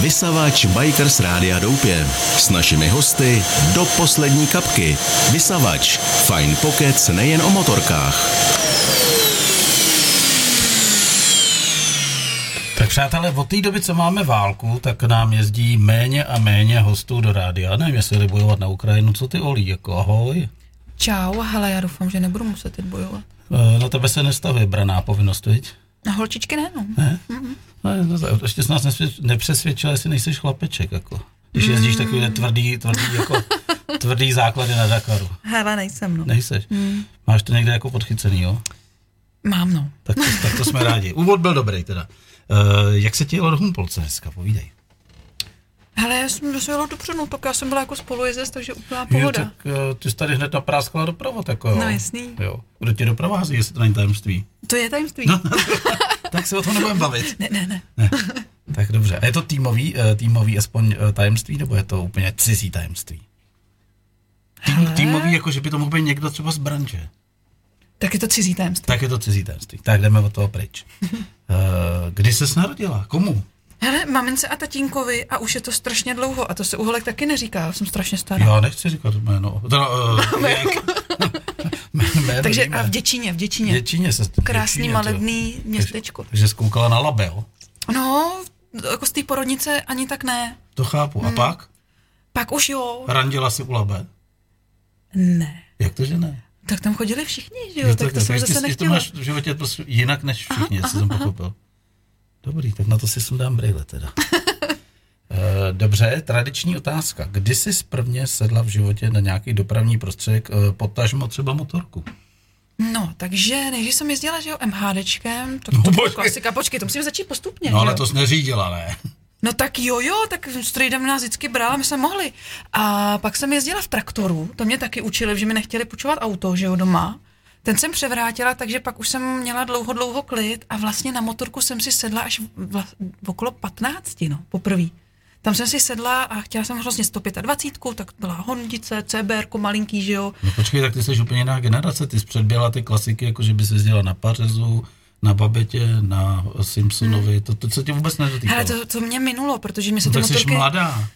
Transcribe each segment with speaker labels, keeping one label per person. Speaker 1: Vysavač Bikers Rádia Doupě. S našimi hosty do poslední kapky. Vysavač. Fajn pokec nejen o motorkách.
Speaker 2: Tak přátelé, od té doby, co máme válku, tak nám jezdí méně a méně hostů do rádia. Nevím, jestli bojovat na Ukrajinu, co ty Olí, jako ahoj.
Speaker 3: Čau, hele, já doufám, že nebudu muset teď bojovat.
Speaker 2: E, Na tebe se nestaví braná povinnost, viď?
Speaker 3: Na holčičky ne, no. Ne?
Speaker 2: Ne, no, to- ještě jsi nás nesvě- nepřesvědčil, jestli nejseš chlapeček, jako. Když jezdíš takový ten tvrdý, tvrdý, jako, tvrdý základy na Dakaru.
Speaker 3: Hele, nejsem, no. Ne.
Speaker 2: Nejseš. Máš to někde jako podchycený, jo?
Speaker 3: Mám, no.
Speaker 2: Tak to, tak to jsme rádi. Úvod byl dobrý teda. E, jak se ti jelo do Humpolce dneska, povídej.
Speaker 3: Hele, já jsem dosvěla dobře, no, tak já jsem byla jako spolujezdec, takže úplná
Speaker 2: Jo,
Speaker 3: pohoda.
Speaker 2: tak e, ty jsi tady hned napráskala doprovod, jako jo.
Speaker 3: No, jasný.
Speaker 2: Jo. Kdo tě doprovází, jestli to není tajemství?
Speaker 3: To je tajemství.
Speaker 2: No, tak se o tom nebudeme bavit.
Speaker 3: Ne, ne, ne.
Speaker 2: Tak dobře. A je to týmový, eh, týmový aspoň eh, tajemství, nebo je to úplně cizí tajemství? Tým, týmový, jako že by to mohl být někdo třeba z branže.
Speaker 3: Tak je to cizí tajemství.
Speaker 2: Tak je to cizí tajemství. Tak jdeme od toho pryč. Eh, Kdy se narodila? Komu?
Speaker 3: Hele, mamince a tatínkovi a už je to strašně dlouho a to se u holek taky neříká, já jsem strašně stará.
Speaker 2: Já nechci říkat jméno. Teda, uh, věk. jméno
Speaker 3: takže
Speaker 2: víme.
Speaker 3: a v Děčíně, v Děčíně.
Speaker 2: Děčíně se
Speaker 3: Krásný
Speaker 2: Děčíně,
Speaker 3: malebný
Speaker 2: tyjo.
Speaker 3: městečko.
Speaker 2: Takže, takže zkoukala na label.
Speaker 3: No, jako z té porodnice ani tak ne.
Speaker 2: To chápu. A pak?
Speaker 3: Pak už jo.
Speaker 2: Randila si u labe.
Speaker 3: Ne.
Speaker 2: Jak to, že ne?
Speaker 3: Tak tam chodili všichni, že
Speaker 2: Je
Speaker 3: jo, tak to jsem
Speaker 2: takže
Speaker 3: zase
Speaker 2: ty- ty to
Speaker 3: nechtěla.
Speaker 2: máš v životě prostě jinak než všichni, co jsem pochopil. Dobrý, tak na to si sundám brýle teda. Eh, Dobře, tradiční otázka. Kdy jsi prvně sedla v životě na nějaký dopravní prostředek, eh, potažmo třeba motorku?
Speaker 3: No, takže než jsem jezdila, že jo, MHDčkem, to, to
Speaker 2: No,
Speaker 3: no,
Speaker 2: počkej.
Speaker 3: klasika, počkej, to musím začít postupně,
Speaker 2: No
Speaker 3: že
Speaker 2: ale
Speaker 3: jo?
Speaker 2: to jsi neřídila, ne?
Speaker 3: No tak jo, jo, tak s Strejdem nás vždycky brala, my jsme mohli. A pak jsem jezdila v traktoru, to mě taky učili, že mi nechtěli půjčovat auto, že jo, doma. Ten jsem převrátila, takže pak už jsem měla dlouho, dlouho klid a vlastně na motorku jsem si sedla až vla, okolo 15, no, poprvé. Tam jsem si sedla a chtěla jsem hrozně 125, tak byla hondice, CBR, malinký, že jo.
Speaker 2: No počkej, tak ty jsi úplně jiná generace, ty jsi předběhla ty klasiky, jako že bys jezdila na Pařezu, na Babetě, na Simpsonovi, to, to se tě vůbec nedotýkalo.
Speaker 3: Hele, Hmm. to, to mě minulo, protože mě se
Speaker 2: no,
Speaker 3: ty
Speaker 2: tak jsi
Speaker 3: motorky...
Speaker 2: mladá.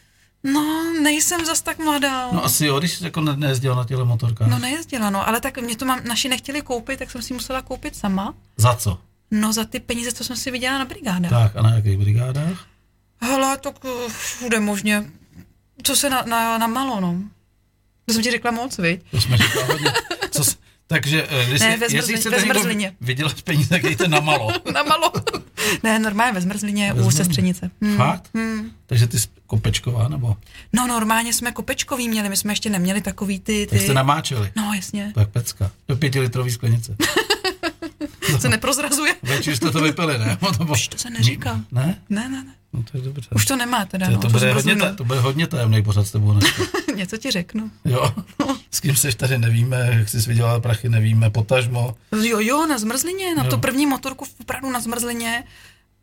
Speaker 3: No, nejsem zas tak mladá.
Speaker 2: No asi jo, když jsi jako ne- nejezdila na těle motorkách.
Speaker 3: No nejezdila, no, ale tak mě to mám, naši nechtěli koupit, tak jsem si musela koupit sama.
Speaker 2: Za co?
Speaker 3: No za ty peníze, co jsem si vydělala na brigádách.
Speaker 2: Tak a na jakých brigádách?
Speaker 3: Hele, tak uh, všude možně. Co se na, na, na malo, no. To jsem ti řekla moc, viď?
Speaker 2: To jsme říkali hodně. Co s... Takže eh, když
Speaker 3: Ne,
Speaker 2: si-
Speaker 3: ve
Speaker 2: jestli
Speaker 3: zmrzli-
Speaker 2: chcete
Speaker 3: ve
Speaker 2: někdo
Speaker 3: zmrzlině.
Speaker 2: vydělat peníze, tak dejte na malo.
Speaker 3: Na malo. ne, normálně ve zmrzlině u
Speaker 2: zmrzlině.
Speaker 3: sestřenice. Hm.
Speaker 2: Hmm. Fakt? Takže ty jsi kopečková, nebo?
Speaker 3: No normálně jsme kopečkový měli, my jsme ještě neměli takový ty...
Speaker 2: Tak
Speaker 3: ty...
Speaker 2: jste namáčeli.
Speaker 3: No jasně,
Speaker 2: Tak pecka. Do pětilitrový sklenice.
Speaker 3: se neprozrazuje.
Speaker 2: Večer jste to vypili, ne? No, to, bylo...
Speaker 3: Už to se neříká.
Speaker 2: Ne?
Speaker 3: Ne, ne, ne.
Speaker 2: No to je dobře.
Speaker 3: Už to nemá teda,
Speaker 2: to,
Speaker 3: no,
Speaker 2: to, bude hodně,
Speaker 3: zmrzlinu.
Speaker 2: ta- to bude hodně tajemný pořád s tebou dneska.
Speaker 3: Něco ti řeknu.
Speaker 2: Jo. S kým seš tady, nevíme, jak jsi vydělala prachy, nevíme, potažmo.
Speaker 3: Jo, jo, na zmrzlině, na
Speaker 2: Jo.
Speaker 3: jo. to první motorku opravdu na zmrzlině.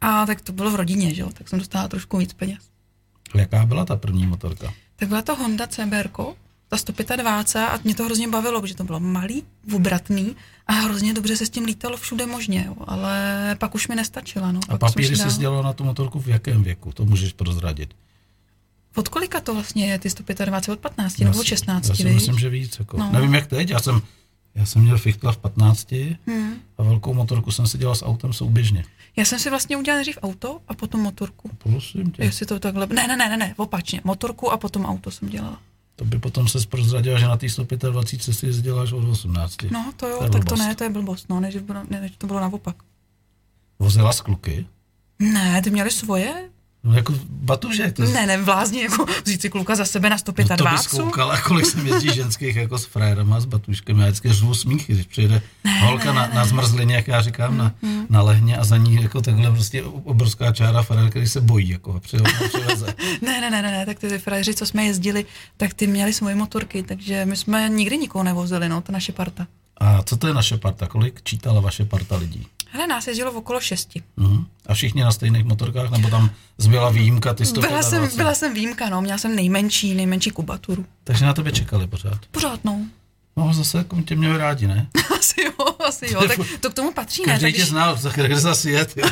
Speaker 3: A tak to bylo v rodině, že jo, tak jsem dostala trošku víc peněz.
Speaker 2: Jaká byla ta první motorka?
Speaker 3: Tak byla to Honda CBR, ta 125 a mě to hrozně bavilo, protože to bylo malý, obratný a hrozně dobře se s tím lítalo všude možně, jo. ale pak už mi nestačila. No.
Speaker 2: A
Speaker 3: Pak jsem
Speaker 2: papíry
Speaker 3: šla
Speaker 2: se
Speaker 3: dál.
Speaker 2: sdělalo na tu motorku v jakém věku? To můžeš prozradit.
Speaker 3: Od kolika to vlastně je, ty 125? Od 15 nebo
Speaker 2: Já
Speaker 3: od
Speaker 2: si-
Speaker 3: 16?
Speaker 2: Já si
Speaker 3: viď?
Speaker 2: myslím, že víc. Jako. No.
Speaker 3: No.
Speaker 2: Nevím, jak teď. Já jsem, já jsem měl fichtla v 15 hmm. a velkou motorku jsem si dělal s autem souběžně.
Speaker 3: Já jsem si vlastně udělala nejdřív auto a potom motorku.
Speaker 2: Prosím tě.
Speaker 3: Jestli to takhle... Ne, ne, ne, ne, ne, opačně. Motorku a potom auto jsem dělala.
Speaker 2: To by potom se prozradila, že na té 125 si jezdila až od 18.
Speaker 3: No, to jo,
Speaker 2: je
Speaker 3: tak to
Speaker 2: blbost.
Speaker 3: ne, to je blbost, no, než, bylo, ne, než to bylo naopak.
Speaker 2: Vozila s kluky?
Speaker 3: Ne, ty měli svoje?
Speaker 2: No, jako batužek. To,
Speaker 3: Ne, ne, vlázni, jako vzít si kluka za sebe na
Speaker 2: no, to
Speaker 3: 125.
Speaker 2: bys koukala, kolik jsem jezdí ženských jako s frajerama, s batuškem. Já vždycky řvu smíchy, když přijde ne, holka ne, na, na zmrzlině, jak já říkám, na,
Speaker 3: Mm-hmm.
Speaker 2: na lehně a za ní jako takhle prostě obrovská čára frajer, který se bojí, jako a přijde, přiveze.
Speaker 3: ne, ne, ne, ne, ne, tak ty, ty frajeři, co jsme jezdili, tak ty měli svoje motorky, takže my jsme nikdy nikoho nevozili, no, ta naše parta.
Speaker 2: A co to je naše parta? Kolik čítala vaše parta lidí?
Speaker 3: Hele, nás jezdilo v okolo šesti.
Speaker 2: Mhm. A všichni na stejných motorkách? Nebo tam zbyla výjimka ty 125?
Speaker 3: Byla jsem, byla jsem výjimka, no, měla jsem nejmenší, nejmenší kubaturu.
Speaker 2: Takže na tebe čekali pořád.
Speaker 3: Pořád, no.
Speaker 2: No zase jako tě měli rádi, ne?
Speaker 3: Asi jo, asi jo, tak to k tomu patří, ne?
Speaker 2: Každý
Speaker 3: Tak,
Speaker 2: tě
Speaker 3: když,
Speaker 2: znal, tak kde zase jet. jo.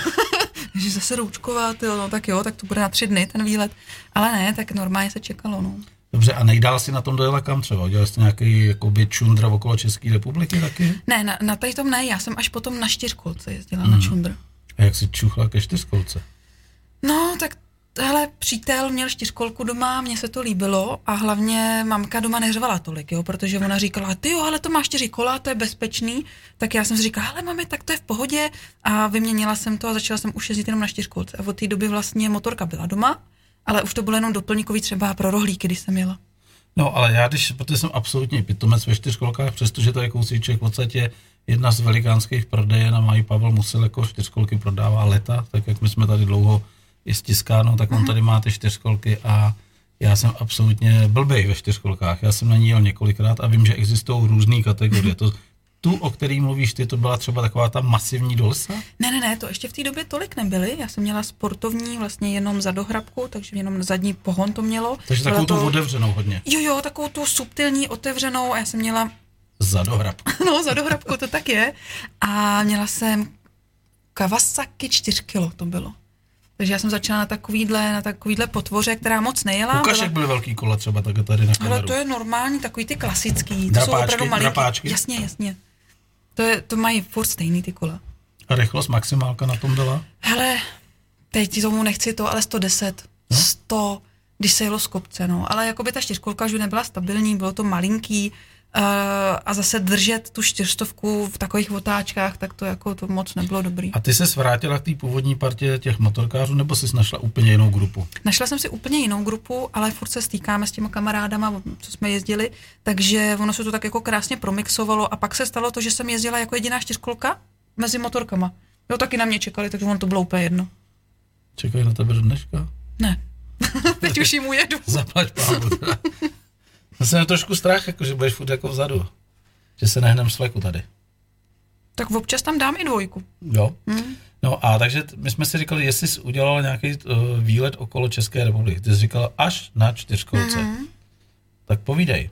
Speaker 3: že se roučkovat, jo, no tak jo, tak to bude na tři dny ten výlet. Ale ne, tak normálně se čekalo, no.
Speaker 2: Dobře, a nejdál si na tom dojela kam třeba? Dělali jste nějaký jakoby čundra okolo České republiky taky?
Speaker 3: Ne, na, na tady tom ne, já jsem až potom na čtyřkolce jezdila mm. na čundr.
Speaker 2: A jak si čuchla ke čtyřkolce?
Speaker 3: No, tak hele, přítel měl čtyřkolku doma, mně se to líbilo a hlavně mamka doma neřvala tolik, jo, protože ona říkala, ty jo, ale to má čtyři kola, to je bezpečný, tak já jsem si říkala, hele mami, tak to je v pohodě a vyměnila jsem to a začala jsem už jezdit jenom na čtyřkolce a od té doby vlastně motorka byla doma, ale už to bylo jenom doplňkový třeba pro rohlíky, když jsem jela.
Speaker 2: No, ale já, když, protože jsem absolutně pitomec ve čtyřkolkách, přestože to je kousíček v podstatě jedna z velikánských prodejen a mají Pavel Musil jako čtyřkolky prodává leta, tak jak my jsme tady dlouho i stiskáno, tak on tady má ty čtyřkolky a já jsem absolutně blbej ve čtyřkolkách. Já jsem na ní jel několikrát a vím, že existují různé kategorie. To, tu, o který mluvíš ty, to byla třeba taková ta masivní do lesa?
Speaker 3: Ne, ne, ne, to ještě v té době tolik nebyly. Já jsem měla sportovní vlastně jenom za dohrabku, takže jenom zadní pohon to mělo.
Speaker 2: Takže
Speaker 3: Byla
Speaker 2: takovou
Speaker 3: to-
Speaker 2: tu otevřenou hodně.
Speaker 3: Jo, jo, takovou tu subtilní, otevřenou a já jsem měla,
Speaker 2: Za dohrabku.
Speaker 3: no za dohrabku to tak je, a měla jsem Kawasaki 4 kilo to bylo. Takže já jsem začala na takovýhle, na takovýhle potvoře, která moc nejela.
Speaker 2: Ukaž, jak byly velký kola třeba takhle tady na
Speaker 3: Ale
Speaker 2: kameru.
Speaker 3: to je normální, takový ty klasický. To jsou
Speaker 2: Drapáčky,
Speaker 3: opravdu malinký.
Speaker 2: drapáčky?
Speaker 3: Jasně, jasně. To, je, to mají furt stejný ty kola.
Speaker 2: A rychlost maximálka na tom byla?
Speaker 3: Hele, teď ti tomu nechci to, ale 110, 100, když se jelo z kopce, no. Ale jako by ta čtyřkolka už nebyla stabilní, bylo to malinký uh, a zase držet tu čtyřstovku v takových otáčkách, tak to jako to moc nebylo dobrý.
Speaker 2: A ty se vrátila k té původní partě těch motorkářů, nebo jsi našla úplně jinou grupu?
Speaker 3: Našla jsem si úplně jinou grupu, ale furt se stýkáme s těma kamarádama, co jsme jezdili, takže ono se to tak jako krásně promixovalo a pak se stalo to, že jsem jezdila jako jediná čtyřkolka mezi motorkama. Jo, taky na mě čekali, takže ono to bylo úplně jedno.
Speaker 2: Čekají na tebe do dneška?
Speaker 3: Ne. Teď už jim ujedu.
Speaker 2: Zaplať pámu. teda. Já jsem měl trošku strach, jako, že budeš furt jako vzadu. Že se nehnem z fleku tady.
Speaker 3: Tak občas tam dám i dvojku.
Speaker 2: Jo?
Speaker 3: Hmm.
Speaker 2: No a takže t- my jsme si říkali, jestli jsi udělala nějaký uh, výlet okolo České republiky. Ty jsi říkala až na čtyřkolce.
Speaker 3: Hmm.
Speaker 2: Tak povídej.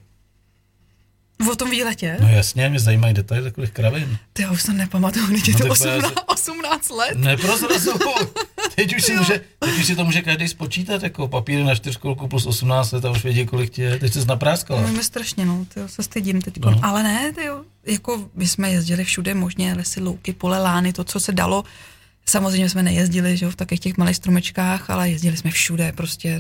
Speaker 3: O tom výletě?
Speaker 2: No jasně, mě zajímají detaily takových kravin.
Speaker 3: Ty já už se nepamatuju, když je
Speaker 2: No
Speaker 3: to
Speaker 2: tak
Speaker 3: 18,
Speaker 2: bude
Speaker 3: 18 let.
Speaker 2: Neprozrazuju. Teď už, si může, teď už si to může každý spočítat, jako papíry na čtyřkolku plus 18 let a už vědí, kolik tě je. Teď jsi napráskala.
Speaker 3: No, mi strašně, no, tyjo, se stydím teď.
Speaker 2: No.
Speaker 3: No. Ale ne, tyjo, jako my jsme jezdili všude možně, lesy, louky, pole, lány, to, co se dalo. Samozřejmě jsme nejezdili, že jo, v takových těch malých stromečkách, ale jezdili jsme všude prostě,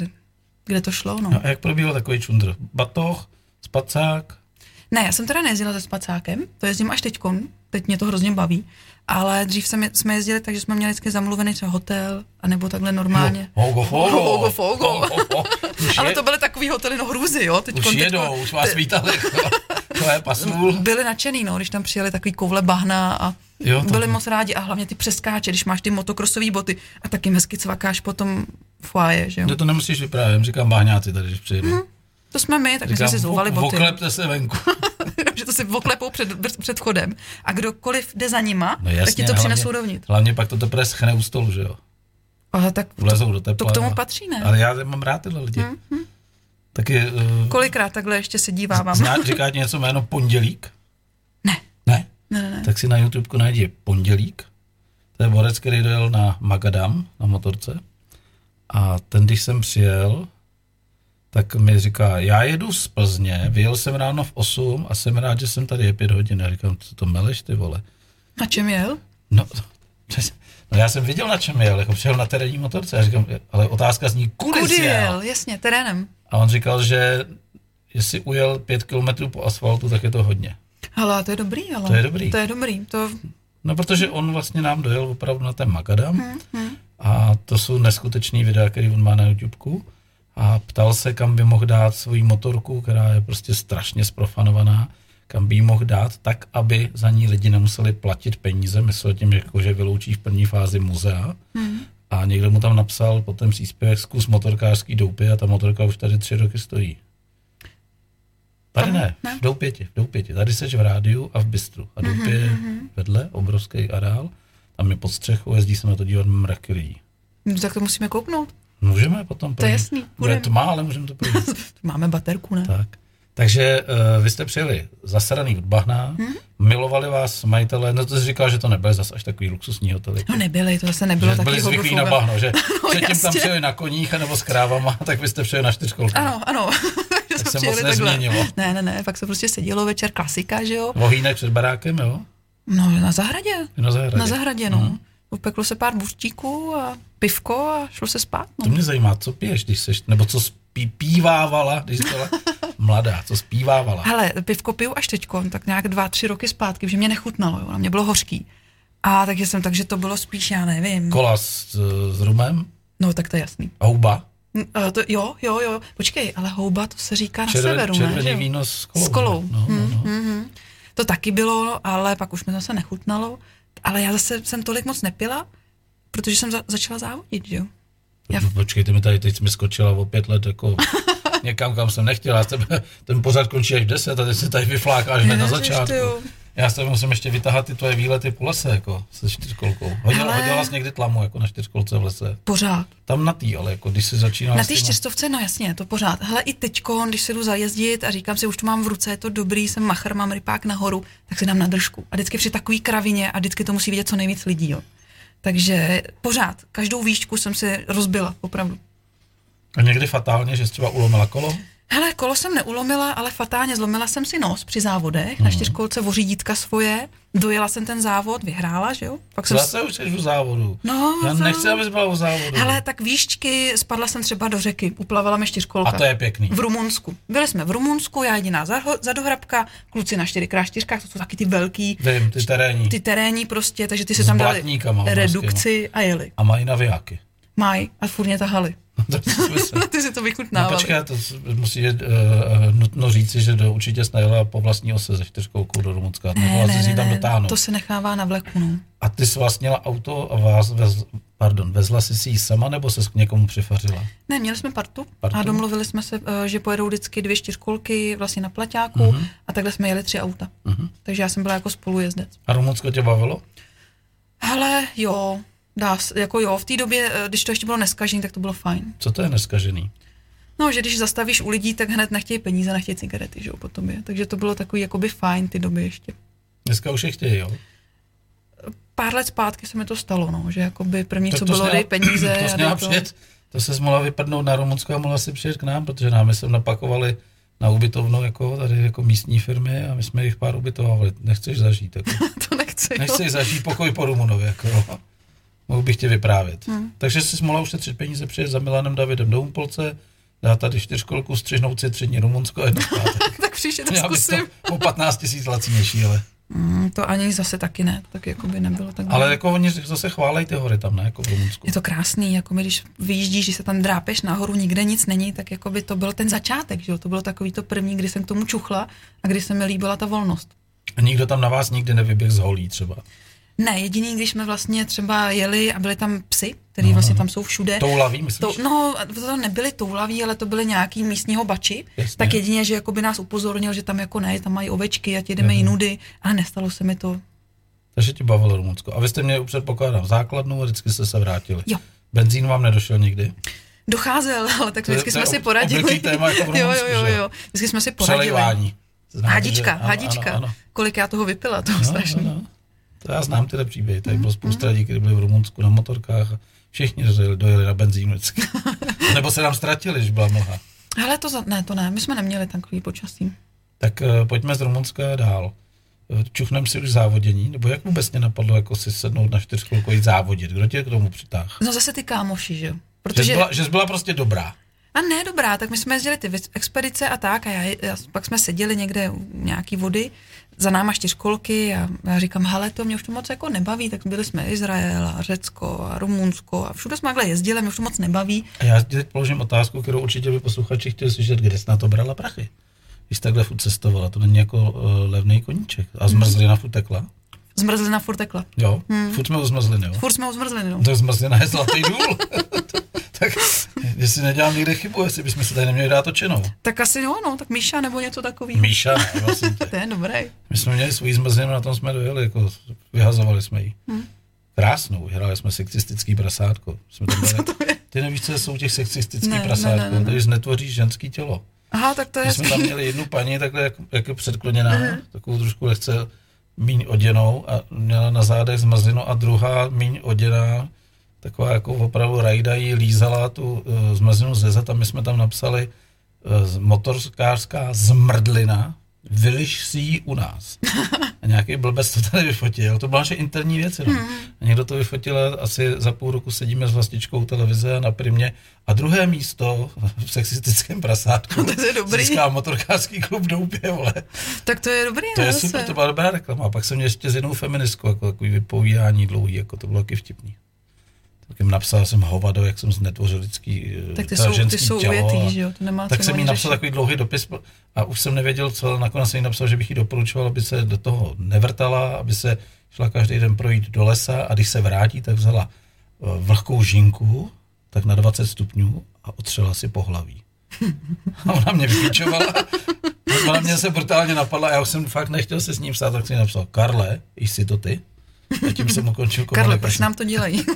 Speaker 3: kde to šlo, no.
Speaker 2: No a jak probíhal takový čundr? Batoh, spacák,
Speaker 3: Ne, já jsem teda nejezdila se spacákem, to jezdím až teďkon, teď mě to hrozně baví, ale dřív jsem, je- jsme jezdili tak, že jsme měli vždycky zamluvený třeba hotel, anebo takhle normálně.
Speaker 2: no, Hogo, fogo.
Speaker 3: Hogo, fogo.
Speaker 2: Už,
Speaker 3: Ale
Speaker 2: je,
Speaker 3: to byly takový hotely, no hrůzy, jo. Teď
Speaker 2: už jedou, už vás vítali. To je pasul.
Speaker 3: byli nadšený, no, když tam přijeli takový koule bahna a
Speaker 2: Jo,
Speaker 3: jo,
Speaker 2: to-
Speaker 3: byli moc rádi a hlavně ty přeskáče, když máš ty motokrosové boty a taky jim hezky cvakáš potom foaje, že jo.
Speaker 2: No to nemusíš vyprávět, říkám bahňáci tady, když přijedu.
Speaker 3: To jsme my, tak my jsme
Speaker 2: Říkám,
Speaker 3: si Mhm. zouvali
Speaker 2: "Vo-
Speaker 3: boty.
Speaker 2: Oklepte se venku.
Speaker 3: že to si oklepou před, před chodem a kdokoliv jde za nima,
Speaker 2: No jasně,
Speaker 3: tak ti to
Speaker 2: hlavně-
Speaker 3: přinesou dovnitř.
Speaker 2: Hlavně pak to teprve schne u stolu, že jo?
Speaker 3: Ale tak
Speaker 2: Vlezou do tepla.
Speaker 3: to k tomu
Speaker 2: no.
Speaker 3: patří, ne? Mhm.
Speaker 2: Ale já mám rád tyhle lidi. Taky uh,
Speaker 3: kolikrát takhle ještě se dívávám.
Speaker 2: zná, říká ti něco jméno Pondělík?
Speaker 3: Ne,
Speaker 2: Ne?
Speaker 3: ne, ne, ne.
Speaker 2: Tak si na YouTube najdi Pondělík. To je borec, který dojel na Magadam na motorce. A ten, když jsem přijel, tak mi říká, já jedu z Plzně, vyjel jsem ráno v 8 a jsem rád, že jsem tady je 5 hodin. Já říkám, co to meleš ty vole?
Speaker 3: Na čem jel?
Speaker 2: No, přes- no já jsem viděl, na čem jel, jako přijel na terénní motorce. Já říkám, ale otázka zní, kudy,
Speaker 3: Kudy
Speaker 2: jsi
Speaker 3: jel? Jasně, terénem.
Speaker 2: A on říkal, že jestli ujel pět kilometrů po asfaltu, tak je to hodně.
Speaker 3: Hele, to je dobrý, ale.
Speaker 2: To je dobrý.
Speaker 3: To je dobrý. To,
Speaker 2: No, protože on vlastně nám dojel opravdu na ten Makadam a to jsou neskutečný videa, který on má na YouTubeku a ptal se, kam by mohl dát svoji motorku, která je prostě strašně sprofanovaná, kam by ji mohl dát tak, aby za ní lidi nemuseli platit peníze, myslel tím, jako, že vyloučí v první fázi muzea. A někdo mu tam napsal potom příspěvek zkus motorkářský doupě a ta motorka už tady tři roky stojí. Tady ne, v Doupěti, v Doupěti. Tady seš v rádiu a v Bystru. A Doupě je
Speaker 3: Mm-hmm,
Speaker 2: vedle, obrovský areál. Tam je pod střechou, jezdí se na to dívat mraky lidí.
Speaker 3: no, tak to musíme kouknout.
Speaker 2: Můžeme potom
Speaker 3: To je
Speaker 2: projít.
Speaker 3: jasný,
Speaker 2: Bude
Speaker 3: půjdeme.
Speaker 2: tma, ale můžeme to projít.
Speaker 3: Máme baterku, ne?
Speaker 2: tak. Takže uh, vy jste přijeli zasraný od bahna,
Speaker 3: Mm-hmm.
Speaker 2: hmm? milovali vás majitele, no to jsi říkal, že to nebyl zas až takový luxusní hotel.
Speaker 3: No nebyly, to zase nebylo
Speaker 2: že
Speaker 3: taky
Speaker 2: byli zvyklí na
Speaker 3: hoblofouga.
Speaker 2: bahno, že
Speaker 3: No,
Speaker 2: předtím tam
Speaker 3: jasně.
Speaker 2: přijeli na koních nebo s krávama, tak vy jste přijeli na čtyřkolku.
Speaker 3: Ano, ano. Tak
Speaker 2: se moc nezměnilo.
Speaker 3: Ne, ne, ne, pak se prostě sedělo večer, klasika, že jo?
Speaker 2: Vohýnek před barákem, jo?
Speaker 3: No, na zahradě.
Speaker 2: Na zahradě. Mhm.
Speaker 3: Na zahradě, no. Mm. Upeklo se pár buřtíků a pivko a šlo se spát, no.
Speaker 2: To mě zajímá, co piješ, když seš, nebo co spí, pívávala, když jsi byla mladá, co zpívávala.
Speaker 3: Hele, pivko piju až teďkon, tak nějak dva, tři roky zpátky, že mě nechutnalo, jo, na mě bylo hořký. A takže jsem, takže to bylo spíš, já nevím.
Speaker 2: Kola s, s rumem
Speaker 3: No, tak to je jasný.
Speaker 2: a huba.
Speaker 3: N- a To, jo, jo, jo, počkej, ale houba, to se říká na severu,
Speaker 2: Červen,
Speaker 3: ne? že
Speaker 2: červené
Speaker 3: jo?
Speaker 2: víno s kolou.
Speaker 3: S kolou. Hmm,
Speaker 2: No, no, no.
Speaker 3: To taky bylo, ale pak už mi zase nechutnalo. Ale já zase jsem tolik moc nepila, protože jsem za- začala závodit, že jo? Já-
Speaker 2: Po- Počkejte mi tady, teď jsi mi skočila o pět let jako někam, kam jsem nechtěla. Já jsem- Ten pořád končí až v 10 a teď se tady vyflákáš hned na
Speaker 3: Ježiš,
Speaker 2: začátku.
Speaker 3: ty jo.
Speaker 2: Já se musím ještě vytahat ty tvoje výlety po lese jako se čtyřkolkou. Hodila,
Speaker 3: Ale-
Speaker 2: hodila jsi někdy tlamu jako na čtyřkolce v lese.
Speaker 3: Pořád.
Speaker 2: Tam na tý, ale jako když jsi začínala
Speaker 3: Na
Speaker 2: s
Speaker 3: té
Speaker 2: těma-
Speaker 3: čtyřstovce, no jasně, to pořád. Hele, i teďko, když se jdu zajezdit a říkám si, už to mám v ruce, je to dobrý, jsem machr, mám rypák nahoru, tak si dám na držku. A vždycky při takový kravině a vždycky to musí vidět co nejvíc lidí, jo. Takže pořád, každou výšku jsem si rozbila, opravdu.
Speaker 2: A někdy fatálně, že jsi třeba ulomila kolo?
Speaker 3: Hele, kolo jsem neulomila, ale fatálně zlomila jsem si nos při závodech,
Speaker 2: Hmm.
Speaker 3: na čtyřkolce vořídítka svoje, dojela jsem ten závod, vyhrála, že jo? Pak jsem
Speaker 2: Zase už jsi u závodu.
Speaker 3: No,
Speaker 2: Já
Speaker 3: závod.
Speaker 2: nechci, abys byla u závodu.
Speaker 3: Hele, tak výščky, spadla jsem třeba do řeky, uplavila mi čtyřkolka.
Speaker 2: A to je pěkný.
Speaker 3: V Rumunsku. Byli jsme v Rumunsku, já jediná za, ho- za dohrabka, kluci na 4x4, to jsou taky ty velký,
Speaker 2: Vím, ty terénní.
Speaker 3: ty terénní prostě, takže ty si
Speaker 2: S
Speaker 3: tam dali
Speaker 2: blatníkama vlastně,
Speaker 3: redukci a jeli.
Speaker 2: A mají navijáky. No,
Speaker 3: Maj a furt mě tahali.
Speaker 2: To je smysl.
Speaker 3: ty si to
Speaker 2: No
Speaker 3: vychutnávali.
Speaker 2: počkej, to s- musí uh, nutno říci, že do, určitě snajela po vlastní ose ze čtyřkolkou do Rumunska. Ne, ne, ne, tam dotáhnout.
Speaker 3: to se nechává na vleku, no.
Speaker 2: A ty jsi vlastnila auto a vás vez, pardon, vezla jsi si ji sama nebo se k někomu přifařila?
Speaker 3: Ne, měli jsme partu,
Speaker 2: Partu?
Speaker 3: a domluvili jsme se, eh, že pojedou vždycky dvě čtyřkolky vlastně na plaťáku
Speaker 2: Mhm.
Speaker 3: uh-huh. a takhle jsme jeli tři auta. Uh-huh. Takže já jsem byla jako spolujezdec.
Speaker 2: A Rumunsko tě bavilo?
Speaker 3: Hele, jo, dá se, jako jo, v té době, eh, když to ještě bylo neskažení, tak to bylo fajn.
Speaker 2: Co to je neskažený?
Speaker 3: No, že když zastavíš u lidí, tak hned nechtějí peníze, nechtějí cigarety, že jo, potom je. Takže to bylo takový jakoby fajn ty doby ještě.
Speaker 2: Dneska už je chtějí, jo?
Speaker 3: Pár let zpátky se mi to stalo, no, že jakoby první,
Speaker 2: Tak
Speaker 3: co
Speaker 2: to
Speaker 3: bylo,
Speaker 2: směla-
Speaker 3: dej peníze
Speaker 2: To
Speaker 3: a
Speaker 2: směla
Speaker 3: dej to.
Speaker 2: přijet, to se mohla vypadnout na Rumunsko a mohla si přijet k nám, protože nám jsme napakovali na ubytovnu jako tady jako místní firmy a my jsme jich pár ubytovali. Nechceš zažít. Jako.
Speaker 3: to nechci, jo.
Speaker 2: Nechceš zažít pokoj po Rumunově. Jako. jo. Mohl bych ti vyprávět. Hmm. Takže si mohla ušetřit peníze, přijet za Milanem Davidem do Umpolce, dát tady čtyřkolku, střihnout si tři dní Rumunsko a jedno zpátky.
Speaker 3: tak příště to
Speaker 2: Měla bys to
Speaker 3: zkusím.
Speaker 2: o 15 tisíc lacinější, ale,
Speaker 3: Mm, to ani zase taky ne, tak jakoby nebylo tak.
Speaker 2: ale jako oni zase chválejí ty hory tam, ne, jako v Rumunsku.
Speaker 3: Je to krásný, jako my, když vyjíždíš, že se tam drápeš nahoru, nikde nic není, tak jako by to byl ten začátek, že jo? To bylo takový to první, kdy jsem k tomu čuchla a kdy se mi líbila ta volnost.
Speaker 2: A nikdo tam na vás nikdy nevyběh z holí třeba.
Speaker 3: Ne, jediný, když jsme vlastně třeba jeli a byli tam psy, který no, vlastně tam jsou všude.
Speaker 2: Toulaví, myslíš?
Speaker 3: To, no, to nebyly toulaví, ale to byly nějaký místního bači.
Speaker 2: Jasně.
Speaker 3: Tak jedině, že jako by nás upozornil, že tam jako ne, tam mají ovečky, ať
Speaker 2: Mhm.
Speaker 3: jedeme jinudy, ale nestalo se mi to.
Speaker 2: Takže tě bavilo Rumunsko. A vy jste měli, předpokládám, základnu a vždycky jste se vrátili.
Speaker 3: Jo.
Speaker 2: Benzín vám nedošel nikdy.
Speaker 3: Docházel, ale tak
Speaker 2: To je-
Speaker 3: vždycky
Speaker 2: to je
Speaker 3: jsme si
Speaker 2: ob- obvyklý
Speaker 3: poradili.
Speaker 2: téma jako v
Speaker 3: jo, jo,
Speaker 2: Rumunsku,
Speaker 3: jo,
Speaker 2: že jo?
Speaker 3: jo. Vždycky jsme si poradili.
Speaker 2: Přelejvání. Znáte,
Speaker 3: Hadička,
Speaker 2: No, že- ano,
Speaker 3: hadička.
Speaker 2: Ano, ano.
Speaker 3: Kolik já toho vypila, to no,
Speaker 2: No,
Speaker 3: strašný. Mm,
Speaker 2: no, no. To já znám tyhle příběhy. Tady bylo spousta lidí, kteří byli v Rumunsku na motorkách a všichni dojeli, dojeli na benzín vždycky. Nebo se nám ztratili, když byla mlha.
Speaker 3: Hele, to za, ne, to ne, my jsme neměli takový počasí.
Speaker 2: Tak eh, pojďme z Rumunska dál. Eh, Čuchneme si už závodění, nebo jak vůbec mě napadlo jako si sednout na čtyřkolku a jít závodit? Kdo tě k tomu přitáhl?
Speaker 3: No zase ty kámoši, že jo?
Speaker 2: Že,
Speaker 3: Protože...
Speaker 2: jsi byla, že jsi byla prostě dobrá.
Speaker 3: A ne, dobrá, tak my jsme jezdili ty vis- expedice a tak a já, já, pak jsme seděli někde u nějaký vody, za náma čtyřkolky a já říkám, hele, to mě už to moc jako nebaví, tak byli jsme Izrael a Řecko a Rumunsko a všude jsme takhle jezdili, mě už to moc nebaví.
Speaker 2: A já ti teď položím otázku, kterou určitě by posluchači chtěli slyšet, kde jsi na to brala prachy. Když jsi takhle furt cestovala, to není jako uh, levný koníček. A zmrzlina furt tekla.
Speaker 3: Zmrzlina furt tekla.
Speaker 2: Jo, hmm. furt jsme u zmrzliny, jo.
Speaker 3: Furt jsme u zmrzliny, no.
Speaker 2: Tak zmrzlina je zlatý důl. tak jestli nedělám někde chybu, jestli bychom se tady neměli dát očenou.
Speaker 3: Tak asi jo, no, tak Míša nebo něco takového.
Speaker 2: Míša, ne, vlastně. tě.
Speaker 3: To je dobré.
Speaker 2: My jsme měli svoji zmrzlinu, na tom jsme dojeli, jako vyhazovali jsme ji.
Speaker 3: Hmm.
Speaker 2: Krásnou, hráli jsme sexistický prasátko. Jsme tam byli, ty nevíš, co jsou těch sexistických
Speaker 3: Ne, ne,
Speaker 2: prasátků,
Speaker 3: ne, ne, ne.
Speaker 2: takže znetvoříš ženský tělo.
Speaker 3: Aha, tak to je
Speaker 2: My jsme tam
Speaker 3: hezký.
Speaker 2: měli jednu paní, takhle jak, jak je předkloněná, takovou trošku lehce míň oděnou a měla na zádech zmrzlinu a druhá míň oděná, taková jako opravdu rajda jí lízala tu uh, zmrzlinu ze zad a my jsme tam napsali uh, motorskářská zmrdlina, vyliš si ji u nás. A nějaký blbec to tady vyfotil. To byla naše interní věc. Jenom.
Speaker 3: Hmm.
Speaker 2: A někdo to vyfotil a asi za půl roku sedíme s vlastičkou televize na primě. A druhé místo v sexistickém prasátku
Speaker 3: To je dobrý.
Speaker 2: získá motorkářský klub Doupě, vole.
Speaker 3: Tak to je dobrý,
Speaker 2: To
Speaker 3: ne,
Speaker 2: je
Speaker 3: zase.
Speaker 2: super, to byla dobrá reklama. A pak jsem měl ještě s jednou feministkou, jako takový vypovídání dlouhý, jako to bylo taky vtipný. Tak jim napsal jsem hovado, jak jsem znetvořil lidský eh,
Speaker 3: Tak ty
Speaker 2: teda
Speaker 3: jsou, ty
Speaker 2: ženský
Speaker 3: jsou
Speaker 2: tělo a-
Speaker 3: ujetý, že jo, to nemá
Speaker 2: tak
Speaker 3: co
Speaker 2: jsem jí
Speaker 3: moc
Speaker 2: napsal
Speaker 3: řešit.
Speaker 2: takový dlouhý dopis a už jsem nevěděl, co, ale nakonec jsem jí napsal, že bych jí doporučoval, aby se do toho nevrtala, aby se šla každý den projít do lesa a když se vrátí, tak vzala eh, vlhkou žinku, tak na 20 stupňů a otřela si pohlaví. A ona mě vyklíčovala. Ona mě se brutálně napadla a já už jsem fakt nechtěl se s ním psát, tak jsem jí napsal, Karle, jsi to ty? A tím jsem ukončil
Speaker 3: Karle,
Speaker 2: komedy.
Speaker 3: proč nám to dělají?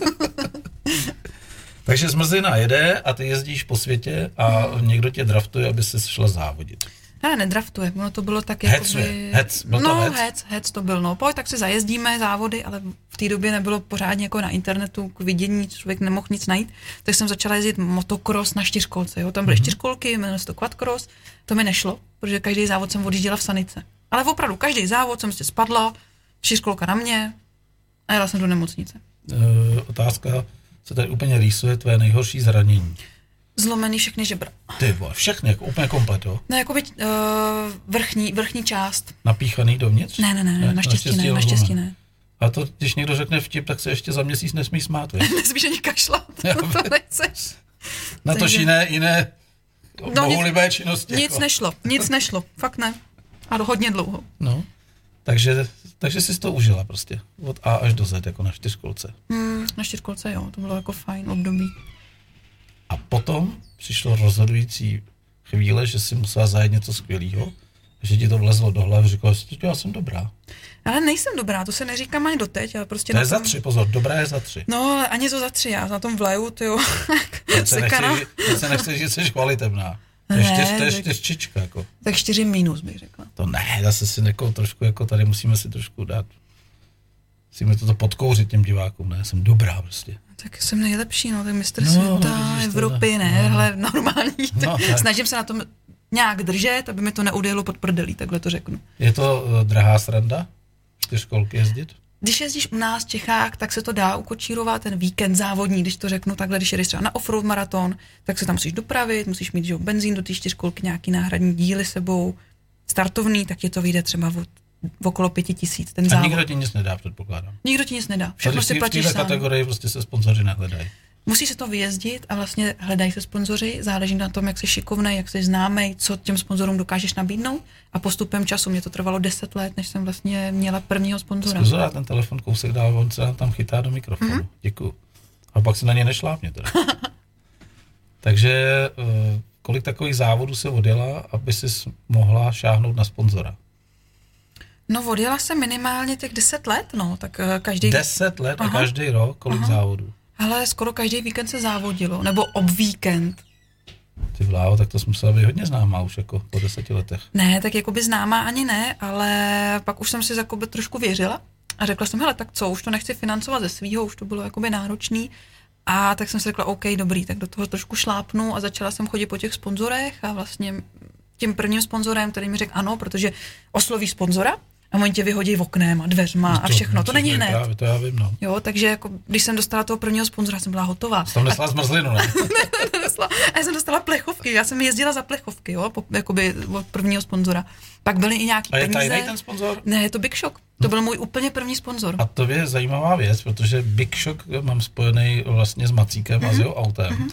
Speaker 2: Takže zmrzlina jede a ty jezdíš po světě a někdo tě draftuje, aby se šla závodit.
Speaker 3: Ne, nedraftuje, ono to bylo tak
Speaker 2: Hecuje,
Speaker 3: jakoby...
Speaker 2: hec, byl to
Speaker 3: no,
Speaker 2: hec?
Speaker 3: hec, hec to byl, no. Pojď, tak si zajezdíme závody, ale v té době nebylo pořádně jako na internetu k vidění, člověk nemohl nic najít, tak jsem začala jezdit motocross na čtyřkolce, jo. Tam
Speaker 2: Mhm.
Speaker 3: byly mm-hmm. čtyřkolky, jmenovalo se to quadcross, to mi nešlo, protože každý závod jsem odjížděla v sanice. Ale opravdu, každý závod jsem si spadla, čtyřkolka na mě a jela jsem do nemocnice.
Speaker 2: Eh, otázka se tady úplně rýsuje tvé nejhorší zranění.
Speaker 3: Zlomený všechny žebra.
Speaker 2: Ty vole, všechny, jako úplně komplet, jo?
Speaker 3: No, jakoby uh, vrchní, vrchní část.
Speaker 2: Napíchaný dovnitř?
Speaker 3: Ne, ne, ne, ne, naštěstí ne,
Speaker 2: je
Speaker 3: naštěstí
Speaker 2: rozlomen.
Speaker 3: ne.
Speaker 2: A to, když někdo řekne vtip, tak se ještě za měsíc nesmí smát, viď?
Speaker 3: Nesmíš ani kašlat, no to nechceš.
Speaker 2: Na tož
Speaker 3: Takže-
Speaker 2: jiné, jiné
Speaker 3: No,
Speaker 2: no, bohulibé
Speaker 3: nic-
Speaker 2: činnosti.
Speaker 3: Nic
Speaker 2: jako.
Speaker 3: nešlo, nic nešlo, fakt ne. A do- hodně dlouho.
Speaker 2: No, takže, takže jsi to užila prostě. Od A až do Z, jako na čtyřkolce.
Speaker 3: Hmm, na čtyřkolce jo, to bylo jako fajn období.
Speaker 2: A potom přišlo rozhodující chvíle, že si musela zajít něco skvělého, že ti to vlezlo do hlavy, říkala si, já jsem dobrá.
Speaker 3: Ale nejsem dobrá, to se neříkám ani doteď, ale prostě...
Speaker 2: To
Speaker 3: na
Speaker 2: je za
Speaker 3: tom-
Speaker 2: tři, pozor, dobrá je za tři.
Speaker 3: No, ale ani to za tři, já na tom vleju, ty jo,
Speaker 2: Já se
Speaker 3: sekana.
Speaker 2: nechci, já se nechci říct, že jsi kvalitevná. To je
Speaker 3: Ne,
Speaker 2: čtyř- to je
Speaker 3: tak-
Speaker 2: čtyřčička, jako.
Speaker 3: Tak čtyři minus bych řekla.
Speaker 2: To ne, zase si někoho trošku, jako tady musíme si trošku dát. Musíme toto podkouřit těm divákům, ne, jsem dobrá prostě.
Speaker 3: Tak jsem nejlepší, no, tak mistr
Speaker 2: No,
Speaker 3: no,
Speaker 2: no,
Speaker 3: světa,
Speaker 2: vidíš to,
Speaker 3: Evropy,
Speaker 2: no.
Speaker 3: ne, hele, normální.
Speaker 2: No,
Speaker 3: No,
Speaker 2: tak.
Speaker 3: Snažím se na tom nějak držet, aby mi to neudejlo pod prdelí, takhle to řeknu.
Speaker 2: Je to eh, drahá sranda? Čtyřkolky jezdit?
Speaker 3: Když jezdíš u nás v Čechách, tak se to dá ukočírovat ten víkend závodní, když to řeknu takhle, když jedeš třeba na offroad maraton, tak se tam musíš dopravit, musíš mít že, jo, benzín do té čtyřkolky, nějaký náhradní díly sebou, startovný, tak ti to vyjde třeba od, okolo pěti tisíc, ten
Speaker 2: A
Speaker 3: závod.
Speaker 2: nikdo
Speaker 3: Nikdo...
Speaker 2: ti nic nedá, předpokládám.
Speaker 3: nikdo ti nic nedá,
Speaker 2: Tady
Speaker 3: všechno
Speaker 2: v
Speaker 3: si
Speaker 2: té-
Speaker 3: platíš
Speaker 2: V téhle
Speaker 3: sám.
Speaker 2: kategorii prostě se sponzoři nehledají.
Speaker 3: Musíš se to vyjezdit a vlastně hledají se sponzoři, záleží na tom, jak jsi šikovný, jak jsi známý, co těm sponzorům dokážeš nabídnout. A postupem času, mě to trvalo 10 let, než jsem vlastně měla prvního sponzora.
Speaker 2: Zkus dát ten telefon kousek dál, on se nám tam chytá do mikrofonu.
Speaker 3: Mhm.
Speaker 2: Mm-hmm. Děkuju. A pak se na ně nešlápně teda. Takže eh, kolik takových závodů se odjela, aby si mohla šáhnout na sponzora?
Speaker 3: No odjela jsem minimálně těch 10 let, no, tak eh, každý,
Speaker 2: Deset let a
Speaker 3: Aha.
Speaker 2: každý rok kolik Aha. závodů?
Speaker 3: ale skoro každý víkend se závodilo, nebo ob víkend.
Speaker 2: Ty vláho, tak to jsi musela být hodně známá už jako po deseti letech.
Speaker 3: Ne, tak jako by známá ani ne, ale pak už jsem si jakoby trošku věřila a řekla jsem, hele, tak co, už to nechci financovat ze svýho, už to bylo jakoby náročný. A tak jsem si řekla, OK, dobrý, tak do toho trošku šlápnu a začala jsem chodit po těch sponzorech a vlastně tím prvním sponzorem, který mi řekl ano, protože osloví sponzora a oni tě vyhodí oknem a dveřma a všechno, to není
Speaker 2: je
Speaker 3: hned.
Speaker 2: Právě, to já vím, no.
Speaker 3: Jo, takže jako, když jsem dostala toho prvního sponzora, jsem byla hotová.
Speaker 2: Tam nesla zmrzlinu, ne?
Speaker 3: Nesla- A já jsem dostala plechovky, já jsem jezdila za plechovky, jo, po, jakoby od prvního sponzora. Pak byly i nějaký
Speaker 2: A je
Speaker 3: peníze.
Speaker 2: tajný ten sponzor?
Speaker 3: Ne, je to Big Shock. To byl můj úplně první sponzor.
Speaker 2: A to je zajímavá věc, protože Big Shock mám spojený vlastně s Macíkem
Speaker 3: Mhm.
Speaker 2: mm-hmm. a s jeho autem. Mm-hmm.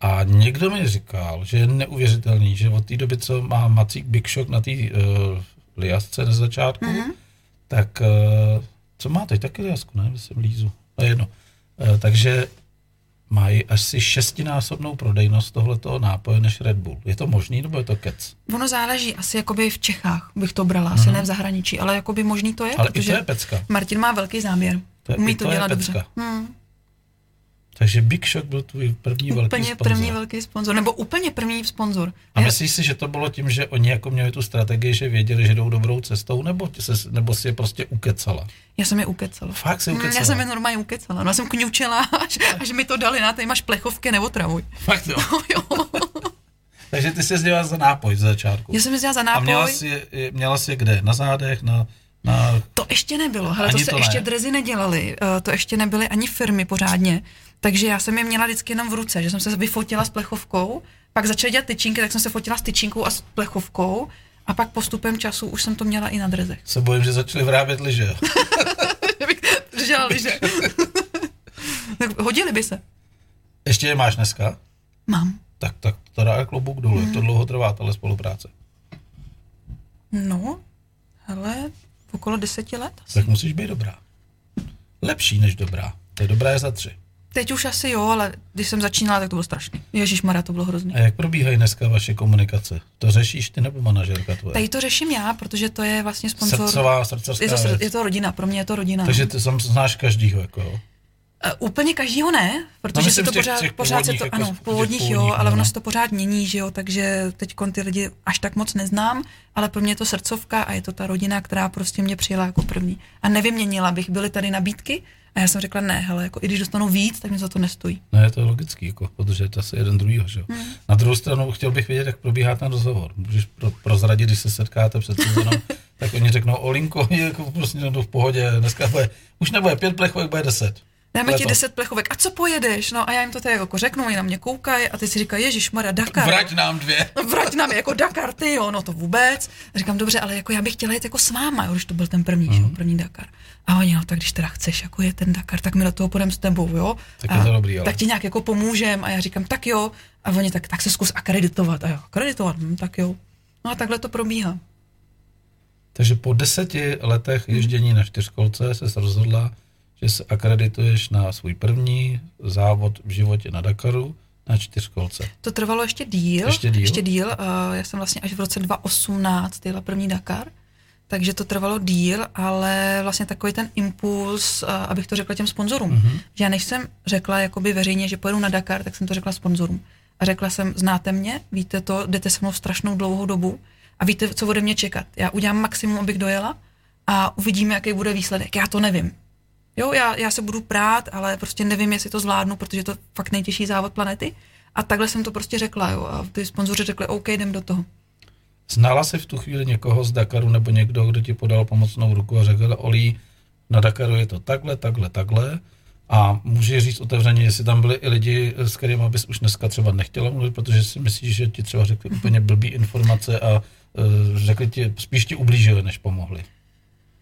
Speaker 2: A někdo mi říkal, že je neuvěřitelný, že od té doby, co má Macík Big Shock na té uh, liasce na začátku,
Speaker 3: Mhm.
Speaker 2: mm-hmm. tak uh, co má teď taky liasku, ne? Myslím lízu. To je jedno. Uh, takže mají asi šestinásobnou prodejnost tohletoho nápoje než Red Bull. Je to možný, nebo je to kec?
Speaker 3: Ono záleží, asi jakoby v Čechách bych to brala, asi ne v zahraničí, ale jakoby možný to je,
Speaker 2: Mhm. Ale i
Speaker 3: protože
Speaker 2: to je pecka.
Speaker 3: Martin má velký záměr.
Speaker 2: To je- i
Speaker 3: Umí
Speaker 2: to
Speaker 3: to
Speaker 2: je
Speaker 3: dělat
Speaker 2: pecka.
Speaker 3: dobře. Hmm.
Speaker 2: Takže Big Shock byl tvůj první velký
Speaker 3: Úplně
Speaker 2: sponzor.
Speaker 3: první velký sponzor, nebo úplně první sponzor.
Speaker 2: A myslíš si, že to bylo tím, že oni jako měli tu strategii, že věděli, že jdou dobrou cestou, nebo, se, nebo si je prostě ukecala?
Speaker 3: Já jsem je ukecala.
Speaker 2: Fakt si
Speaker 3: Mm,
Speaker 2: ukecala?
Speaker 3: Já jsem je normálně ukecala. No, já jsem kňučela, až, až mi to dali na tady máš plechovky nebo travuj.
Speaker 2: Fakt jo.
Speaker 3: jo.
Speaker 2: Takže ty jsi dělala za nápoj ze začátku.
Speaker 3: Já jsem jezdila za
Speaker 2: A
Speaker 3: nápoj.
Speaker 2: měla jsi, je- měla jsi je kde? Na zádech? Na, na...
Speaker 3: To ještě nebylo, hele, to
Speaker 2: Ani
Speaker 3: se
Speaker 2: to ne.
Speaker 3: ještě drezy nedělali, eh, to ještě nebyly ani firmy pořádně, takže já jsem je měla vždycky jenom v ruce, že jsem se vyfotila s plechovkou, pak začaly dělat tyčinky, tak jsem se fotila s tyčinkou a s plechovkou a pak postupem času už jsem to měla i na drezech.
Speaker 2: Se bojím, že začali vrábět liže. jo.
Speaker 3: Že bych držela liže. tak hodili by se.
Speaker 2: Ještě je máš dneska?
Speaker 3: Mám.
Speaker 2: Tak, tak to dá klobouk dolů. Jak to dlouho trvá, tahle spolupráce?
Speaker 3: No, hele, okolo deseti let.
Speaker 2: Tak musíš být dobrá. Lepší než dobrá. To je dobrá je za tři.
Speaker 3: Teď už asi jo, ale když jsem začínala, tak to bylo strašný. Ježíš Mara, to bylo hrozný.
Speaker 2: A jak probíhají dneska vaše komunikace? To řešíš ty nebo manažerka tvoje?
Speaker 3: Tady to řeším já, protože to je vlastně sponzor.
Speaker 2: Srdcová, srdcovská
Speaker 3: je to, sr-
Speaker 2: věc.
Speaker 3: je to rodina, pro mě je to rodina.
Speaker 2: Takže ty sam znáš každýho, jako jo?
Speaker 3: Eh, Úplně každýho ne, protože
Speaker 2: No, myslím
Speaker 3: se to
Speaker 2: v těch-
Speaker 3: pořád,
Speaker 2: těch
Speaker 3: pořád se
Speaker 2: původních,
Speaker 3: to,
Speaker 2: jako z-
Speaker 3: ano,
Speaker 2: těch
Speaker 3: původních jo,
Speaker 2: původních,
Speaker 3: ale
Speaker 2: no,
Speaker 3: ono
Speaker 2: no.
Speaker 3: se to pořád mění, že jo, takže teď ty lidi až tak moc neznám, ale pro mě je to srdcovka a je to ta rodina, která prostě mě přijela jako první. A nevyměnila bych, byly tady nabídky a já jsem řekla ne, hele, jako i když dostanu víc, tak mi za to nestojí.
Speaker 2: No je to logický, jako, protože je to asi jeden druhýho, že jo? Na druhou stranu chtěl bych vědět, jak probíhá ten rozhovor. Můžeš pro, prozradit, když se setkáte před sezonou, tak oni řeknou, Olinko, je jako prostě no, to v pohodě, dneska bude, už nebude pět plechovek, bude deset.
Speaker 3: Dáme
Speaker 2: To je
Speaker 3: ti
Speaker 2: to.
Speaker 3: 10 plechovek, a co pojedeš? No a já jim to tady jako řeknu, oni na mě koukají a ty si říkají, Ježíš Mara, Dakar.
Speaker 2: Vrať nám dvě.
Speaker 3: vrať nám je jako Dakar, ty jo, no to vůbec. A říkám, dobře, ale jako já bych chtěla jít jako s váma, jo, když to byl ten první,
Speaker 2: Mhm.
Speaker 3: mm. jo, první Dakar. A oni, no tak když teda chceš, jako je ten Dakar, tak my do toho půjdeme s tebou, jo.
Speaker 2: Tak
Speaker 3: a,
Speaker 2: je to dobrý, ale.
Speaker 3: Tak ti nějak jako pomůžem a já říkám, tak jo. A oni, tak, tak se zkus akreditovat. A jo, akreditovat, hm, tak jo. No a takhle to probíhá.
Speaker 2: Takže po deseti letech ježdění na čtyřkolce se rozhodla, že se akredituješ na svůj první závod v životě na Dakaru na čtyřkolce.
Speaker 3: To trvalo ještě díl.
Speaker 2: Ještě díl?
Speaker 3: Ještě díl. eh, Já jsem vlastně až v roce 2018 jela první Dakar, takže to trvalo díl, ale vlastně takový ten impuls, eh, abych to řekla těm sponzorům.
Speaker 2: Mhm.
Speaker 3: Mm-hmm. Že já než jsem řekla jakoby veřejně, že pojedu na Dakar, tak jsem to řekla sponzorům. A řekla jsem, znáte mě, víte to, jdete se mnou strašnou dlouhou dobu a víte, co ode mě čekat. Já udělám maximum, abych dojela a uvidíme, jaký bude výsledek. Já to nevím. Jo, já, já se budu prát, ale prostě nevím, jestli to zvládnu, protože to je fakt nejtěžší závod planety. A takhle jsem to prostě řekla, jo. A ty sponzoři řekli, OK, jdem do toho.
Speaker 2: Znala jsi v tu chvíli někoho z Dakaru nebo někdo, kdo ti podal pomocnou ruku a řekl, Olí, na Dakaru je to takhle, takhle, takhle. A může říct otevřeně, jestli tam byli i lidi, s kterými bys už dneska třeba nechtěla mluvit, protože si myslíš, že ti třeba řekli úplně blbý informace a eh, řekli ti, spíš ti ublížili, než pomohli.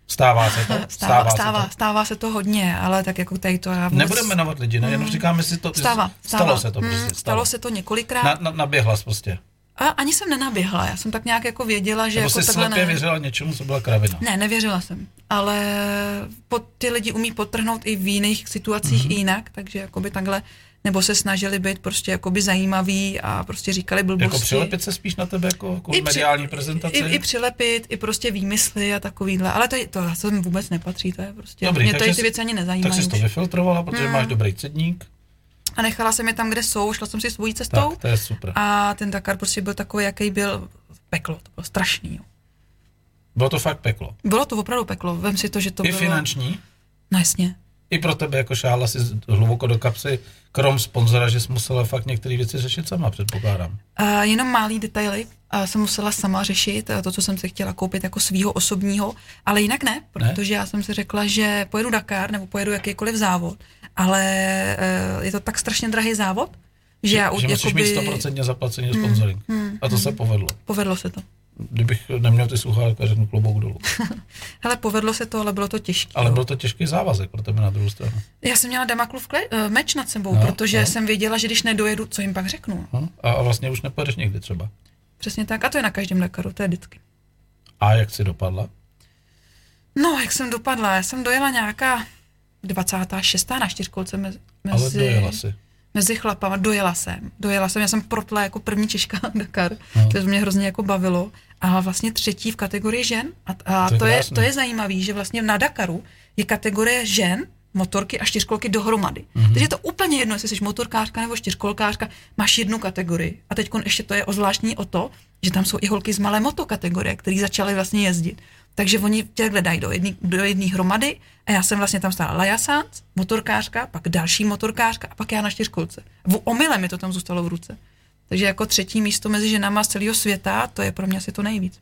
Speaker 2: Stává se to?
Speaker 3: Stává,
Speaker 2: se
Speaker 3: stává,
Speaker 2: to.
Speaker 3: se, to. stává se to hodně, ale tak jako tady to já vůbec...
Speaker 2: Nebudeme jmenovat lidi, ne? Jenom říkáme si to.
Speaker 3: Mm. Stává, stává.
Speaker 2: Stalo se to
Speaker 3: Mm,
Speaker 2: prostě.
Speaker 3: stalo se to několikrát.
Speaker 2: Na, na, naběhla jsi prostě.
Speaker 3: A ani jsem nenaběhla, já jsem tak nějak jako věděla, že
Speaker 2: Nebo
Speaker 3: jako
Speaker 2: jsi
Speaker 3: takhle
Speaker 2: slepě
Speaker 3: ne.
Speaker 2: věřila něčemu, co byla kravina.
Speaker 3: Ne, nevěřila jsem, ale pod, ty lidi umí podtrhnout i v jiných situacích
Speaker 2: Mhm.
Speaker 3: mm-hmm. i jinak, takže jakoby takhle, nebo se snažili být prostě jakoby zajímaví a prostě říkali blbosti.
Speaker 2: Jako přilepit se spíš na tebe jako, jako
Speaker 3: I při-
Speaker 2: mediální prezentaci?
Speaker 3: I, I přilepit, i prostě výmysly a takovýhle, ale to, je- to sem vůbec nepatří, to je prostě,
Speaker 2: Dobrý,
Speaker 3: mě
Speaker 2: takže
Speaker 3: tady
Speaker 2: jsi-
Speaker 3: ty věci ani
Speaker 2: tak
Speaker 3: nezajímají Hmm.
Speaker 2: jsi to
Speaker 3: už.
Speaker 2: vyfiltrovala, protože máš dobrý cedník.
Speaker 3: A nechala jsem je tam, kde jsou, šla jsem si svojí cestou
Speaker 2: Tak, to je super.
Speaker 3: a ten Dakar prostě byl takový, jaký byl peklo, to bylo strašný. Jo.
Speaker 2: Bylo to fakt peklo.
Speaker 3: Bylo to opravdu peklo, vem si to, že to
Speaker 2: I
Speaker 3: bylo...
Speaker 2: finanční,
Speaker 3: No jasně.
Speaker 2: i pro tebe jako šála si hluboko do kapsy, krom sponzora, že jsi musela fakt některé věci řešit sama, předpokládám.
Speaker 3: A jenom malý detaily a jsem musela sama řešit a to, co jsem si chtěla koupit jako svýho osobního, ale jinak ne, protože já jsem si řekla, že pojedu Dakar nebo pojedu jakýkoliv závod, ale eh, je to tak strašně drahý závod, že já u- Hmm,
Speaker 2: že musíš mít 100% zaplacený sponsoring. a to se povedlo.
Speaker 3: povedlo se to.
Speaker 2: Kdybych neměl ty sluchátka, řeknu klobouk dolů.
Speaker 3: Hele, povedlo se to, ale bylo to těžké.
Speaker 2: Ale byl to těžký závazek pro tebe na druhou stranu.
Speaker 3: Já jsem měla Damaklův kle- eh, meč nad sebou,
Speaker 2: No,
Speaker 3: no, protože
Speaker 2: no.
Speaker 3: no. jsem věděla, že když nedojedu, co jim pak řeknu.
Speaker 2: Hm? A, a vlastně už nepojedeš nikdy třeba.
Speaker 3: Přesně tak. A to je na každém Dakaru, to je vždycky.
Speaker 2: A jak si dopadla?
Speaker 3: No, jak jsem dopadla? Já jsem dojela nějaká 26. na čtyřkolce mezi,
Speaker 2: Ale
Speaker 3: mezi,
Speaker 2: dojela si.
Speaker 3: mezi chlapama. Dojela jsem, dojela jsem. Já jsem protla jako první Češka Dakar.
Speaker 2: No.
Speaker 3: No. To mě hrozně jako bavilo. A vlastně třetí v kategorii žen. A, a
Speaker 2: To je
Speaker 3: to, to, je,
Speaker 2: krásný.
Speaker 3: to je zajímavé, že vlastně na Dakaru je kategorie žen motorky a čtyřkolky dohromady. Mm-hmm. Takže je to úplně jedno, jestli jsi motorkářka nebo čtyřkolkářka, máš jednu kategorii. A teď ještě to je ozvláštní o to, že tam jsou i holky z malé motokategorie, které začaly vlastně jezdit. Takže oni těhle dají do jedné do jedný hromady a já jsem vlastně tam stála lajasánc, motorkářka, pak další motorkářka a pak já na čtyřkolce. V omyle mi to tam zůstalo v ruce. Takže jako třetí místo mezi ženama z celého světa, to je pro mě asi to nejvíc.
Speaker 2: A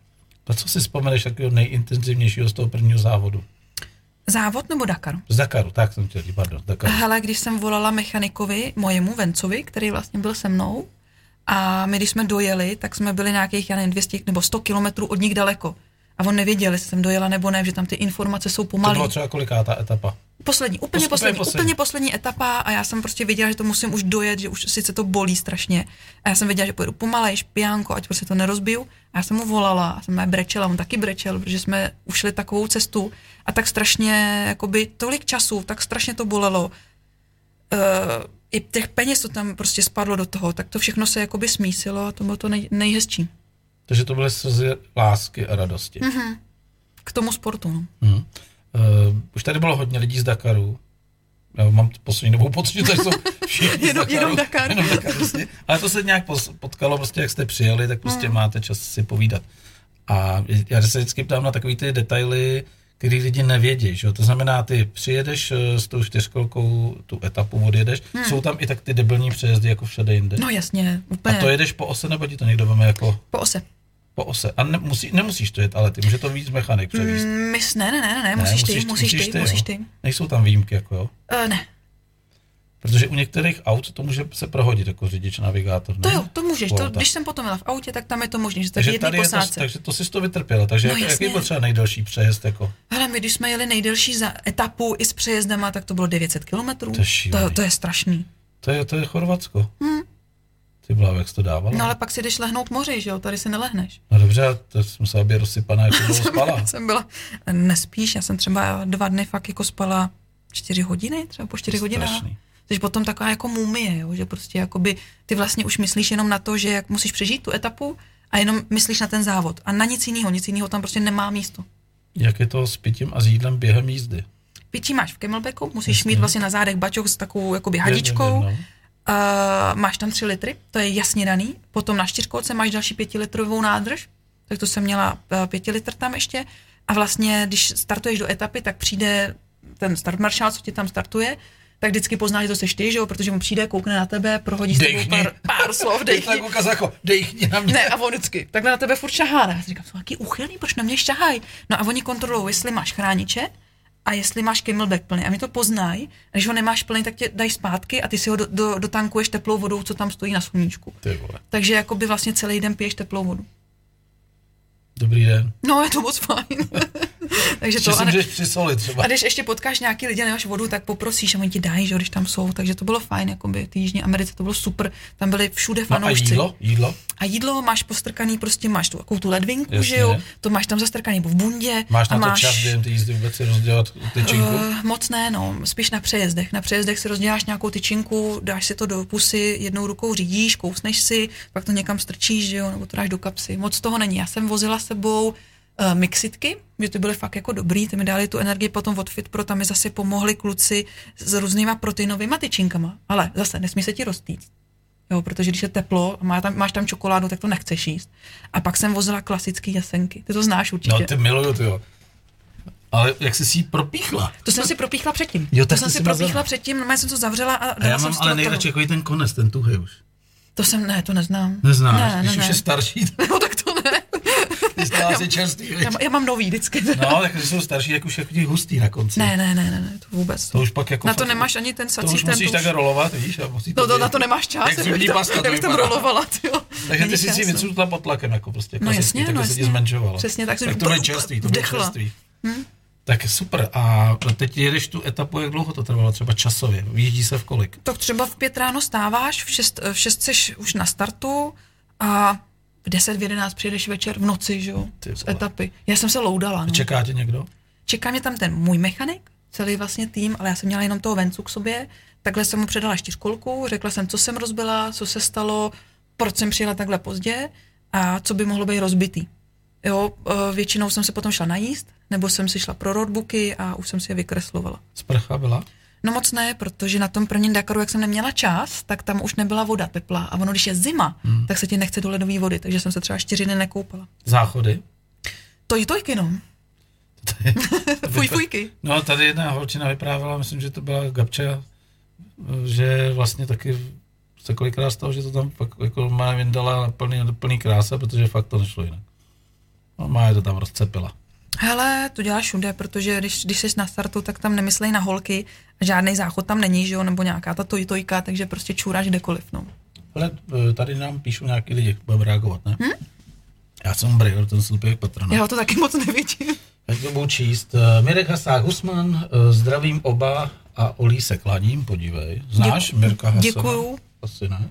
Speaker 2: No co si vzpomeneš takového nejintenzivnějšího z toho prvního závodu?
Speaker 3: Závod nebo Dakar?
Speaker 2: Z Dakaru, tak jsem chtěl říct, pardon, z Dakaru.
Speaker 3: Hele, když jsem volala mechanikovi, mojemu Vencovi, který vlastně byl se mnou, a my když jsme dojeli, tak jsme byli nějakých, já nevím, 200 nebo 100 kilometrů od nich daleko. A on nevěděl, jestli jsem dojela nebo ne, že tam ty informace jsou
Speaker 2: To
Speaker 3: pomalý.
Speaker 2: bylo třeba koliká ta etapa?
Speaker 3: Poslední,
Speaker 2: Pos-
Speaker 3: úplně
Speaker 2: úplně
Speaker 3: poslední,
Speaker 2: poslední.
Speaker 3: úplně poslední etapa a já jsem prostě věděla, že to musím už dojet, že už sice to bolí strašně. A já jsem věděla, že pojedu pomalej, špijánko, ať prostě to nerozbiju. A já jsem mu volala, a jsem mě brečela, on taky brečel, protože jsme ušli takovou cestu a tak strašně, jakoby tolik času, tak strašně to bolelo. Uh, I těch peněz, co tam prostě spadlo do toho, tak to všechno se jakoby smísilo a to bylo to nej, nejhezčí
Speaker 2: Takže to byly slzy lásky a radosti. Mm-hmm.
Speaker 3: k tomu sportu. No.
Speaker 2: Uh, už tady bylo hodně lidí z Dakaru. Já mám t- poslední dobou pocit, že tady jsou všichni
Speaker 3: Jenom-
Speaker 2: z Dakaru.
Speaker 3: jenom Dakar.
Speaker 2: Jenom Dakar prostě. Ale to se nějak pos- potkalo, prostě jak jste přijeli, tak prostě
Speaker 3: No.
Speaker 2: mm. máte čas si povídat. A já se vždycky ptám na takový ty detaily, který lidi nevědí. Že? jo? To znamená, ty přijedeš eh, s tou čtyřkolkou, tu etapu odjedeš, hmm. jsou tam i tak ty debilní přejezdy jako všade jinde.
Speaker 3: No jasně,
Speaker 2: a
Speaker 3: úplně.
Speaker 2: to jedeš po ose, nebo ti to někdo veme jako
Speaker 3: Po ose.
Speaker 2: po ose. A nemusí, nemusíš to jet, ale ty může to víc mechanik převíst.
Speaker 3: Mm, mys, ne, ne, ne, ne, ne, musíš, ne, musíš ty, musíš ty, musíš
Speaker 2: jo.
Speaker 3: ty.
Speaker 2: Nejsou tam výjimky, jako jo.
Speaker 3: Uh, ne,
Speaker 2: Protože u některých aut to může se prohodit jako řidič, navigátor.
Speaker 3: To
Speaker 2: ne?
Speaker 3: jo, to můžeš. To,
Speaker 2: Porota.
Speaker 3: když jsem potom jela v autě, tak tam je to možné, že jste v
Speaker 2: takže,
Speaker 3: jedné
Speaker 2: tady je to,
Speaker 3: posádce.
Speaker 2: takže to jsi to vytrpěla. Takže
Speaker 3: No
Speaker 2: jak,
Speaker 3: jasně.
Speaker 2: jaký byl třeba nejdelší přejezd? Jako?
Speaker 3: Hele, my když jsme jeli nejdelší za etapu i s přejezdama, tak to bylo 900 kilometrů.
Speaker 2: To je
Speaker 3: to,
Speaker 2: šílený.
Speaker 3: to je strašný.
Speaker 2: To, je, to je Chorvatsko. Hmm. Ty byla, jak jsi to dávala?
Speaker 3: No ale pak si jdeš lehnout k moři, že jo, tady si nelehneš.
Speaker 2: no dobře, a to jsi musela být rozsypaná, jako dlouho spala.
Speaker 3: Já jsem byla, nespíš, já jsem třeba dva dny fakt jako spala čtyři hodiny, třeba po čtyři hodinách.
Speaker 2: Strašný.
Speaker 3: Takže potom taková jako mumie, jo? že prostě jakoby ty vlastně už myslíš jenom na to, že jak musíš přežít tu etapu a jenom myslíš na ten závod. A na nic jiného, nic jiného tam prostě nemá místo.
Speaker 2: Jak je to s pitím a s jídlem během jízdy?
Speaker 3: Pití máš v Camelbacku, musíš mít vlastně na zádech baťoch s takovou jakoby hadičkou.
Speaker 2: Vím, vím, vím,
Speaker 3: Uh, máš tam 3 litry, to je jasně daný. Potom na čtyřkolce máš další pětilitrovou nádrž, tak to jsem měla eh, pěti litr tam ještě. A vlastně, když startuješ do etapy, tak přijde ten start maršál, co ti tam startuje, tak vždycky pozná, že to seš ty, že jo, protože on přijde, koukne na tebe, prohodí s tebou
Speaker 2: Dechni.
Speaker 3: pár, pár slov,
Speaker 2: Dej
Speaker 3: dechni.
Speaker 2: tak ukaz, jako, dejchni na mě.
Speaker 3: Ne, a on vždycky, tak na tebe furt šahá. Já si říkám, jsou jaký uchylný, proč na mě šahají? No a oni kontrolují, jestli máš chrániče a jestli máš camelback plný. A mi to poznají, a když ho nemáš plný, tak tě dají zpátky a ty si ho do, do, dotankuješ teplou vodou, co tam stojí na sluníčku.
Speaker 2: Ty vole.
Speaker 3: Takže jakoby vlastně celý den piješ teplou vodu.
Speaker 2: Dobrý den.
Speaker 3: No, je to moc fajn. Takže
Speaker 2: Že
Speaker 3: to, a,
Speaker 2: si
Speaker 3: ne,
Speaker 2: můžeš přisolit třeba.
Speaker 3: a když ještě potkáš nějaký lidi a nemáš vodu, tak poprosíš a oni ti dají, že jo, když tam jsou. Takže to bylo fajn, jakoby v té Jižní Americe to bylo super. Tam byli všude
Speaker 2: No a
Speaker 3: fanoušci.
Speaker 2: jídlo? Jídlo?
Speaker 3: A jídlo máš postrkaný, prostě máš tu, takovou tu ledvinku,
Speaker 2: Jasně.
Speaker 3: že jo, to máš tam zastrkaný v bundě.
Speaker 2: Máš na
Speaker 3: a
Speaker 2: to
Speaker 3: máš,
Speaker 2: čas během té jízdy vůbec si rozdělat tyčinku?
Speaker 3: Eh, moc ne, no, spíš na přejezdech. Na přejezdech si rozděláš nějakou tyčinku, dáš si to do pusy, jednou rukou řídíš, kousneš si, pak to někam strčíš, že jo, nebo to dáš do kapsy. Moc toho není. Já jsem vozila s sebou uh, mixitky, že ty byly fakt jako dobrý, ty mi dali tu energii potom od Fitpro, tam mi zase pomohli kluci s různýma proteinovými tyčinkama. Ale zase, nesmí se ti roztýct. Jo, protože když je teplo a má tam, máš tam čokoládu, tak to nechceš jíst. A pak jsem vozila klasické jasenky. Ty to znáš určitě.
Speaker 2: No ty miluju, ty jo. Ale jak jsi si ji propíchla?
Speaker 3: To jsem si propíchla předtím.
Speaker 2: Jo,
Speaker 3: to
Speaker 2: tak
Speaker 3: jsem
Speaker 2: ty
Speaker 3: si
Speaker 2: jsi
Speaker 3: propíchla
Speaker 2: mazala.
Speaker 3: předtím, normálně jsem to zavřela a,
Speaker 2: A
Speaker 3: dala
Speaker 2: já
Speaker 3: jsem
Speaker 2: mám
Speaker 3: si to
Speaker 2: ale
Speaker 3: do toho.
Speaker 2: nejradši takový ten konec, ten tuhý už.
Speaker 3: To jsem, ne, to neznám.
Speaker 2: Neznáš,
Speaker 3: ne,
Speaker 2: když
Speaker 3: ne,
Speaker 2: už
Speaker 3: ne.
Speaker 2: je starší, tak
Speaker 3: No tak to ne.
Speaker 2: ty stává si čerstvý.
Speaker 3: Já,
Speaker 2: viď?
Speaker 3: já mám nový vždycky.
Speaker 2: No, tak když jsou starší, jak už je chodí hustý na konci.
Speaker 3: Ne, ne, ne, ne, ne, to vůbec.
Speaker 2: To už pak jako
Speaker 3: na to
Speaker 2: fakt-
Speaker 3: nemáš ani ten sací,
Speaker 2: To už
Speaker 3: ten
Speaker 2: musíš
Speaker 3: to už-
Speaker 2: takhle rolovat, víš? A musí
Speaker 3: No to,
Speaker 2: být-
Speaker 3: na to nemáš čas,
Speaker 2: Jak
Speaker 3: já
Speaker 2: zubní
Speaker 3: bych tam-
Speaker 2: pasta to
Speaker 3: já bych tam
Speaker 2: vypadá.
Speaker 3: rolovala, tyjo.
Speaker 2: Takže
Speaker 3: Není
Speaker 2: ty jsi si
Speaker 3: čas, no.
Speaker 2: vycutla pod tlakem, jako prostě
Speaker 3: No
Speaker 2: klasický,
Speaker 3: jasně,
Speaker 2: takže
Speaker 3: no
Speaker 2: se ti
Speaker 3: jasně.
Speaker 2: zmenšovala.
Speaker 3: Přesně, tak jsem
Speaker 2: tak to
Speaker 3: úplně
Speaker 2: je čerství, to je
Speaker 3: vdechla. Hm?
Speaker 2: čerství. Tak super. A teď jedeš tu etapu, jak dlouho to trvalo? Třeba časově? Vyjíždí se v kolik?
Speaker 3: Tak třeba v pět ráno stáváš, v šest, v šest seš už na startu a v 10, v 11 přijedeš večer v noci, že jo,
Speaker 2: Ty
Speaker 3: z
Speaker 2: vole.
Speaker 3: etapy. Já jsem se loudala, no.
Speaker 2: Čeká tě někdo?
Speaker 3: Čeká mě tam ten můj mechanik, celý vlastně tým, ale já jsem měla jenom toho vencu k sobě. Takhle jsem mu předala čtyřkolku, řekla jsem, co jsem rozbila, co se stalo, proč jsem přijela takhle pozdě a co by mohlo být rozbitý. Jo, eh, většinou jsem se potom šla najíst, nebo jsem si šla pro roadbooky a už jsem si je vykreslovala.
Speaker 2: Sprcha byla?
Speaker 3: No moc ne, protože na tom prvním Dakaru, jak jsem neměla čas, tak tam už nebyla voda teplá. A ono, když je zima, hmm. tak se ti nechce do ledové vody, takže jsem se třeba čtyři dny nekoupala.
Speaker 2: Záchody.
Speaker 3: To je to no.
Speaker 2: To je-
Speaker 3: Fuj, fujky.
Speaker 2: No, tady jedna holčina vyprávěla, myslím, že to byla Gabča, že vlastně taky se kolikrát stalo, že to tam pak jako má vyndala plný, plný krása, protože fakt to nešlo jinak. No, má je to tam rozcepila.
Speaker 3: Hele, to děláš všude, protože když, když jsi na startu, tak tam nemyslej na holky, žádný záchod tam není, že jo, nebo nějaká ta toj, tojka, takže prostě čůráš kdekoliv, no.
Speaker 2: Ale eh, tady nám píšou nějaký lidi, budeme reagovat, ne?
Speaker 3: Hm?
Speaker 2: Hmm? Já jsem Brejor, ten slupěk patrona.
Speaker 3: Já ho to taky moc nevidím.
Speaker 2: Tak to budu číst. Eh, Mirek Hasák Husman, eh, zdravím oba a Olí se klaním, podívej. Znáš
Speaker 3: Děku-
Speaker 2: Mirka Hasana?
Speaker 3: děkuju.
Speaker 2: Asi ne.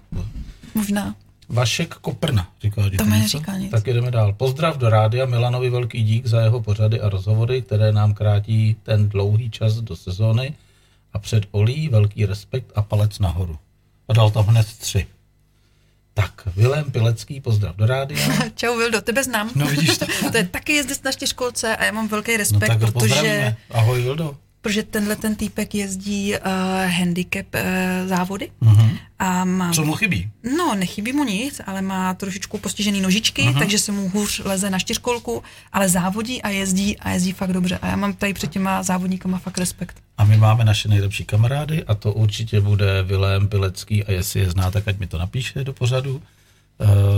Speaker 3: Možná.
Speaker 2: Vašek Koprna, říká ti
Speaker 3: To mi neříká nic.
Speaker 2: Tak jdeme dál. Pozdrav do rádia, Milanovi velký dík za jeho pořady a rozhovory, které nám krátí ten dlouhý čas do sezóny a před Olí velký respekt a palec nahoru. A dal tam hned tři. Tak, Vilém Pilecký, pozdrav do rádia.
Speaker 3: Čau, Vildo, tebe znám.
Speaker 2: No, vidíš to.
Speaker 3: to je taky jezdec na štěžkolce a já mám velký
Speaker 2: No
Speaker 3: respekt,
Speaker 2: tak ho
Speaker 3: protože,
Speaker 2: pozdravíme. Ahoj, Vildo.
Speaker 3: protože tenhle ten týpek jezdí uh, handicap uh, závody
Speaker 2: Mhm.
Speaker 3: a má...
Speaker 2: Co mu chybí?
Speaker 3: No, nechybí mu nic, ale má trošičku postižený nožičky,
Speaker 2: Mhm.
Speaker 3: uh-huh. takže se mu hůř leze na čtyřkolku, ale závodí a jezdí a jezdí fakt dobře. A já mám tady před těma závodníkama fakt respekt.
Speaker 2: A my máme naše nejlepší kamarády a to určitě bude Vilém Pilecký a jestli je zná, tak ať mi to napíše do pořadu.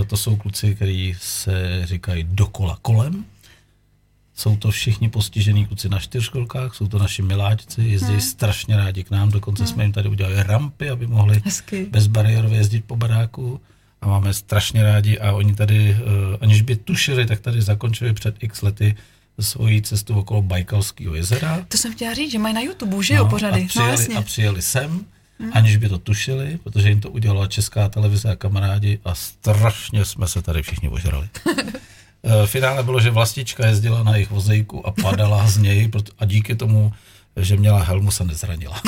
Speaker 2: Eh, To jsou kluci, kteří se říkají dokola kolem. Jsou to všichni postižení kluci na čtyřkolkách, jsou to naši miláčci, jezdí hmm. strašně rádi k nám, dokonce hmm. jsme jim tady udělali rampy, aby mohli
Speaker 3: Hezky.
Speaker 2: bezbariérově jezdit po baráku a máme strašně rádi a oni tady, eh, aniž by tušili, tak tady zakončili před x lety svoji cestu okolo Bajkalského jezera.
Speaker 3: To jsem chtěla říct, že mají na YouTube, že jo, pořady.
Speaker 2: A přijeli,
Speaker 3: no jasně.
Speaker 2: a přijeli sem, aniž by to tušili, protože jim to udělala česká televize a kamarádi a strašně jsme se tady všichni ožrali. Eh, Finále bylo, že vlastička jezdila na jejich vozejku a padala z něj proto- a díky tomu, že měla helmu, se nezranila.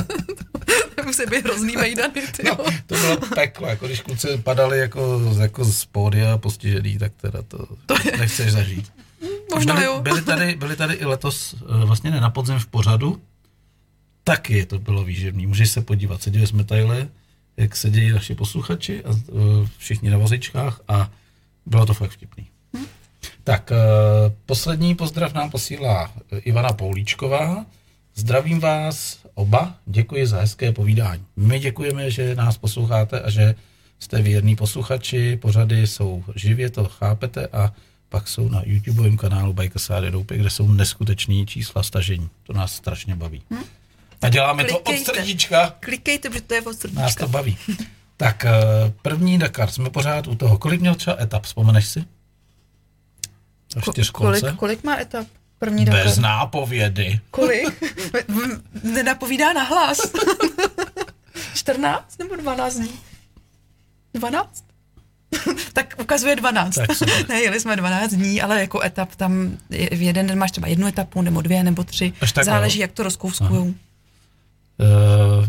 Speaker 3: Musí být hrozný mejdany, no.
Speaker 2: To bylo peklo, jako když kluci padali jako, jako z pódia postižený, tak teda to, to nechceš zažít.
Speaker 3: Možná
Speaker 2: byli,
Speaker 3: jo.
Speaker 2: Byli tady, byli tady i letos, eh, vlastně ne na podzim v pořadu, taky to bylo výživný. Můžeš se podívat, seděli jsme tadyhle, jak sedějí naši posluchači a eh, všichni na vozičkách a bylo to fakt vtipný. Tak, eh, poslední pozdrav nám posílá eh, Ivana Poulíčková. Zdravím vás oba, děkuji za hezké povídání. My děkujeme, že nás posloucháte a že jste věrní posluchači, pořady jsou živě, to chápete a pak jsou na YouTubeovém kanálu Bikersary Doupě, kde jsou neskuteční čísla stažení. To nás strašně baví. A děláme to od
Speaker 3: Klikejte.
Speaker 2: srdíčka.
Speaker 3: Klikejte, protože to je od
Speaker 2: Nás to
Speaker 3: srdíčka.
Speaker 2: baví. Tak eh, první Dakar, jsme pořád u toho. Kolik měl třeba etap, vzpomeneš si? Na
Speaker 3: Ko-
Speaker 2: čtyřkolce?
Speaker 3: kolik, kolik má etap? První Dakar.
Speaker 2: Bez nápovědy.
Speaker 3: Kolik? Nenapovídá na hlas. 14 nebo 12 dní? 12? tak ukazuje 12.
Speaker 2: Tak super.
Speaker 3: ne, jeli jsme 12 dní, ale jako etap tam je- v jeden den máš třeba jednu etapu, nebo dvě, nebo tři.
Speaker 2: Až tak, no.
Speaker 3: Záleží,
Speaker 2: jo.
Speaker 3: jak to rozkouskujou.
Speaker 2: Eh,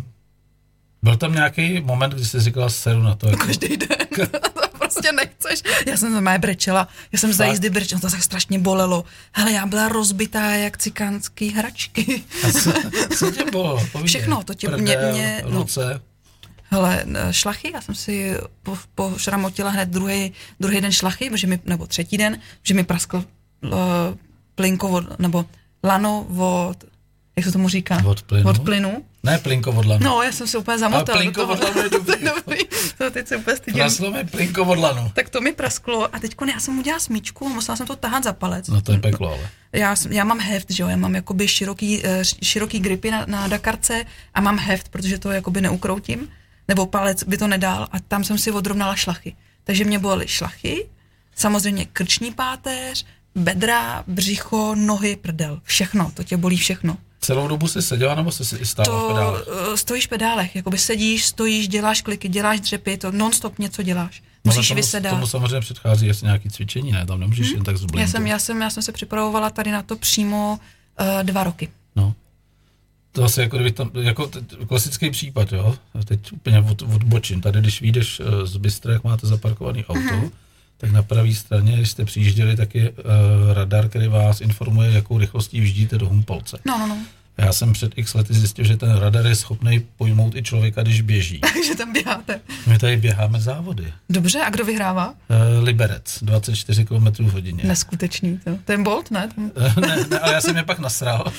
Speaker 2: byl tam nějaký moment, kdy jsi říkala seru na to? Jako,
Speaker 3: Každý den. to prostě nechceš. Já jsem normálně brečela. Já jsem za
Speaker 2: Fakt?
Speaker 3: jízdy brečela, to tak strašně bolelo. Hele, já byla rozbitá jak cikánský hračky.
Speaker 2: co tě bylo? Povídej.
Speaker 3: Jako- Všechno, to tě- mě-
Speaker 2: Prdel,
Speaker 3: mě- no.
Speaker 2: ruce.
Speaker 3: Hele, n- šlachy, já jsem si po, pošramotila hned druhý, druhý den šlachy, protože mi, nebo třetí den, že mi praskl uh, plinko, od, nebo lano od, jak se tomu říká?
Speaker 2: Od plynu?
Speaker 3: Od plynu.
Speaker 2: Ne, plinkovodlan.
Speaker 3: No, já jsem se úplně zamotala.
Speaker 2: plinko
Speaker 3: do toho.
Speaker 2: od lanu je dobrý.
Speaker 3: To je dobrý. To teď se úplně stydím.
Speaker 2: Praslo mi plinkovodlanu.
Speaker 3: Tak to mi prasklo a teď jako já jsem udělala smyčku a musela jsem to tahat za palec.
Speaker 2: No to je peklo, ale.
Speaker 3: Já, jsem- já mám heft, že jo, já mám jakoby široký, eh, š- široký gripy na, na Dakarce a mám heft, protože to jakoby neukroutím, nebo palec by to nedal a tam jsem si odrovnala šlachy. Takže mě bolely šlachy, samozřejmě krční páteř, bedra, břicho, nohy, prdel, všechno, to tě bolí všechno.
Speaker 2: Celou dobu jsi seděla nebo jsi si i stála v
Speaker 3: To
Speaker 2: pedále?
Speaker 3: eh, stojíš v pedálech, jakoby sedíš, stojíš, děláš kliky, děláš dřepy, to non-stop něco děláš. Musíš
Speaker 2: tomu,
Speaker 3: vysedat. Hm?
Speaker 2: Tomu samozřejmě předchází asi nějaký cvičení, ne? Tam nemůžeš jen tak zblint.
Speaker 3: Já jsem, já, jsem, já jsem se připravovala tady na to přímo uh, dva roky.
Speaker 2: No. To asi jako, kdyby tam, jako t- klasický případ, jo? A Teď úplně od, odbočím. Tady, když vyjdeš eh, z Bystra, jak máte zaparkovaný auto, tak na pravé straně, když jste eh, přijížděli, tak je uh, radar, který vás informuje, jakou rychlostí vždíte do Humpolce.
Speaker 3: No, no, no.
Speaker 2: Já jsem před x lety zjistil, že ten radar je schopný pojmout i člověka, když běží.
Speaker 3: Takže tam běháte.
Speaker 2: My tady běháme závody.
Speaker 3: Dobře, a kdo vyhrává?
Speaker 2: Eh, Liberec, 24 km v hodině.
Speaker 3: Neskutečný to. Ten Bolt, ne? Ten...
Speaker 2: Eh, ne, ne, ale já jsem je pak nasral.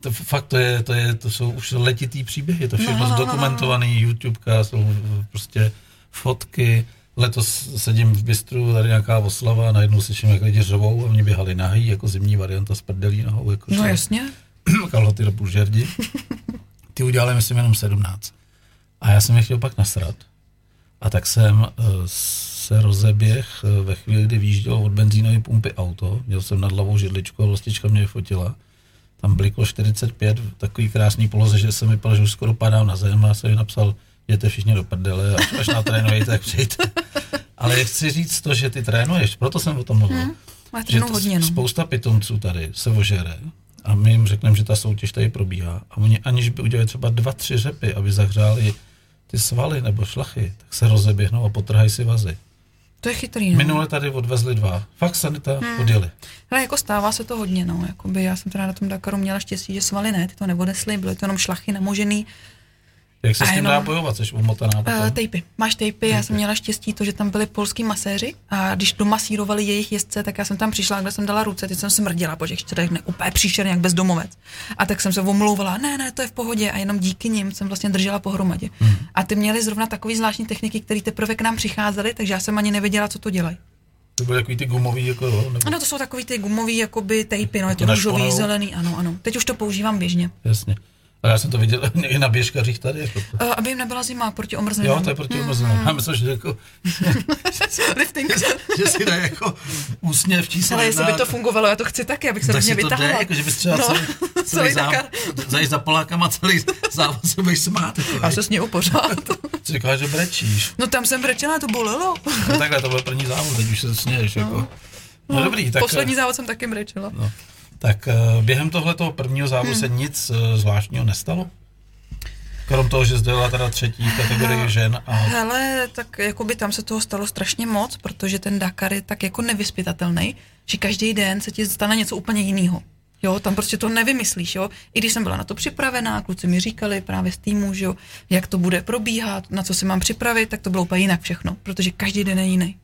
Speaker 2: To f- fakt to, je, to, je, to jsou už letitý příběhy, to
Speaker 3: No,
Speaker 2: všechno
Speaker 3: no, no, no.
Speaker 2: zdokumentovaný, YouTubeka, jsou prostě fotky. Letos sedím v bistru, tady nějaká oslava, najednou slyším, jak lidi řovou a mě běhali nahý, jako zimní varianta s prdelí nohou, jako
Speaker 3: No
Speaker 2: že-
Speaker 3: jasně.
Speaker 2: kalhoty do půl žerdi. Ty udělali, myslím, jenom 17. A já jsem je chtěl pak nasrat. A tak jsem eh, se rozeběh eh, ve chvíli, kdy výjíždělo od benzínové pumpy auto. Měl jsem nad hlavou židličku a vlastička mě fotila. Tam bliklo 45 v takový krásný poloze, že jsem vypadal, že už skoro padám na zem a já jsem jim napsal, jděte všichni do prdele, až, až natrénujete, tak přijďte. Ale chci říct to, že ty trénuješ, proto jsem o tom mluvil
Speaker 3: Máš
Speaker 2: že
Speaker 3: trénu
Speaker 2: to
Speaker 3: hodně, no.
Speaker 2: spousta pitomců tady se ožere a my jim řekneme, že ta soutěž tady probíhá a oni aniž by udělali třeba dva, tři řepy, aby zahřáli ty svaly nebo šlachy, tak se rozeběhnou a potrhají si vazy.
Speaker 3: To je chytrý, no.
Speaker 2: Minule tady odvezli dva. Fakt sanita
Speaker 3: Hmm.
Speaker 2: odjeli.
Speaker 3: Ale jako stává se to hodně, no. Jakoby já jsem teda na tom Dakaru měla štěstí, že svaly ne, ty to neodesly, byly to jenom šlachy namožený.
Speaker 2: Jak se
Speaker 3: A
Speaker 2: s tím
Speaker 3: jenom-
Speaker 2: dá bojovat, jsi umotaná
Speaker 3: Uh,
Speaker 2: potom?
Speaker 3: tejpy. Máš tejpy, já jsem měla štěstí to, že tam byli polský maséři a když domasírovali jejich jezdce, tak já jsem tam přišla, kde jsem dala ruce, ty jsem smrdila po těch čtyřech dnech, úplně příšerně jak bezdomovec. A tak jsem se omlouvala, ne, ne, to je v pohodě a jenom díky nim jsem vlastně držela pohromadě.
Speaker 2: Mhm.
Speaker 3: A ty měli zrovna takový zvláštní techniky, které teprve k nám přicházely, takže já jsem ani nevěděla, co to dělají.
Speaker 2: To byly takový ty gumový, jako jo, nebo...
Speaker 3: Ano, to jsou takový ty gumový jakoby tejpy, no, je to
Speaker 2: Na
Speaker 3: růžový,
Speaker 2: školou.
Speaker 3: zelený, ano, ano. Teď už to používám běžně.
Speaker 2: Jasně. A já jsem to viděl i na běžkařích tady. Jako to.
Speaker 3: Uh, aby jim nebyla zima proti omrzení.
Speaker 2: Jo, to je proti mm-hmm. Já myslím, že, jako,
Speaker 3: Lifting.
Speaker 2: že si dá jako úsměv číslo
Speaker 3: Ale jestli by
Speaker 2: jedna.
Speaker 3: to fungovalo, já to chci taky, abych se
Speaker 2: tak
Speaker 3: rovně
Speaker 2: si to
Speaker 3: vytáhla.
Speaker 2: jde, jako, že bys třeba no, celý, celý
Speaker 3: celý
Speaker 2: zám,
Speaker 3: Dakar.
Speaker 2: zajít za Polákama celý závod se budeš smát. Jako,
Speaker 3: Já
Speaker 2: já
Speaker 3: se s ní pořád.
Speaker 2: si říkáš, že brečíš.
Speaker 3: No tam jsem brečela, to bolelo.
Speaker 2: No, takhle to byl první závod, teď už se směješ. Jako. No, no dobrý, tak,
Speaker 3: Poslední závod jsem taky brečela.
Speaker 2: no, tak eh, během tohletoho prvního závodu hmm. se nic eh, zvláštního nestalo? Krom toho, že zde byla teda třetí kategorie žen a
Speaker 3: Hele, tak jako by tam se toho stalo strašně moc, protože ten Dakar je tak jako nevyspytatelný, že každý den se ti stane něco úplně jiného. Jo, tam prostě to nevymyslíš, jo. I když jsem byla na to připravená, kluci mi říkali právě z týmu, že jo, jak to bude probíhat, na co se mám připravit, tak to bylo úplně jinak všechno, protože každý den je jiný.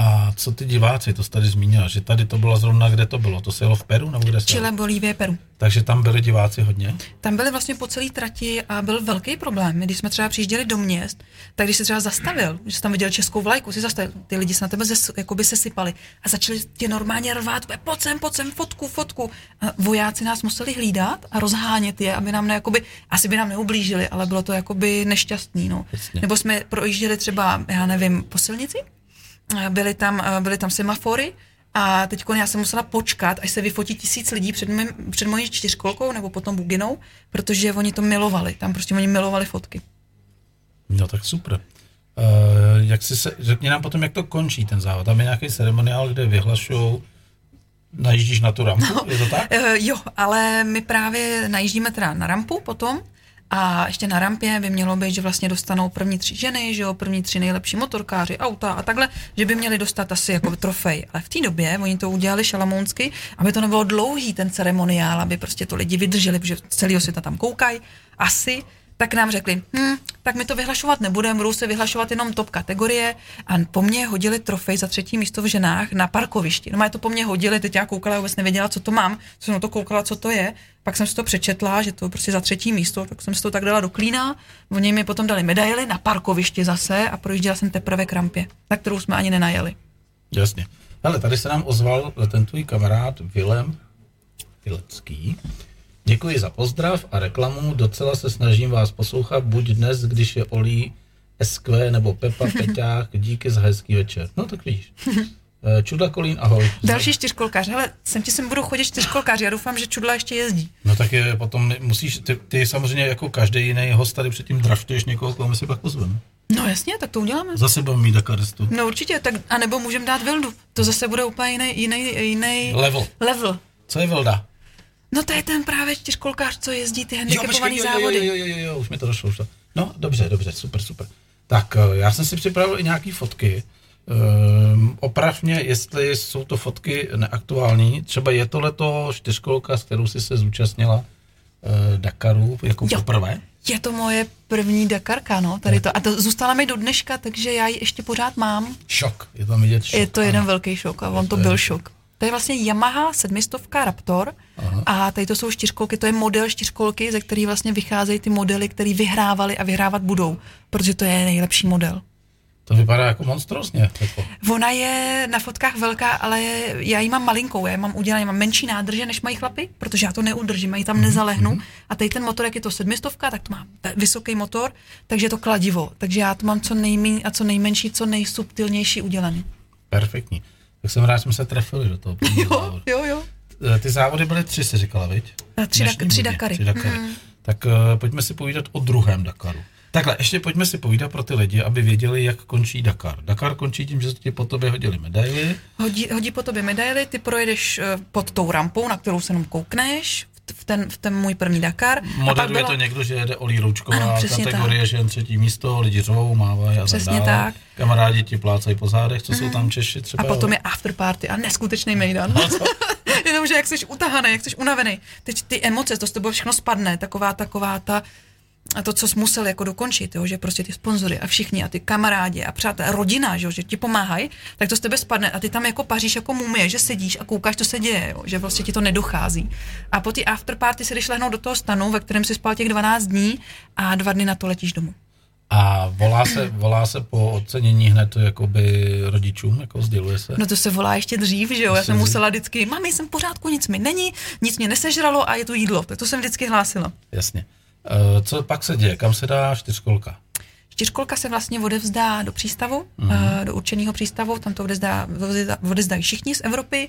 Speaker 2: a co ty diváci, to jsi tady zmínila, že tady to bylo zrovna, kde to bylo, to se jelo v Peru nebo kde se jelo?
Speaker 3: Chile, Bolívie, Peru.
Speaker 2: Takže tam byli diváci hodně?
Speaker 3: Tam byly vlastně po celé trati a byl velký problém. Když jsme třeba přijížděli do měst, tak když se třeba zastavil, že jsi tam viděl českou vlajku, si zastavil, ty lidi se na tebe zes, jakoby sesypali a začali tě normálně rvát, úplně, pojď sem, pojď sem, fotku, fotku. A vojáci nás museli hlídat a rozhánět je, aby nám ne, jakoby, asi by nám neublížili, ale bylo to jakoby nešťastný. No.
Speaker 2: Jasně.
Speaker 3: Nebo jsme projížděli třeba, já nevím, po silnici, Eh, byly tam, eh, byly tam semafory a teď já jsem musela počkat, až se vyfotí tisíc lidí před, mým, před mojí čtyřkolkou nebo potom buginou, protože oni to milovali, tam prostě oni milovali fotky.
Speaker 2: No tak super. Uh, jak si se, řekni nám potom, jak to končí ten závod. Tam je nějaký ceremoniál, kde vyhlašují, najíždíš na tu rampu, no. je to tak?
Speaker 3: Uh, jo, ale my právě najíždíme teda na rampu potom a ještě na rampě by mělo být, že vlastně dostanou první tři ženy, že jo, první tři nejlepší motorkáři, auta a takhle, že by měli dostat asi jako trofej. Ale v té době oni to udělali šalamounsky, aby to nebylo dlouhý ten ceremoniál, aby prostě to lidi vydrželi, protože celého světa tam koukají, asi, tak nám řekli, hm, tak my to vyhlašovat nebudeme, budou se vyhlašovat jenom top kategorie a po mně hodili trofej za třetí místo v ženách na parkovišti. No to po mně hodili, teď já koukala, vůbec nevěděla, co to mám, jsem na to koukala, co to je, pak jsem si to přečetla, že to prostě za třetí místo, tak jsem si to tak dala do klína, oni mi potom dali medaily na parkovišti zase a projížděla jsem teprve k rampě, na kterou jsme ani nenajeli.
Speaker 2: Jasně. Ale tady se nám ozval ten tvůj kamarád Vilem Pilecký. Děkuji za pozdrav a reklamu. Docela se snažím vás poslouchat, buď dnes, když je Olí SQ nebo Pepa Peťák. Díky za hezký večer. No tak vidíš. Eh, Čudla Kolín, ahoj.
Speaker 3: Další čtyřkolkář, hele, sem ti sem budou chodit čtyřkolkáři, já doufám, že Čudla ještě jezdí.
Speaker 2: No tak je, potom ne- musíš, ty, ty samozřejmě jako každý jiný host tady předtím draftuješ někoho, koho my si pak pozveme.
Speaker 3: No jasně, tak to uděláme.
Speaker 2: Zase budeme mít Dakaristu.
Speaker 3: No určitě, tak a nebo můžeme dát Vildu. To zase bude úplně jiný, jiný, jiný
Speaker 2: Level.
Speaker 3: level.
Speaker 2: Co je Vilda?
Speaker 3: No to je ten právě čtyřkolkář, co jezdí ty
Speaker 2: Jo, počkej,
Speaker 3: handicapovaný
Speaker 2: jo, jo,
Speaker 3: závody.
Speaker 2: jo, jo, jo, jo, jo, už mi to došlo. Už to. No, dobře, dobře, super, super. Tak eh, já jsem si připravil i nějaký fotky. Um, oprav mě, jestli jsou to fotky neaktuální. Třeba je to leto čtyřkolka, s kterou jsi se zúčastnila eh, Dakaru jako
Speaker 3: Jo.
Speaker 2: poprvé?
Speaker 3: Je to moje první Dakarka, no, tady to. A to zůstala mi do dneška, takže já ji ještě pořád mám.
Speaker 2: Šok, je tam vidět šok.
Speaker 3: Je to
Speaker 2: ano.
Speaker 3: jeden velký šok a on to byl šok. To je vlastně Yamaha 700 Raptor Aha. a tady to jsou čtyřkolky, to je model čtyřkolky, ze kterých vlastně vycházejí ty modely, které vyhrávali a vyhrávat budou, protože to je nejlepší model.
Speaker 2: To vypadá jako monstrozně. Jako.
Speaker 3: Ona je na fotkách velká, ale já ji mám malinkou, já ji mám udělaný, mám menší nádrže, než mají chlapy, protože já to neudržím, já ji tam nezalehnu. A tady ten motor, jak je to sedmistovka, tak to má ta- vysoký motor, takže je to kladivo. Takže já to mám co nejméně a co nejmenší, co nejsubtilnější udělaný.
Speaker 2: Perfektní. Tak jsem rád, že jsme se trefili do toho. prvního závodu.
Speaker 3: jo, jo.
Speaker 2: Eh, Ty závody byly tři, jsi říkala, viď?
Speaker 3: A tři
Speaker 2: Dnešní
Speaker 3: Dak- tři
Speaker 2: hodně,
Speaker 3: Dakary. Mhm.
Speaker 2: Tři Dakary. Tak eh, pojďme si povídat o druhém Dakaru. Takhle, ještě pojďme si povídat pro ty lidi, aby věděli, jak končí Dakar. Dakar končí tím, že ti po tobě hodili medaily.
Speaker 3: Hodí, hodí po tobě medaily, ty projedeš eh, pod tou rampou, na kterou se jenom koukneš, v t- v ten, v ten můj první Dakar. a pak
Speaker 2: Moderuje
Speaker 3: byla,
Speaker 2: to někdo, že jede Olí Roučková
Speaker 3: Ano, přesně
Speaker 2: kategorie, tak. že jen třetí místo, lidi řvou, mávají a
Speaker 3: Přesně
Speaker 2: tak dále.
Speaker 3: tak. Mhm.
Speaker 2: Kamarádi ti plácají po zádech, co jsou tam Češi třeba.
Speaker 3: a potom je afterparty a neskutečný mejdan. Jenomže jak jsi utahaný, jak jsi unavený, teď ty emoce, to z tebe všechno spadne, taková, taková ta, a to, co jsi musel jako dokončit, jo, že prostě ty sponzory a všichni a ty kamarádi a přátelé, rodina, že, jo, že ti pomáhají, tak to z tebe spadne a ty tam jako paříš jako mumie, že sedíš a koukáš, co se děje, jo, že prostě ti to nedochází. A po ty afterparty si jdeš lehnout do toho stanu, ve kterém si spal těch 12 dní a dva dny na to letíš domů.
Speaker 2: A volá se, volá se po ocenění hned jakoby rodičům, jako sděluje se.
Speaker 3: No to se volá ještě dřív, že jo? Já jsem musela vždycky, mami, jsem v pořádku, nic mi není, nic mě nesežralo a je tu jídlo. Tak to jsem vždycky hlásila.
Speaker 2: Jasně. Eh, Co pak se děje? Kam se dá čtyřkolka?
Speaker 3: Čtyřkolka se vlastně odevzdá do přístavu,
Speaker 2: Mhm.
Speaker 3: mm. do určeného přístavu, tam to odevzdá, odevzdá, odevzdají všichni z Evropy,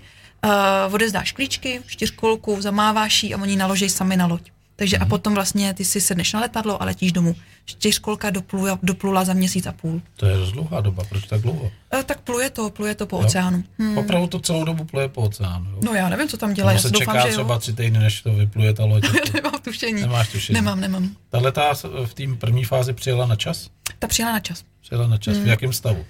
Speaker 3: uh, odevzdáš klíčky, čtyřkolku, zamáváš jí a oni ji naloží sami na loď. Takže
Speaker 2: Mhm.
Speaker 3: mm. a potom vlastně ty si sedneš na letadlo a letíš domů. Čtyřkolka doplula, doplula za měsíc a půl.
Speaker 2: To je dost dlouhá doba, proč tak dlouho?
Speaker 3: Uh, tak pluje to, pluje to po jo. oceánu. Hm.
Speaker 2: Hmm. Opravdu to celou dobu pluje po oceánu. Jo?
Speaker 3: No já nevím, co tam
Speaker 2: Ono
Speaker 3: dělají, já
Speaker 2: se
Speaker 3: doufám,
Speaker 2: čeká
Speaker 3: že jo.
Speaker 2: třeba tři týdny, než to vypluje ta loď.
Speaker 3: Nemám tušení.
Speaker 2: Nemáš tušení.
Speaker 3: Nemám, nemám.
Speaker 2: Tahle ta v té první fázi přijela na čas?
Speaker 3: Ta přijela na čas.
Speaker 2: Přijela na čas. Hmm. V jakém stavu?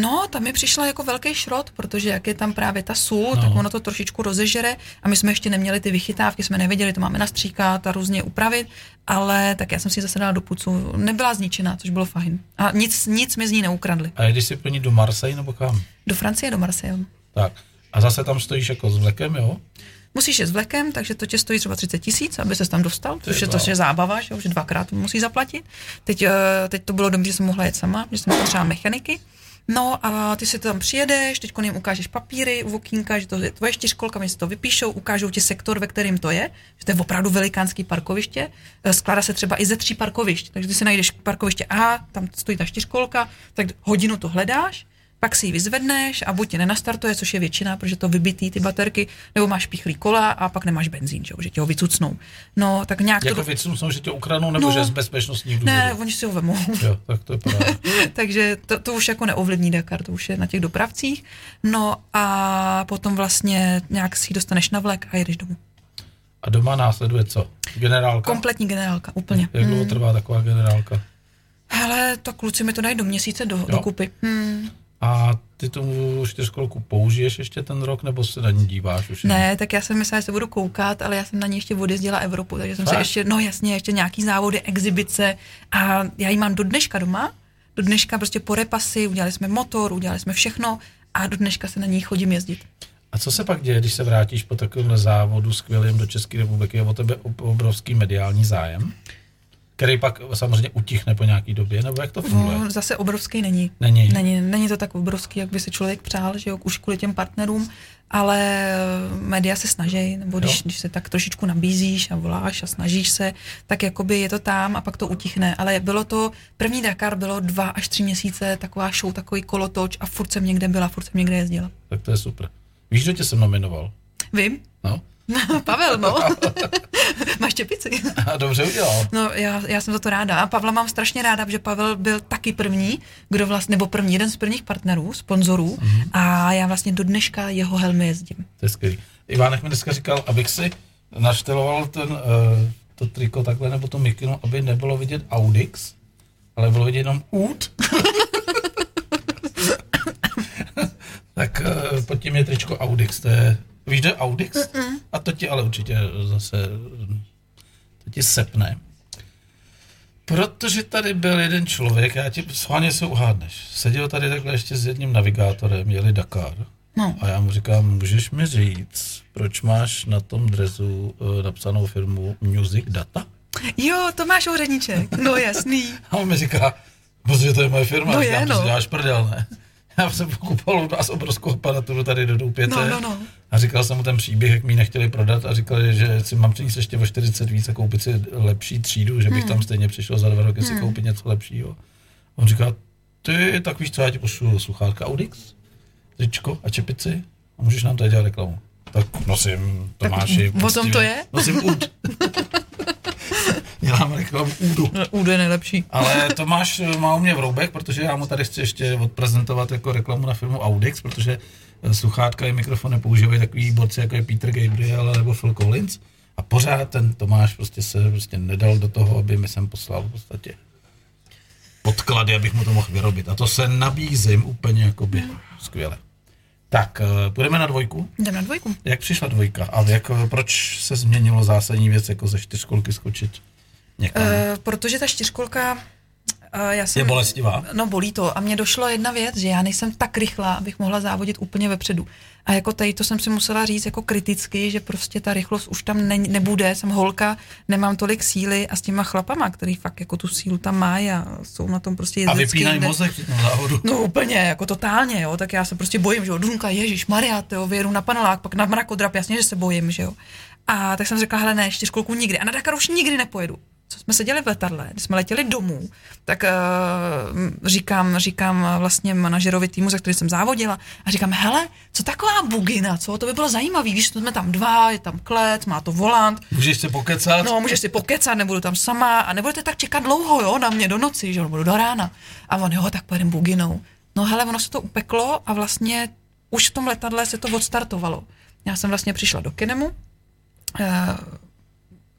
Speaker 3: No, tam mi přišla jako velký šrot, protože jak je tam právě ta sůl,
Speaker 2: No.
Speaker 3: no. tak ono to trošičku rozežere a my jsme ještě neměli ty vychytávky, jsme nevěděli, to máme nastříkat a různě upravit, ale tak já jsem si ji zase dala do pucu. Nebyla zničená, což bylo fajn. A nic, nic mi z ní neukradli.
Speaker 2: A když si plní do Marseille nebo kam?
Speaker 3: Do Francie, do Marseille.
Speaker 2: Tak. A zase tam stojíš jako s vlekem, jo?
Speaker 3: Musíš je s vlekem, takže to tě stojí třeba 30 tisíc, aby se tam dostal, což je to
Speaker 2: bláho.
Speaker 3: je zábava, že už dvakrát musí zaplatit. Teď, eh, teď to bylo dobře, že jsem mohla jet sama, že jsem potřeba mechaniky. No a ty si tam přijedeš, teď jim ukážeš papíry u okýnka, že to je tvoje čtyřkolka, oni si to vypíšou, ukážou ti sektor, ve kterém to je, že to je opravdu velikánský parkoviště, Eh, skládá se třeba i ze tří parkovišť, takže ty si najdeš parkoviště A, tam stojí ta čtyřkolka, tak hodinu to hledáš, pak si ji vyzvedneš a buď tě nenastartuje, což je většina, protože to vybitý ty baterky, nebo máš pichlý kola a pak nemáš benzín, že, jo, že tě ho vycucnou. No, tak nějak
Speaker 2: Jako
Speaker 3: to...
Speaker 2: věcům jsou, že tě ukradnou, nebo
Speaker 3: No.
Speaker 2: že z bezpečnostních důvodů?
Speaker 3: Ne, oni si ho vemou.
Speaker 2: Jo, tak to je pravda.
Speaker 3: Takže to, to už jako neovlivní Dakar, to už je na těch dopravcích. No a potom vlastně nějak si ji dostaneš na vlek a jedeš domů.
Speaker 2: A doma následuje co? Generálka?
Speaker 3: Kompletní generálka, úplně.
Speaker 2: Jak dlouho trvá taková generálka?
Speaker 3: Hele, to kluci mi to dají do měsíce do, do kupy. Hmm.
Speaker 2: A ty tu čtyřkolku použiješ ještě ten rok, nebo se na ní díváš už? jenom?
Speaker 3: Ne, tak já jsem myslela, že se budu koukat, ale já jsem na ní ještě odjezdila Evropu, takže jsem se
Speaker 2: Fakt?
Speaker 3: ještě, no jasně, ještě nějaký závody, exibice a já ji mám do dneška doma, do dneška prostě po repasy, udělali jsme motor, udělali jsme všechno a do dneška se na ní chodím jezdit.
Speaker 2: A co se pak děje, když se vrátíš po takovém závodu skvělým do České republiky? Je o tebe ob- obrovský mediální zájem, který pak samozřejmě utichne po nějaký době, nebo jak to funguje?
Speaker 3: No, zase obrovský není.
Speaker 2: Není.
Speaker 3: není. Není to tak obrovský, jak by se člověk přál, že jo, už kvůli těm partnerům, ale eh, média se snaží, nebo
Speaker 2: Jo.
Speaker 3: když, když se tak trošičku nabízíš a voláš a snažíš se, tak jakoby je to tam a pak to utichne. Ale bylo to, první Dakar bylo dva až tři měsíce, taková show, takový kolotoč a furt jsem někde byla, furt jsem někde jezdila.
Speaker 2: Tak to je super. Víš, kdo tě jsem nominoval?
Speaker 3: Vím?
Speaker 2: No?
Speaker 3: Pavel, no. Máš čepici.
Speaker 2: A dobře udělal.
Speaker 3: No, já, já jsem za to ráda. A Pavla mám strašně ráda, protože Pavel byl taky první, kdo vlastně, nebo první, jeden z prvních partnerů, sponzorů. Mm-hmm. A já vlastně do dneška jeho helmy jezdím.
Speaker 2: To je skvělý. Ivánek mi dneska říkal, abych si našteloval ten, uh, to triko takhle, nebo to mikinu, aby nebylo vidět Audix, ale bylo vidět jenom út. tak uh, pod tím je tričko Audix, to je, víš, kde je Audix? A to ti ale určitě zase, eh, tě sepne. Protože tady byl jeden člověk, já ti schválně se uhádneš. Seděl tady takhle ještě s jedním navigátorem, jeli Dakar.
Speaker 3: No.
Speaker 2: A já mu říkám, můžeš mi říct, proč máš na tom drezu eh, napsanou firmu Music Data?
Speaker 3: Jo, to máš úředníček. No jasný.
Speaker 2: A on mi říká, protože to je moje firma,
Speaker 3: No
Speaker 2: říkám,
Speaker 3: je,
Speaker 2: "To
Speaker 3: no."
Speaker 2: si děláš prdel, ne? Já jsem kupoval od vás obrovskou aparaturu tady do doupěte
Speaker 3: No, no, no.
Speaker 2: a říkal jsem mu ten příběh, jak mi ji nechtěli prodat a říkal, že si mám přinést ještě o 40 víc a koupit si lepší třídu, že bych
Speaker 3: Hmm.
Speaker 2: tam stejně přišel za dva roky si koupit něco lepšího. On říká, ty, tak víš co, já ti pošlu sluchátka Audix, tričko a čepici a můžeš nám tady dělat reklamu. Tak nosím, Tomáši.
Speaker 3: o tom
Speaker 2: poctivě.
Speaker 3: to je?
Speaker 2: Nosím úd. Dělám reklamu údu.
Speaker 3: Údo No, je nejlepší.
Speaker 2: Ale Tomáš eh, má u mě vroubek, protože já mu tady chci ještě odprezentovat jako reklamu na firmu Audix, protože eh, sluchátka i mikrofon nepoužívají takový borci, jako je Peter Gabriel nebo Phil Collins. A pořád ten Tomáš prostě se prostě nedal do toho, aby mi sem poslal v podstatě podklady, abych mu to mohl vyrobit. A to se nabízím úplně jakoby skvěle. Tak, eh, půjdeme na dvojku.
Speaker 3: Jdem na dvojku.
Speaker 2: Jak přišla dvojka? A jak, eh, proč se změnilo zásadní věc, jako ze čtyřkolky skočit někam?
Speaker 3: E, protože ta čtyřkolka, e, já jsem...
Speaker 2: Je bolestivá?
Speaker 3: No bolí to. A mně došlo jedna věc, že já nejsem tak rychlá, abych mohla závodit úplně vepředu. A jako tady to jsem si musela říct jako kriticky, že prostě ta rychlost už tam ne, nebude, jsem holka, nemám tolik síly a s těma chlapama, který fakt jako tu sílu tam má a jsou na tom prostě
Speaker 2: A
Speaker 3: jezdecky
Speaker 2: vypínají
Speaker 3: jinde.
Speaker 2: mozek při tom záhodu.
Speaker 3: No úplně, jako totálně, jo, tak já se prostě bojím, že jo, Dunka, Ježíš, Maria, ty jo, vyjedu na panelák, pak na mrakodrap, jasně, že se bojím, že jo. A tak jsem řekla, hele ne, čtyřkolku nikdy, a na Dakar už nikdy nepojedu. Co jsme seděli v letadle, když jsme letěli domů, tak uh, říkám, říkám vlastně manažerovi týmu, za který jsem závodila, a říkám, hele, co taková bugina, co, to by bylo zajímavý, víš, jsme tam dva, je tam klec, má to volant,
Speaker 2: Můžeš se pokecat?
Speaker 3: No, můžeš si pokecat, nebudu tam sama a nebudete tak čekat dlouho, jo, na mě do noci, že jo, budu do rána. A on, jo, tak pojedem buginou. No hele, ono se to upeklo a vlastně už v tom letadle se to odstartovalo. Já jsem vlastně přišla do kinemu eh,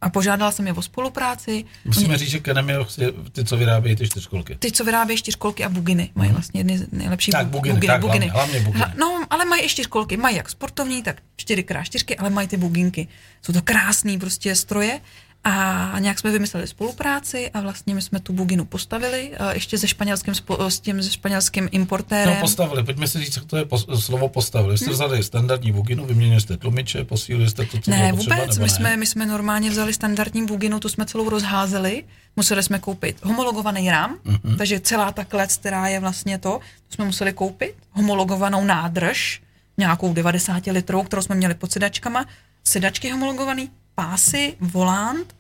Speaker 3: a požádala jsem je o spolupráci.
Speaker 2: Musíme říct, že Kenem je vlastně ty, co vyrábějí ty čtyřkolky.
Speaker 3: Ty, co vyrábějí čtyřkolky a buginy, mají vlastně jedny z nejlepších
Speaker 2: Mhm. Tak,
Speaker 3: bu-
Speaker 2: buginy, tak, hlavně- hlavně buginy.
Speaker 3: Hla- No, ale mají i čtyřkolky, mají jak sportovní, tak 4x4, ale mají ty buginky. Jsou to krásný prostě stroje a nějak jsme vymysleli spolupráci a vlastně my jsme tu buginu postavili eh, ještě se španělským, spo- s tím se španělským importérem.
Speaker 2: No, postavili, pojďme si říct, co to je pos- slovo postavili.
Speaker 3: Hm?
Speaker 2: Jste vzali standardní buginu, vyměnili jste tlumiče, posílili jste to, co
Speaker 3: Ne,
Speaker 2: bylo potřeba,
Speaker 3: vůbec.
Speaker 2: nebo
Speaker 3: My
Speaker 2: ne?
Speaker 3: jsme, my jsme normálně vzali standardní buginu, tu jsme celou rozházeli. Museli jsme koupit homologovaný rám,
Speaker 2: Mhm.
Speaker 3: mm-hmm. takže celá ta klec, která je vlastně to, to jsme museli koupit. Homologovanou nádrž, nějakou 90 litrů, kterou jsme měli pod sedačkama. Sedačky homologovaný, pásy, volant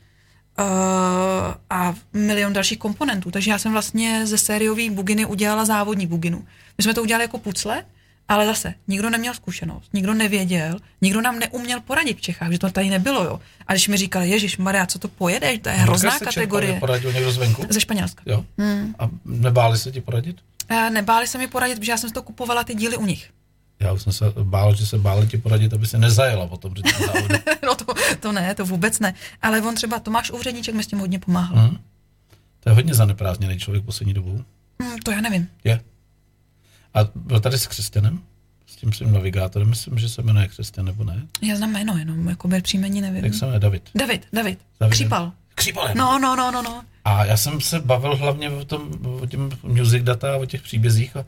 Speaker 3: uh, a milion dalších komponentů. Takže já jsem vlastně ze sériové buginy udělala závodní buginu. My jsme to udělali jako pucle, ale zase, nikdo neměl zkušenost, nikdo nevěděl, nikdo nám neuměl poradit v Čechách, že to tady nebylo, jo. A když mi říkali, Ježíš Maria, co to
Speaker 2: No,
Speaker 3: pojedeš, to je hrozná
Speaker 2: Dneska jste
Speaker 3: kategorie.
Speaker 2: Čerpali, poradil někdo zvenku?
Speaker 3: Ze Hmm. Španělska.
Speaker 2: Jo. A nebáli se ti poradit?
Speaker 3: Eh, Nebáli se mi poradit, protože já jsem si to kupovala ty díly u nich.
Speaker 2: Já už jsem se bál, že se báli ti poradit, aby se nezajela potom při tom závodu.
Speaker 3: no to, to ne, to vůbec ne. Ale on třeba Tomáš Úředníček mi s tím hodně pomáhal.
Speaker 2: Mhm.
Speaker 3: Hmm.
Speaker 2: to je hodně zaneprázdněný člověk poslední dobou.
Speaker 3: Hmm, to já nevím.
Speaker 2: Je. A byl tady s Křesťanem? S tím svým navigátorem, myslím, že se jmenuje Křesťan, nebo ne?
Speaker 3: Já znám jméno jenom, jako byl příjmení, nevím.
Speaker 2: Jak se jmenuje? David.
Speaker 3: David, David,
Speaker 2: Davidem.
Speaker 3: Křípal.
Speaker 2: Křípalem.
Speaker 3: No, no, no, no, no.
Speaker 2: A já jsem se bavil hlavně o tom, o těm music data, o těch příbězích a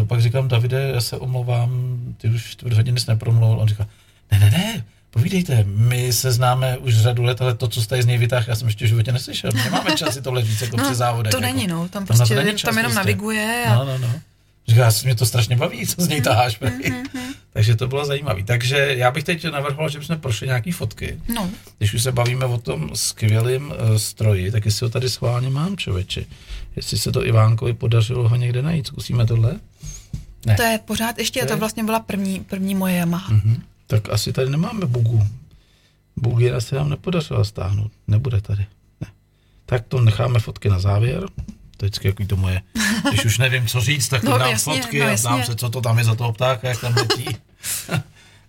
Speaker 2: eh, pak říkám, Davide, já se omlouvám, ty už čtvrt hodiny jsi nepromluvil. On říká, ne, ne, ne, povídejte, my se známe už řadu let, ale to, co jste z něj vytáhl, já jsem ještě v životě neslyšel. Nemáme čas si tohle říct jako při závodech.
Speaker 3: to
Speaker 2: jako.
Speaker 3: není, no, tam
Speaker 2: na to
Speaker 3: prostě
Speaker 2: není
Speaker 3: jen-
Speaker 2: čas
Speaker 3: tam jenom naviguje a- Mhm,
Speaker 2: No, no, no. Říká, já se- mě to strašně baví, co z něj taháš. Mm, Takže to bylo zajímavé. Takže já bych teď navrhoval, že bychom prošli nějaké fotky.
Speaker 3: No,
Speaker 2: Když už se bavíme o tom skvělém uh, stroji, tak jestli ho tady schválně mám, čověči. Jestli se to Ivánkovi podařilo ho někde najít. Zkusíme tohle?
Speaker 3: to je pořád ještě, to vlastně byla první, první moje Yamaha.
Speaker 2: Hm? Tak asi tady nemáme bugu. Bugy asi nám nepodařilo stáhnout. Nebude tady. Ne. Tak to necháme fotky na závěr. To je vždycky jaký to moje. Když už nevím, co říct, tak to
Speaker 3: No,
Speaker 2: dám
Speaker 3: jasně,
Speaker 2: fotky
Speaker 3: no,
Speaker 2: a
Speaker 3: jasně.
Speaker 2: dám se, co to tam je za toho ptáka, jak tam letí.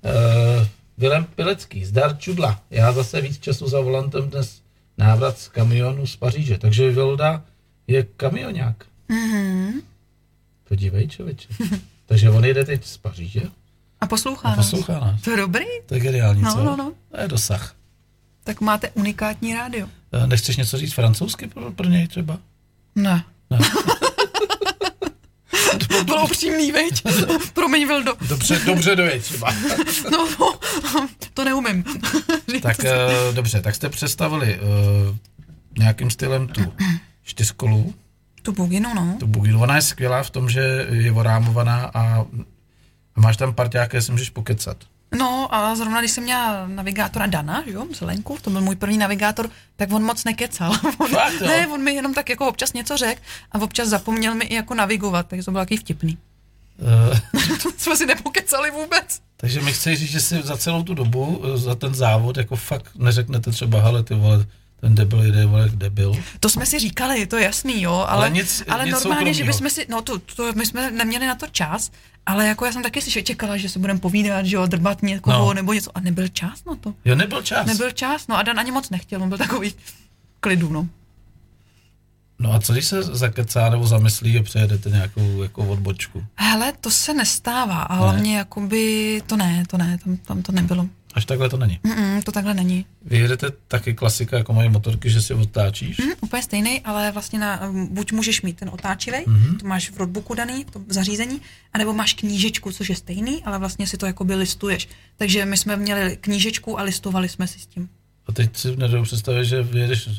Speaker 2: Eh, Vilém Pilecký, zdar čudla. Já zase víc času za volantem dnes návrat z kamionu z Paříže. Takže Vilda je kamionák. Mm-hmm.
Speaker 3: Mhm.
Speaker 2: Podívej, člověče. Takže on jede teď z Paříže
Speaker 3: A poslouchá
Speaker 2: a
Speaker 3: nás.
Speaker 2: poslouchá nás.
Speaker 3: To je dobrý?
Speaker 2: To je geniální,
Speaker 3: No,
Speaker 2: co?
Speaker 3: no, no.
Speaker 2: To je dosah.
Speaker 3: tak máte unikátní rádio.
Speaker 2: Eh, Nechceš něco říct francouzsky pro, pro něj třeba?
Speaker 3: Ne.
Speaker 2: Ne.
Speaker 3: to bylo upřímný, veď? Promiň, Vildo.
Speaker 2: Dobře, dobře dojeď třeba.
Speaker 3: No, no, to neumím. Říct.
Speaker 2: tak eh, dobře, tak jste představili eh, nějakým stylem tu čtyřkolu,
Speaker 3: tu buginu, no.
Speaker 2: tu buginu. Ona je skvělá v tom, že je orámovaná a a máš tam parťáka, jestli můžeš pokecat.
Speaker 3: No a zrovna, když jsem měla navigátora Dana, že jo, Zelenku, to byl můj první navigátor, tak on moc nekecal. On,
Speaker 2: Fakt, jo?
Speaker 3: ne, on mi jenom tak jako občas něco řekl a občas zapomněl mi i jako navigovat, takže to bylo taky vtipný.
Speaker 2: Eh,
Speaker 3: to jsme si nepokecali vůbec.
Speaker 2: Takže mi chce říct, že si za celou tu dobu, eh, za ten závod, jako fakt neřeknete třeba, hele ty vole, ten debil jde, vole, jak debil.
Speaker 3: To jsme si říkali, to je jasný, jo, ale,
Speaker 2: Ale nic-
Speaker 3: ale
Speaker 2: nic
Speaker 3: normálně, že
Speaker 2: soukromýho.
Speaker 3: bychom si, no to, to, my jsme neměli na to čas, ale jako já jsem taky si čekala, že se budeme povídat, že jo, drbat někoho
Speaker 2: No.
Speaker 3: no. nebo něco a nebyl čas na to.
Speaker 2: Jo, nebyl čas.
Speaker 3: Nebyl čas, no a Dan ani moc nechtěl, on byl takový v klidu, no.
Speaker 2: No a co když se zakecá nebo zamyslí a přejedete nějakou jako odbočku?
Speaker 3: Hele, to se nestává a hlavně ne. jakoby, to ne, to ne, tam, tam to nebylo.
Speaker 2: Až takhle to není.
Speaker 3: Mm-mm, to takhle není.
Speaker 2: Vyjedete taky klasika, jako mají motorky, že si otáčíš.
Speaker 3: Mm, úplně stejný, ale vlastně na, mm, buď můžeš mít ten otáčivej,
Speaker 2: Mhm.
Speaker 3: mm-hmm. to máš v roadbooku daný, to zařízení, anebo máš knížečku, což je stejný, ale vlastně si to jakoby listuješ. Takže my jsme měli knížečku a listovali jsme si s tím.
Speaker 2: A teď si nedobu představit, že vyjedeš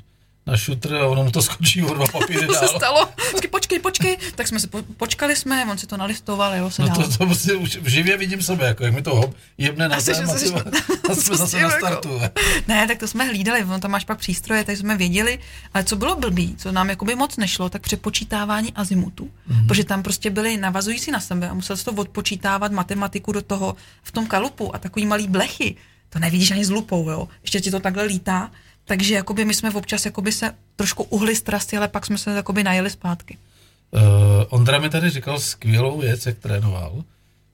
Speaker 2: na šutr a ono mu to skočí o dva papíry
Speaker 3: To se
Speaker 2: dál. No
Speaker 3: stalo, vždycky počkej, počkej, tak jsme si po, počkali jsme, on si to nalistoval, jelo se
Speaker 2: No
Speaker 3: dál.
Speaker 2: to, to prostě už živě vidím sebe, jako jak mi to hop, jebne na
Speaker 3: A jsi-
Speaker 2: zem a
Speaker 3: jsi-
Speaker 2: ty vole, a jsme zase na
Speaker 3: Zjistil, jako.
Speaker 2: startu.
Speaker 3: Ne, tak to jsme hlídali, ono tam máš pak přístroje, takže jsme věděli, ale co bylo blbý, co nám jakoby moc nešlo, tak přepočítávání azimutu, mm-hmm.
Speaker 2: Mhm.
Speaker 3: protože tam prostě byly navazující na sebe a musel se to odpočítávat matematiku do toho v tom kalupu a takový malý blechy, to nevidíš ani s lupou, jo, ještě ti to takhle lítá, takže jakoby my jsme občas jakoby se trošku uhli z trasy, ale pak jsme se jakoby najeli zpátky.
Speaker 2: Uh, Ondra mi tady říkal skvělou věc, jak trénoval,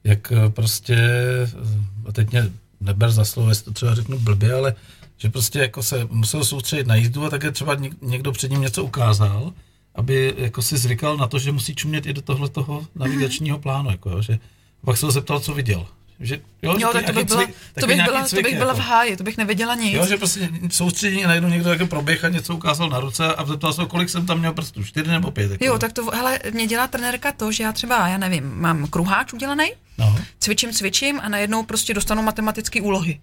Speaker 2: jak eh, prostě, eh, a teď mě neber za slovo, jestli to třeba řeknu blbě, ale že prostě jako se musel soustředit na jízdu a také třeba něk- někdo před ním něco ukázal, aby jako si zvykal na to, že musí čumět i do tohle toho
Speaker 3: Mhm.
Speaker 2: navigačního plánu, jako jo, že pak se ho zeptal, co viděl. Že, jo, že
Speaker 3: Jo,
Speaker 2: No, to
Speaker 3: tak to
Speaker 2: nějaký
Speaker 3: bych byla,
Speaker 2: cvik-
Speaker 3: to
Speaker 2: taky
Speaker 3: bych
Speaker 2: nějaký
Speaker 3: byla, to
Speaker 2: cvik,
Speaker 3: bych byla v
Speaker 2: jako.
Speaker 3: háji, to bych nevěděla nic.
Speaker 2: Jo, že prostě soustředění a najednou někdo jako proběh a něco ukázal na ruce a zeptal se, ho, kolik jsem tam měl prstů, čtyři nebo pět. Jako.
Speaker 3: Jo, tak to, hele, mě dělá trenérka to, že já třeba, já nevím, mám kruháč udělaný,
Speaker 2: No.
Speaker 3: cvičím, cvičím a najednou prostě dostanu matematické úlohy.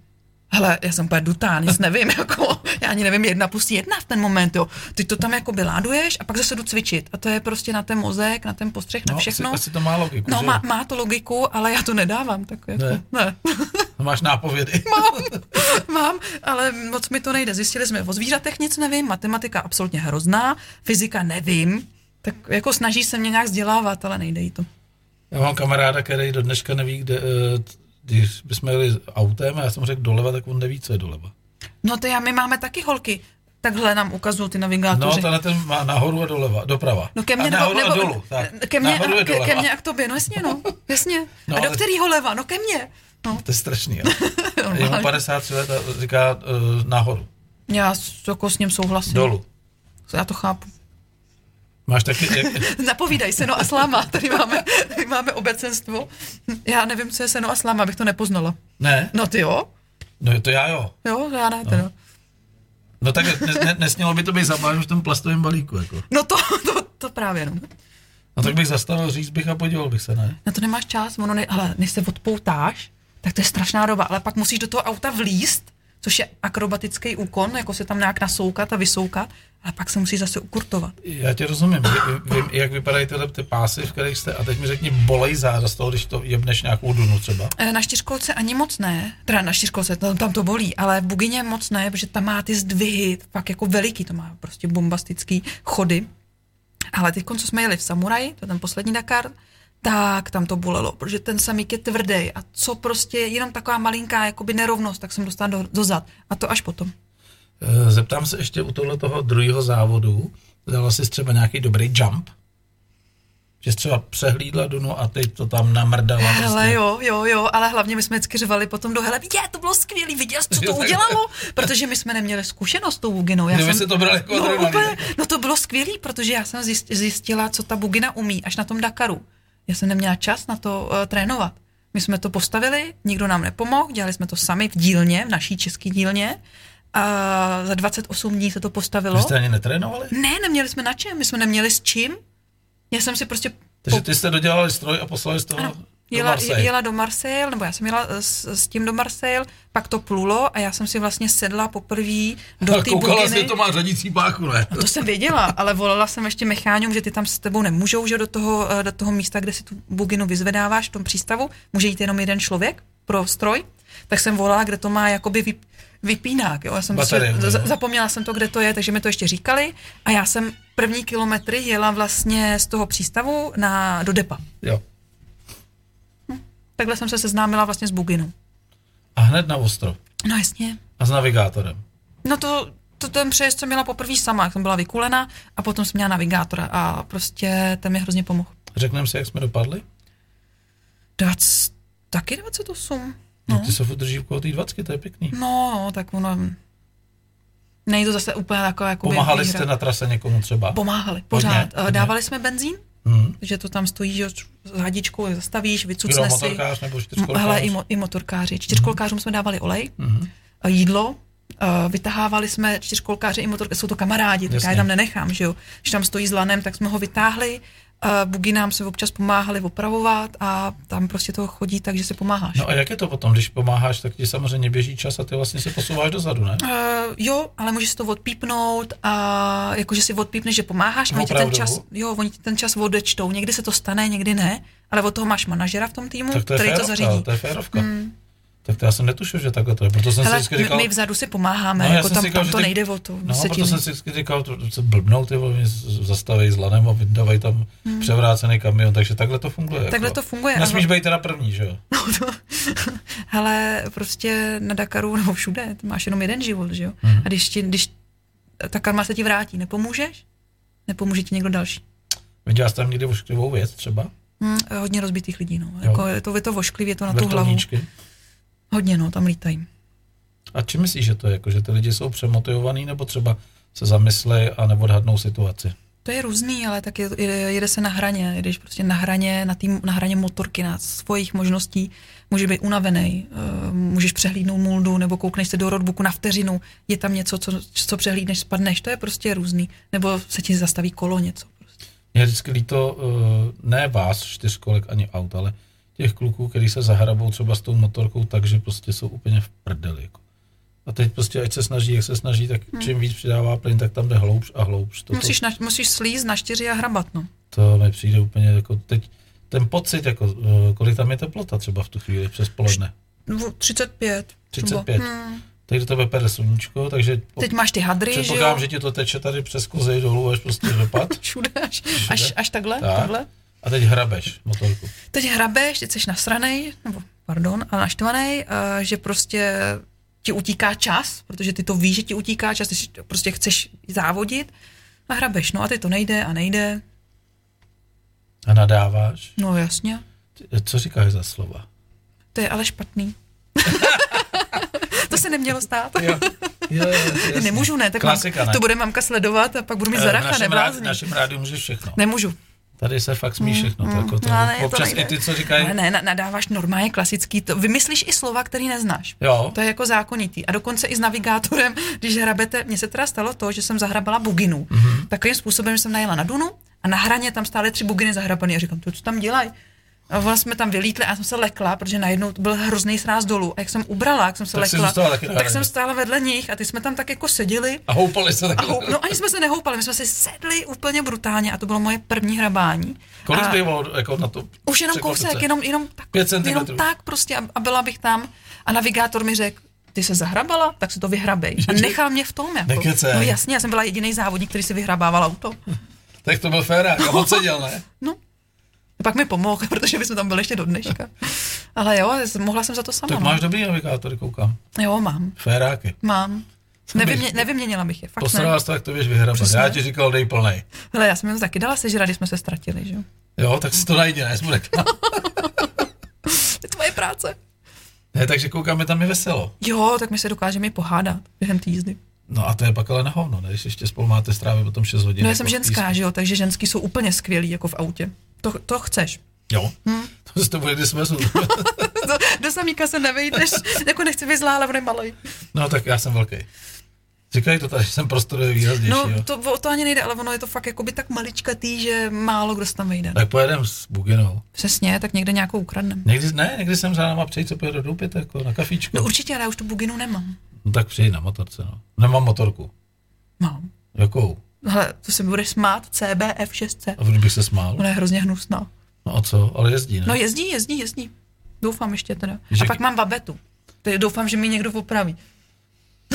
Speaker 3: Hele, já jsem úplně dutá, nic nevím, jako, já ani nevím, jedna plus jedna v ten moment, jo. Ty to tam jako láduješ a pak zase jdu cvičit. A to je prostě na ten mozek, na ten postřeh, na
Speaker 2: No,
Speaker 3: všechno.
Speaker 2: Asi, asi to má logiku,
Speaker 3: no,
Speaker 2: že?
Speaker 3: má, má, to logiku, ale já to nedávám, tak jako,
Speaker 2: Ne.
Speaker 3: ne. ne.
Speaker 2: Máš nápovědy.
Speaker 3: Mám, ale moc mi to nejde. Zjistili jsme, o zvířatech nic nevím, matematika absolutně hrozná, fyzika nevím, tak jako snaží se mě nějak vzdělávat, ale nejde jí to.
Speaker 2: Já mám kamaráda, který do dneška neví, kde, eh, t- když bychom jeli autem a já jsem řekl doleva, tak on neví, co je doleva.
Speaker 3: No to já, my máme taky holky. Takhle nám ukazují ty
Speaker 2: No,
Speaker 3: navigátoři.
Speaker 2: tenhle ten má nahoru a doleva, doprava.
Speaker 3: No ke mně,
Speaker 2: a nahoru
Speaker 3: nebo,
Speaker 2: a
Speaker 3: nebo
Speaker 2: dolů. Tak.
Speaker 3: ke mně,
Speaker 2: nahoru
Speaker 3: a,
Speaker 2: je
Speaker 3: ke,
Speaker 2: doleva.
Speaker 3: ke mně a k tobě, no jasně, no, jasně.
Speaker 2: No,
Speaker 3: No, a do
Speaker 2: ale-
Speaker 3: kterého leva? No ke mně. No,
Speaker 2: To je strašný. Ale. Je mu
Speaker 3: normálně.
Speaker 2: 53 let a říká uh, nahoru,
Speaker 3: já s- jako s ním souhlasím.
Speaker 2: dolů.
Speaker 3: Já to chápu.
Speaker 2: Máš taky, jak,
Speaker 3: Napovídaj, seno a sláma, tady máme, tady máme obecenstvo. Já nevím, co je seno a sláma, abych to nepoznala.
Speaker 2: ne,
Speaker 3: No ty jo?
Speaker 2: no to já jo.
Speaker 3: Jo, já ne teda. No,
Speaker 2: No tak ne, ne, nesmělo by to být zabáno v tom plastovém balíku. Jako.
Speaker 3: no to, to, to právě, no.
Speaker 2: No tak bych zastavil, říct bych a podíval bych se, ne?
Speaker 3: na to nemáš čas, ono ne, ale než se odpoutáš, tak to je strašná doba, ale pak musíš do toho auta vlíst, což je akrobatický úkon, jako se tam nějak nasoukat a vysoukat, ale pak se musíš zase ukurtovat.
Speaker 2: Já tě rozumím. Vy- vy- Vím, jak vypadají tyhle ty pásy, v kterých jste. A teď mi řekni, bolej záda z toho, když to jebneš nějakou dunu třeba.
Speaker 3: E, Na čtyřkolce ani moc ne, teda na čtyřkolce, tam, tam to bolí, ale v bugině moc ne, protože tam má ty zdvihy, fakt jako veliký, to má prostě bombastický chody. Ale teď, co jsme jeli v Samuraji, to je ten poslední Dakar, tak tam to bolelo, protože ten samík je tvrdý a co prostě jenom taková malinká jakoby nerovnost, tak jsem dostala do, do zad a to až potom.
Speaker 2: Eh, Zeptám se ještě u tohle toho druhého závodu. Dala jsi třeba nějaký dobrý jump? Že jsi třeba přehlídla dunu a teď to tam namrdala.
Speaker 3: Hele,
Speaker 2: prostě.
Speaker 3: jo, jo, jo, ale hlavně my jsme vždycky řvali potom do hele, je, to bylo skvělý, viděl jsi, co to
Speaker 2: Jo, tak-
Speaker 3: udělalo, protože my jsme neměli zkušenost s tou buginou. Já
Speaker 2: Kdyby se to bralo jako
Speaker 3: no,
Speaker 2: adrenalin.
Speaker 3: úplně, no to bylo skvělý, protože já jsem zjist- zjistila, co ta bugina umí, až na tom Dakaru. Já jsem neměla čas na to uh, trénovat. My jsme to postavili, nikdo nám nepomohl, dělali jsme to sami v dílně, v naší české dílně a za 28 dní se to
Speaker 2: Vy
Speaker 3: postavilo.
Speaker 2: jste ani netrénovali?
Speaker 3: Ne, neměli jsme na čem, my jsme neměli s čím. Já jsem si prostě
Speaker 2: Takže ty jste dodělali stroj a poslali jste ho
Speaker 3: Ano.
Speaker 2: do
Speaker 3: Jela,
Speaker 2: Marseille.
Speaker 3: jela do Marseille, nebo já jsem jela s, s tím do Marseille, pak to plulo a já jsem si vlastně sedla poprvé do
Speaker 2: Ale
Speaker 3: té
Speaker 2: koukala
Speaker 3: buginy.
Speaker 2: jsi, to má řadící páku, ne?
Speaker 3: No To jsem věděla, ale volala jsem ještě mecháňům, že ty tam s tebou nemůžou, že do toho, eh, do toho místa, kde si tu buginu vyzvedáváš v tom přístavu, může jít jenom jeden člověk pro stroj. Tak jsem volala, kde to má jakoby vyp, vypínák. Jo? Já jsem
Speaker 2: Baterie, no.
Speaker 3: prostě-
Speaker 2: jo.
Speaker 3: za- zapomněla jsem to, kde to je, takže mi to ještě říkali. A já jsem první kilometry jela vlastně z toho přístavu na, do depa.
Speaker 2: Jo.
Speaker 3: Takhle jsem se seznámila vlastně s buginou.
Speaker 2: A hned na ostro.
Speaker 3: No jasně.
Speaker 2: A s navigátorem.
Speaker 3: No to, to ten přejezd jsem měla poprvé sama, jak jsem byla vykulena a potom jsem měla navigátora a prostě ten mi hrozně pomohl.
Speaker 2: Řekneme si, jak jsme dopadli?
Speaker 3: Dac, taky 28?
Speaker 2: No. Ty se furt drží okolo té dvacky, to je pěkný.
Speaker 3: No, tak ono... Není to zase úplně taková jako
Speaker 2: Pomáhali jste na trase někomu třeba?
Speaker 3: Pomáhali, pořád.
Speaker 2: hodně.
Speaker 3: Hodně, Dávali jsme benzín,
Speaker 2: Hmm.
Speaker 3: že to tam stojí, že s hadičkou zastavíš,
Speaker 2: Kdo,
Speaker 3: vycucne si.
Speaker 2: motorkář nebo
Speaker 3: M-
Speaker 2: čtyřkolkář?
Speaker 3: Hele, i, mo- i motorkáři. Čtyřkolkářům jsme dávali olej,
Speaker 2: Mhm.
Speaker 3: a jídlo, a vytahávali jsme čtyřkolkáři i motorkáři, jsou to kamarádi, tak
Speaker 2: Jasně.
Speaker 3: já je tam nenechám, že jo. Když tam stojí s lanem, tak jsme ho vytáhli, a bugy nám se občas pomáhali opravovat a tam prostě to chodí tak, že se pomáháš.
Speaker 2: No a jak je to potom, když pomáháš, tak ti samozřejmě běží čas a ty vlastně se posouváš dozadu, ne?
Speaker 3: Uh, jo, ale můžeš si to odpípnout a jakože si odpípneš, že pomáháš,
Speaker 2: No,
Speaker 3: oni ti ten
Speaker 2: opravdu?
Speaker 3: čas, jo, oni ti ten čas odečtou, někdy se to stane, někdy ne, ale od toho máš manažera v tom týmu,
Speaker 2: Tak to je
Speaker 3: který to
Speaker 2: férovka,
Speaker 3: zařídí. Mm.
Speaker 2: to je férovka. Tak to já jsem netušil, že takhle to je, proto jsem si
Speaker 3: Hele,
Speaker 2: vždycky
Speaker 3: my,
Speaker 2: říkal... No,
Speaker 3: my vzadu si pomáháme,
Speaker 2: já
Speaker 3: jako
Speaker 2: jsem
Speaker 3: tam,
Speaker 2: si říkal,
Speaker 3: tam
Speaker 2: že
Speaker 3: to
Speaker 2: ty-
Speaker 3: nejde o to.
Speaker 2: No,
Speaker 3: se
Speaker 2: proto
Speaker 3: tím-
Speaker 2: jsem si vždycky říkal, to, to se blbnou, ty vole, mě z- zastavej s lanem a vydávají tam převrácený kamion, takže takhle to funguje.
Speaker 3: Mm. Takhle
Speaker 2: jako.
Speaker 3: to funguje, No.
Speaker 2: Nesmíš
Speaker 3: ano.
Speaker 2: být teda první, že jo?
Speaker 3: Hele, prostě na Dakaru nebo všude, ty máš jenom jeden život, že jo?
Speaker 2: Mhm.
Speaker 3: A když, ti, když ta karma se ti vrátí, nepomůžeš? Nepomůže ti někdo další.
Speaker 2: Viděla jsi tam někdy ošklivou věc třeba?
Speaker 3: Hm, hodně rozbitých lidí, no. Jako, je to, je to vošklivě, je to na tu hlavu.
Speaker 2: Vrtulníčky.
Speaker 3: Hodně, no, tam lítají.
Speaker 2: A čím myslíš, že to je? Jako, že ty lidi jsou přemotivovaní nebo třeba se zamyslej a neodhadnou situaci?
Speaker 3: To je různý, ale tak je, je- jede se na hraně. Jedeš prostě na hraně, na, tým, na hraně motorky, na svojich možností. Můžeš být unavený, eh, můžeš přehlídnout muldu, nebo koukneš se do roadbooku na vteřinu, je tam něco, co, co přehlídneš, spadneš, to je prostě různý. Nebo se ti zastaví kolo něco. Prostě.
Speaker 2: Mě je vždycky líto, eh, ne vás, čtyřkolek ani aut, ale těch kluků, který se zahrabou třeba s tou motorkou, takže prostě jsou úplně v prdeli. Jako. A teď prostě, ať se snaží, jak se snaží, tak čím víc přidává plyn, tak tam jde hloubš a hloubš. To, to,
Speaker 3: Hmm. Musíš, na, musíš slíz na čtyři a hrabat, no.
Speaker 2: to mi přijde úplně jako teď, ten pocit, jako, eh, kolik tam je teplota třeba v tu chvíli přes poledne.
Speaker 3: Dvo- 35. třeba.
Speaker 2: 35. Teď do tebe pere sluníčko, takže
Speaker 3: Hmm. Teď máš ty hadry, že jo?
Speaker 2: předpokládám, že ti to teče tady přes kozej dolů až prostě dopad.
Speaker 3: Všude až, až, až takhle,
Speaker 2: Tak.
Speaker 3: takhle.
Speaker 2: A teď hrabeš motorku.
Speaker 3: teď hrabeš, teď jsi nasranej, nebo pardon, ale naštvanej, eh, že prostě ti utíká čas, protože ty to víš, že ti utíká čas, ty si- prostě chceš závodit a hrabeš, no a ty to nejde a nejde,
Speaker 2: A nadáváš.
Speaker 3: no jasně,
Speaker 2: Ty- Co říkáš za slova?
Speaker 3: to je ale špatný. to se nemělo stát.
Speaker 2: Jo, jo, jo,
Speaker 3: Nemůžu, ne, tak
Speaker 2: Klasika, ne.
Speaker 3: to bude mamka sledovat a pak budu mít
Speaker 2: Eh, v
Speaker 3: zaracha,
Speaker 2: našem, rádi,
Speaker 3: neblázni.
Speaker 2: našem rádiu můžeš všechno.
Speaker 3: Nemůžu.
Speaker 2: Tady se fakt smí všechno. Mm, jako to,
Speaker 3: No, ale je to
Speaker 2: občas
Speaker 3: nejde.
Speaker 2: i ty, co
Speaker 3: Ale
Speaker 2: říkají,
Speaker 3: ne, na- nadáváš normálně klasický, to, vymyslíš i slova, který neznáš.
Speaker 2: jo,
Speaker 3: To je jako zákonitý. A dokonce i s navigátorem, když hrabete, mně se teda stalo to, že jsem zahrabala buginu.
Speaker 2: Mhm.
Speaker 3: Mm-hmm. Takovým způsobem, že jsem najela na Dunu a na hraně tam stály tři buginy zahrabané. A říkám, to co tam dělají? A vlastně jsme tam vylítli a já jsem se lekla, protože najednou to byl hrozný sráz dolů. A jak jsem ubrala, jak jsem se
Speaker 2: Tak jsi
Speaker 3: lekla,
Speaker 2: zůstala taky na
Speaker 3: tak
Speaker 2: hraně.
Speaker 3: jsem stála vedle nich a ty jsme tam tak jako seděli.
Speaker 2: a houpali se
Speaker 3: A
Speaker 2: takhle.
Speaker 3: hou, no ani jsme se nehoupali, my jsme si sedli úplně brutálně a to bylo moje první hrabání.
Speaker 2: Kolik
Speaker 3: a,
Speaker 2: bylo jako na to?
Speaker 3: už jenom
Speaker 2: překvapit se?
Speaker 3: kousek, jenom, jenom, tak,
Speaker 2: Pět
Speaker 3: jenom
Speaker 2: centimetrů.
Speaker 3: tak prostě a, a byla bych tam a navigátor mi řekl, ty se zahrabala, tak se to vyhrabej. A nechal mě v tom. Jako.
Speaker 2: Nekecej.
Speaker 3: No jasně, já jsem byla jediný závodník, který si vyhrabával auto.
Speaker 2: Tak to byl férák, a moc seděl, ne?
Speaker 3: No. A pak mi pomohl, protože bychom tam byli ještě do dneška. Ale jo, mohla jsem za to sama.
Speaker 2: Tak
Speaker 3: no.
Speaker 2: máš dobrý navigátor, koukám.
Speaker 3: Jo, mám.
Speaker 2: Féráky.
Speaker 3: Mám. Nevymě, nevyměnila bych je, fakt ne.
Speaker 2: Posral jsi to, jak to běž vyhrabat.
Speaker 3: Přesně.
Speaker 2: Já ti říkal, dej plnej.
Speaker 3: Hele, já jsem jenom taky dala sežrat, když jsme se ztratili, že jo.
Speaker 2: Jo, tak si to najdi, ne? Jsme řekla.
Speaker 3: To je tvoje práce.
Speaker 2: ne, takže koukáme, tam je veselo.
Speaker 3: Jo, tak my se dokážeme i pohádat během té jízdy.
Speaker 2: No a to je pak ale na hovno, ne? Když ještě spolu máte strávit potom 6 hodin.
Speaker 3: No já
Speaker 2: jako
Speaker 3: jsem
Speaker 2: v
Speaker 3: ženská,
Speaker 2: písku.
Speaker 3: že jo, takže ženský jsou úplně skvělí jako v autě. To, to chceš.
Speaker 2: Jo.
Speaker 3: Hm.
Speaker 2: To se to bude, kdy jsme
Speaker 3: Do, do samíka se nevejdeš, jako nechci být zlá, ale on je malej.
Speaker 2: No tak já jsem velký. Říkají to tady, že jsem prostorově výraznější.
Speaker 3: No,
Speaker 2: jo.
Speaker 3: to, o to ani nejde, ale ono je to fakt jakoby tak maličkatý, že málo kdo se tam vejde.
Speaker 2: Tak pojedem s Buginou.
Speaker 3: Přesně, tak někde nějakou ukradneme.
Speaker 2: Někdy, ne, někdy jsem za náma přejít, co pojede do Doupět, jako na kafičku.
Speaker 3: No
Speaker 2: No,
Speaker 3: určitě, ale já už tu buginu nemám.
Speaker 2: no tak přijď na motorce, no. Nemám motorku.
Speaker 3: Mám.
Speaker 2: Jakou?
Speaker 3: Hele, to se mi budeš smát, CBF 6C.
Speaker 2: A proč bych se smál?
Speaker 3: Ona je hrozně hnusná.
Speaker 2: No a co? Ale jezdí, ne?
Speaker 3: No jezdí, jezdí, jezdí. Doufám ještě teda.
Speaker 2: Že-
Speaker 3: A pak mám babetu. Ty doufám, že mi někdo opraví.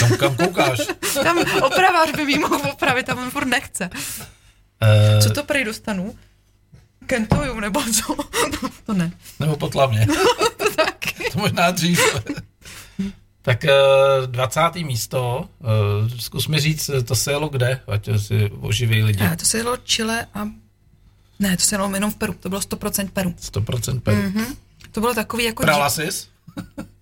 Speaker 2: Kam, kam koukáš?
Speaker 3: Tam opravář by mi mohl opravit, tam on furt nechce.
Speaker 2: Eh,
Speaker 3: Co to prej dostanu? Kentoju nebo co? to ne.
Speaker 2: Nebo potla
Speaker 3: No,
Speaker 2: mě. to možná dřív. tak eh, 20. místo, eh, zkus mi říct, eh, to se jelo kde, ať si oživí lidi.
Speaker 3: Ne, to se jelo Chile a... Ne, to se jelo jenom v Peru. To bylo 100% Peru.
Speaker 2: 100% Peru. Mm,
Speaker 3: Mhm. To bylo takový jako...
Speaker 2: Prala sis?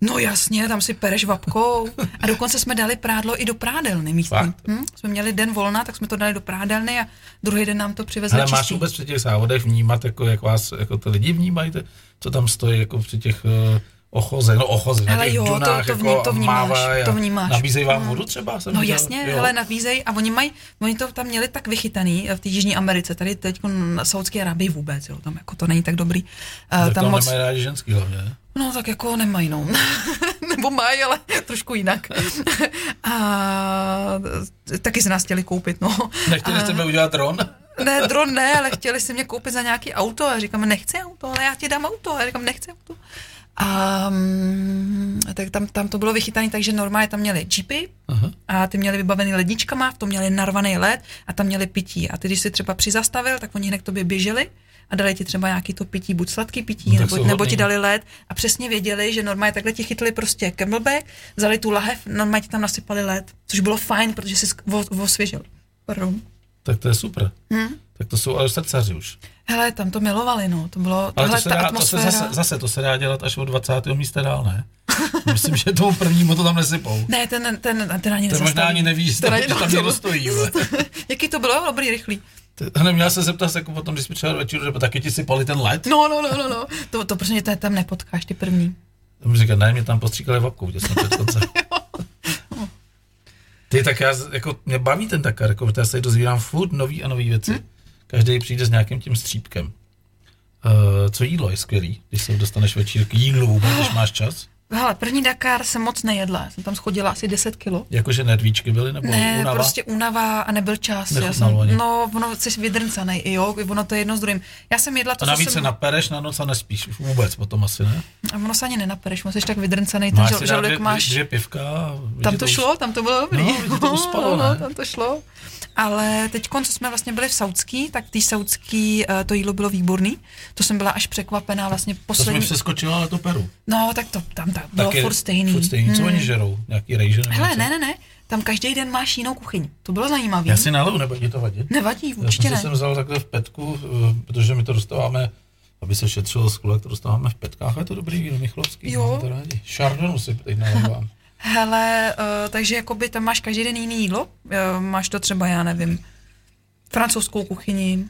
Speaker 3: No jasně, tam si pereš vapkou. A dokonce jsme dali prádlo i do prádelny místní.
Speaker 2: Fakt?
Speaker 3: Hm? Jsme měli den volna, tak jsme to dali do prádelny a druhý den nám to přivezli
Speaker 2: Ale máš
Speaker 3: čistý.
Speaker 2: vůbec při těch závodech vnímat, jako, jak vás jako ty lidi vnímají, te- co tam stojí jako při těch eh, ochoze, no ochoze, na
Speaker 3: Hele,
Speaker 2: těch
Speaker 3: jo, to-
Speaker 2: dunách,
Speaker 3: to vní-
Speaker 2: jako,
Speaker 3: to
Speaker 2: a
Speaker 3: vnímáš,
Speaker 2: mávají a
Speaker 3: to vnímáš.
Speaker 2: Nabízejí vám vodu třeba? Jsem
Speaker 3: No
Speaker 2: viděl,
Speaker 3: jasně,
Speaker 2: jo.
Speaker 3: hele, nabízejí a oni mají, oni to tam měli tak vychytaný eh, v té Jižní Americe, tady teď na Saudské Arabii vůbec, jo, tam jako to není tak dobrý. Uh,
Speaker 2: tak
Speaker 3: tam moc,
Speaker 2: nemají rádi ženský hlavně. ne?
Speaker 3: No tak jako nemají, no. Nebo mají, ale trošku jinak. a e, taky se nás chtěli koupit, no.
Speaker 2: Nechtěli jste mi udělat dron?
Speaker 3: Ne, dron ne, ale chtěli si mě koupit za nějaký auto a říkám, nechci auto, ale já ti dám auto. A já říkám, nechci auto. A mm, tak tam, tam to bylo vychytané, takže normálně tam měli jeepy
Speaker 2: Aha.
Speaker 3: a ty měli vybavený ledničkama, v tom měli narvaný led a tam měli pití. A ty, když si třeba přizastavil, tak oni hned k tobě běželi a dali ti třeba nějaký to pití, buď sladký pití,
Speaker 2: No, tak
Speaker 3: nebo,
Speaker 2: jsou
Speaker 3: nebo ti
Speaker 2: hodný.
Speaker 3: dali led a přesně věděli, že normálně takhle ti chytli prostě camelback, vzali tu lahev, normálně ti tam nasypali led, což bylo fajn, protože jsi sk- o- osvěžil. Pardon.
Speaker 2: Tak to je super.
Speaker 3: Hm?
Speaker 2: Hmm. Tak to jsou ale srdcaři už.
Speaker 3: Hele, tam to milovali, no, to bylo,
Speaker 2: Ale
Speaker 3: tahle
Speaker 2: to se,
Speaker 3: ta
Speaker 2: dá, to se
Speaker 3: atmosféra.
Speaker 2: zase, zase, to se dá dělat až od 20. místa dál, ne? Myslím, že tomu prvnímu to tam nesypou.
Speaker 3: Ne, ten, ten, ten ani
Speaker 2: Ten možná
Speaker 3: nezastaví.
Speaker 2: ani neví, že
Speaker 3: Ten
Speaker 2: tam,
Speaker 3: ani-
Speaker 2: že tam někdo stojí. vole.
Speaker 3: Jaký to bylo? Dobrý, rychlý.
Speaker 2: Ty- Hele, měl se zeptat, jako potom, když jsme přijeli večeru, nebo taky ti sypali ten led?
Speaker 3: No, no, no, no, no. To, to prostě to je tam nepotkáš, ty první.
Speaker 2: A mi říká, ne, mě tam postříkali vapkou, těsně před koncem. Ty, tak já, z- jako, mě baví ten Dakar, jako, protože já se dozvírám furt nový a nový věci.
Speaker 3: Hm?
Speaker 2: Každý přijde s nějakým tím střípkem. Uh, co jídlo je skvělý, když se dostaneš večer k jídlu, když máš čas?
Speaker 3: Hele, první Dakar jsem moc nejedla, jsem tam schodila asi 10 kilo.
Speaker 2: Jakože nedvíčky byly, nebo
Speaker 3: Ne,
Speaker 2: unava?
Speaker 3: prostě únava a nebyl čas. Já
Speaker 2: Nechutnalo ani.
Speaker 3: jsem, no, ono jsi vydrncanej, i jo, ono to je jedno s druhým. Já jsem jedla to,
Speaker 2: A
Speaker 3: co
Speaker 2: navíc se
Speaker 3: jsem...
Speaker 2: napereš na noc a nespíš už vůbec potom asi, ne?
Speaker 3: A ono se ani nenapereš, ono jsi tak vydrncanej, ten
Speaker 2: Máš si
Speaker 3: žal,
Speaker 2: dát
Speaker 3: žaludek
Speaker 2: dvě,
Speaker 3: máš...
Speaker 2: dvě pivka. a
Speaker 3: Tam
Speaker 2: že
Speaker 3: to
Speaker 2: už-
Speaker 3: šlo, tam to bylo dobrý.
Speaker 2: No, že to uspalo,
Speaker 3: no,
Speaker 2: ne?
Speaker 3: tam to šlo. Ale teď, co jsme vlastně byli v Saudský, tak tý Saudský, eh, to jídlo bylo výborný. To jsem byla až překvapená vlastně
Speaker 2: To jsme
Speaker 3: poslední.
Speaker 2: přeskočila na to Peru.
Speaker 3: No, tak to tam tak bylo
Speaker 2: Taky
Speaker 3: furt stejný. Hmm.
Speaker 2: Furt stejný. Co oni žerou? Nějaký rejže? nebo
Speaker 3: Hele,
Speaker 2: něco?
Speaker 3: ne, ne, ne, tam každý den máš jinou kuchyni. To bylo zajímavé.
Speaker 2: Já si nalevu, nebo ti to vadit?
Speaker 3: Nevadí,
Speaker 2: Já
Speaker 3: určitě
Speaker 2: jsem si
Speaker 3: ne.
Speaker 2: sem vzal takhle v petku, eh, protože my to dostáváme, aby se šetřilo z kulek, to dostáváme v petkách, a je to dobrý víno, Michlovský,
Speaker 3: Jo.
Speaker 2: mám to rádi. Chardonu si teď nalevám.
Speaker 3: Hele, uh, takže jakoby tam máš každý den jiný jídlo. Uh, máš to třeba, já nevím, francouzskou kuchyni.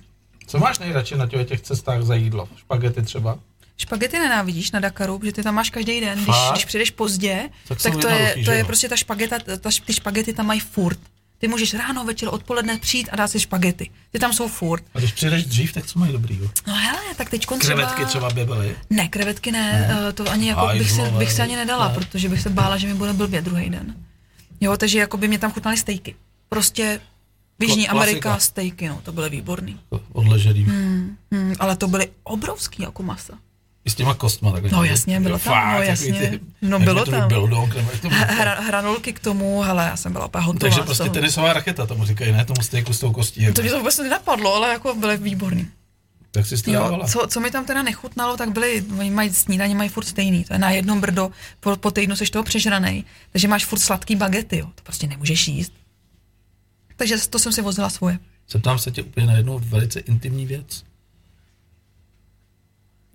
Speaker 2: Co máš nejradši na těch, těch cestách za jídlo? Špagety třeba?
Speaker 3: Špagety nenávidíš na Dakaru, protože ty tam máš každý den, když,
Speaker 2: Fakt?
Speaker 3: když přijdeš pozdě,
Speaker 2: Tak
Speaker 3: tak,
Speaker 2: jsou
Speaker 3: tak to, je,
Speaker 2: jednoduchý,
Speaker 3: to
Speaker 2: že
Speaker 3: je
Speaker 2: jo?
Speaker 3: prostě ta špageta, ta, ty špagety tam mají furt. Ty můžeš ráno, večer, odpoledne přijít a dát si špagety. Ty tam jsou furt.
Speaker 2: A když přijdeš dřív, tak co mají dobrýho?
Speaker 3: No hele, tak teď třeba...
Speaker 2: Krevetky třeba běbely. jako
Speaker 3: Ne, krevetky ne, eh, to ani jako
Speaker 2: Aj,
Speaker 3: bych, si,
Speaker 2: vole.
Speaker 3: bych si ani nedala, protože bych se bála, že mi bude blbě druhý den. Jo, takže jako by mě tam chutnaly stejky. Prostě v Jižní
Speaker 2: Kla- klasika.
Speaker 3: Amerika stejky, no, to byly výborný.
Speaker 2: Odležený. Hmm.
Speaker 3: Hmm, ale to byly obrovský jako masa.
Speaker 2: I s těma kostma. Takhle jako
Speaker 3: No jasně, bylo tam, no jasně. No bylo tam.
Speaker 2: Bildong, nebo jak to bylo.
Speaker 3: Hra, hranolky k tomu, hele, já jsem byla úplně hotová.
Speaker 2: Takže
Speaker 3: z
Speaker 2: prostě
Speaker 3: toho.
Speaker 2: tenisová raketa tomu říkají, ne? Tomu stejku s tou kostí. Jako.
Speaker 3: No, To mě to vůbec nenapadlo, ale jako byly výborný.
Speaker 2: Tak si to
Speaker 3: Jo,
Speaker 2: dávala.
Speaker 3: co, co mi tam teda nechutnalo, tak byly, oni mají snídaně, mají furt stejný, to je na jednom brdo, po, po týdnu seš toho přežranej, takže máš furt sladký bagety, jo, to prostě nemůžeš jíst. Takže to jsem si vozila svoje.
Speaker 2: Zeptám se tě úplně na jednu velice intimní věc.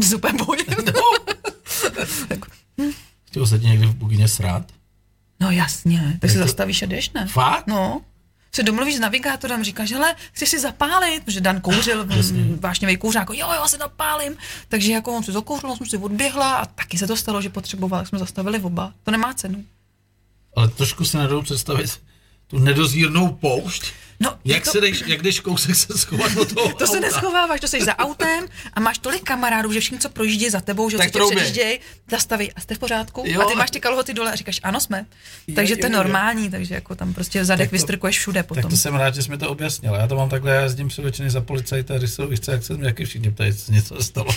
Speaker 3: Super bojím. No.
Speaker 2: Chtěl se ti někdy v Bugině srát?
Speaker 3: no jasně, tak se
Speaker 2: Jak to-
Speaker 3: zastavíš a jdeš, ne?
Speaker 2: Jako- Fakt?
Speaker 3: No. Se domluvíš s navigátorem, říkáš, hele, chceš si zapálit, protože Dan kouřil, mm, vášnivý kouřák, jako, jo, jo, já se zapálím. Takže jako on si zakouřil, já jsem si odběhla a taky se to stalo, že potřeboval, tak jsme zastavili oba. To nemá cenu.
Speaker 2: Ale trošku si nedou představit tu nedozírnou poušť.
Speaker 3: No,
Speaker 2: Jak
Speaker 3: to,
Speaker 2: se jdeš, jak jdeš kousek se schovat do toho
Speaker 3: to se
Speaker 2: auta?
Speaker 3: neschováváš, to jsi za autem a máš tolik kamarádů, že všichni, co projíždějí za tebou, že
Speaker 2: Tak
Speaker 3: tak tě
Speaker 2: troubej.
Speaker 3: předjíždějí, zastaví a jste v pořádku.
Speaker 2: Jo.
Speaker 3: Jo. A ty máš ty kalhoty dole a říkáš, ano, jsme.
Speaker 2: Jo,
Speaker 3: Takže
Speaker 2: jo,
Speaker 3: to je
Speaker 2: jo.
Speaker 3: normální, takže jako tam prostě zadek
Speaker 2: to-
Speaker 3: vystrkuješ všude potom.
Speaker 2: Tak to jsem rád, že jsme to objasnili. Já to mám takhle, já jezdím přelečený za policajta, když jsou více, jak se mě jaký všichni ptají, co se něco stalo.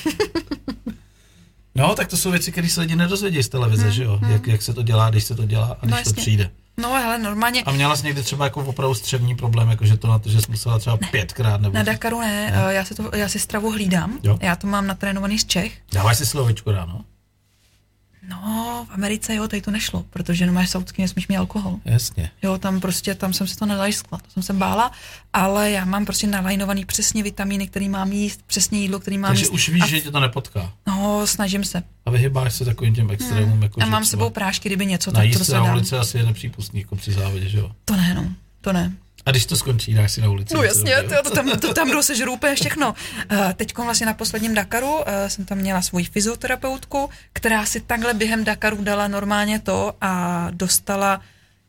Speaker 2: No, tak to jsou věci, které se lidi nedozvědí z
Speaker 3: Mhm,
Speaker 2: televize, že jo? Jak, jak, se to dělá, když se to dělá a když to
Speaker 3: jasně.
Speaker 2: přijde.
Speaker 3: No hele, normálně
Speaker 2: A měla jsi někdy třeba jako opravdu střevní problém, jako že to na to, že jsi musela třeba pětkrát nebo...
Speaker 3: na Dakaru ne, eh, já si, to, já si stravu hlídám,
Speaker 2: Jo.
Speaker 3: jo. já to mám natrénovaný z Čech.
Speaker 2: Dáváš si slovičku ráno?
Speaker 3: No, v Americe jo, tady to nešlo, protože nemáš saudský, nesmíš mít alkohol.
Speaker 2: Jasně.
Speaker 3: Jo, tam prostě, tam jsem se to nelajskla, to jsem se bála, ale já mám prostě nalajnovaný přesně vitamíny, který mám jíst, přesně jídlo, který mám
Speaker 2: Takže
Speaker 3: jíst.
Speaker 2: už víš,
Speaker 3: a,
Speaker 2: že tě to nepotká.
Speaker 3: No, snažím se.
Speaker 2: A vyhybáš se takovým těm extrémům, jako
Speaker 3: a
Speaker 2: že
Speaker 3: Hmm. mám s
Speaker 2: třeba
Speaker 3: sebou prášky, kdyby něco, tak to
Speaker 2: Najíst se
Speaker 3: se
Speaker 2: na
Speaker 3: dá.
Speaker 2: ulici asi je nepřípustný, jako při závodě, že jo?
Speaker 3: To ne, no, to ne.
Speaker 2: A když to skončí, dáš si na ulici.
Speaker 3: No
Speaker 2: něco
Speaker 3: jasně,
Speaker 2: dobrého.
Speaker 3: to, to tam, to tam jdou sežeru úplně všechno. Teď vlastně na posledním Dakaru uh, jsem tam měla svoji fyzioterapeutku, která si takhle během Dakaru dala normálně to a dostala,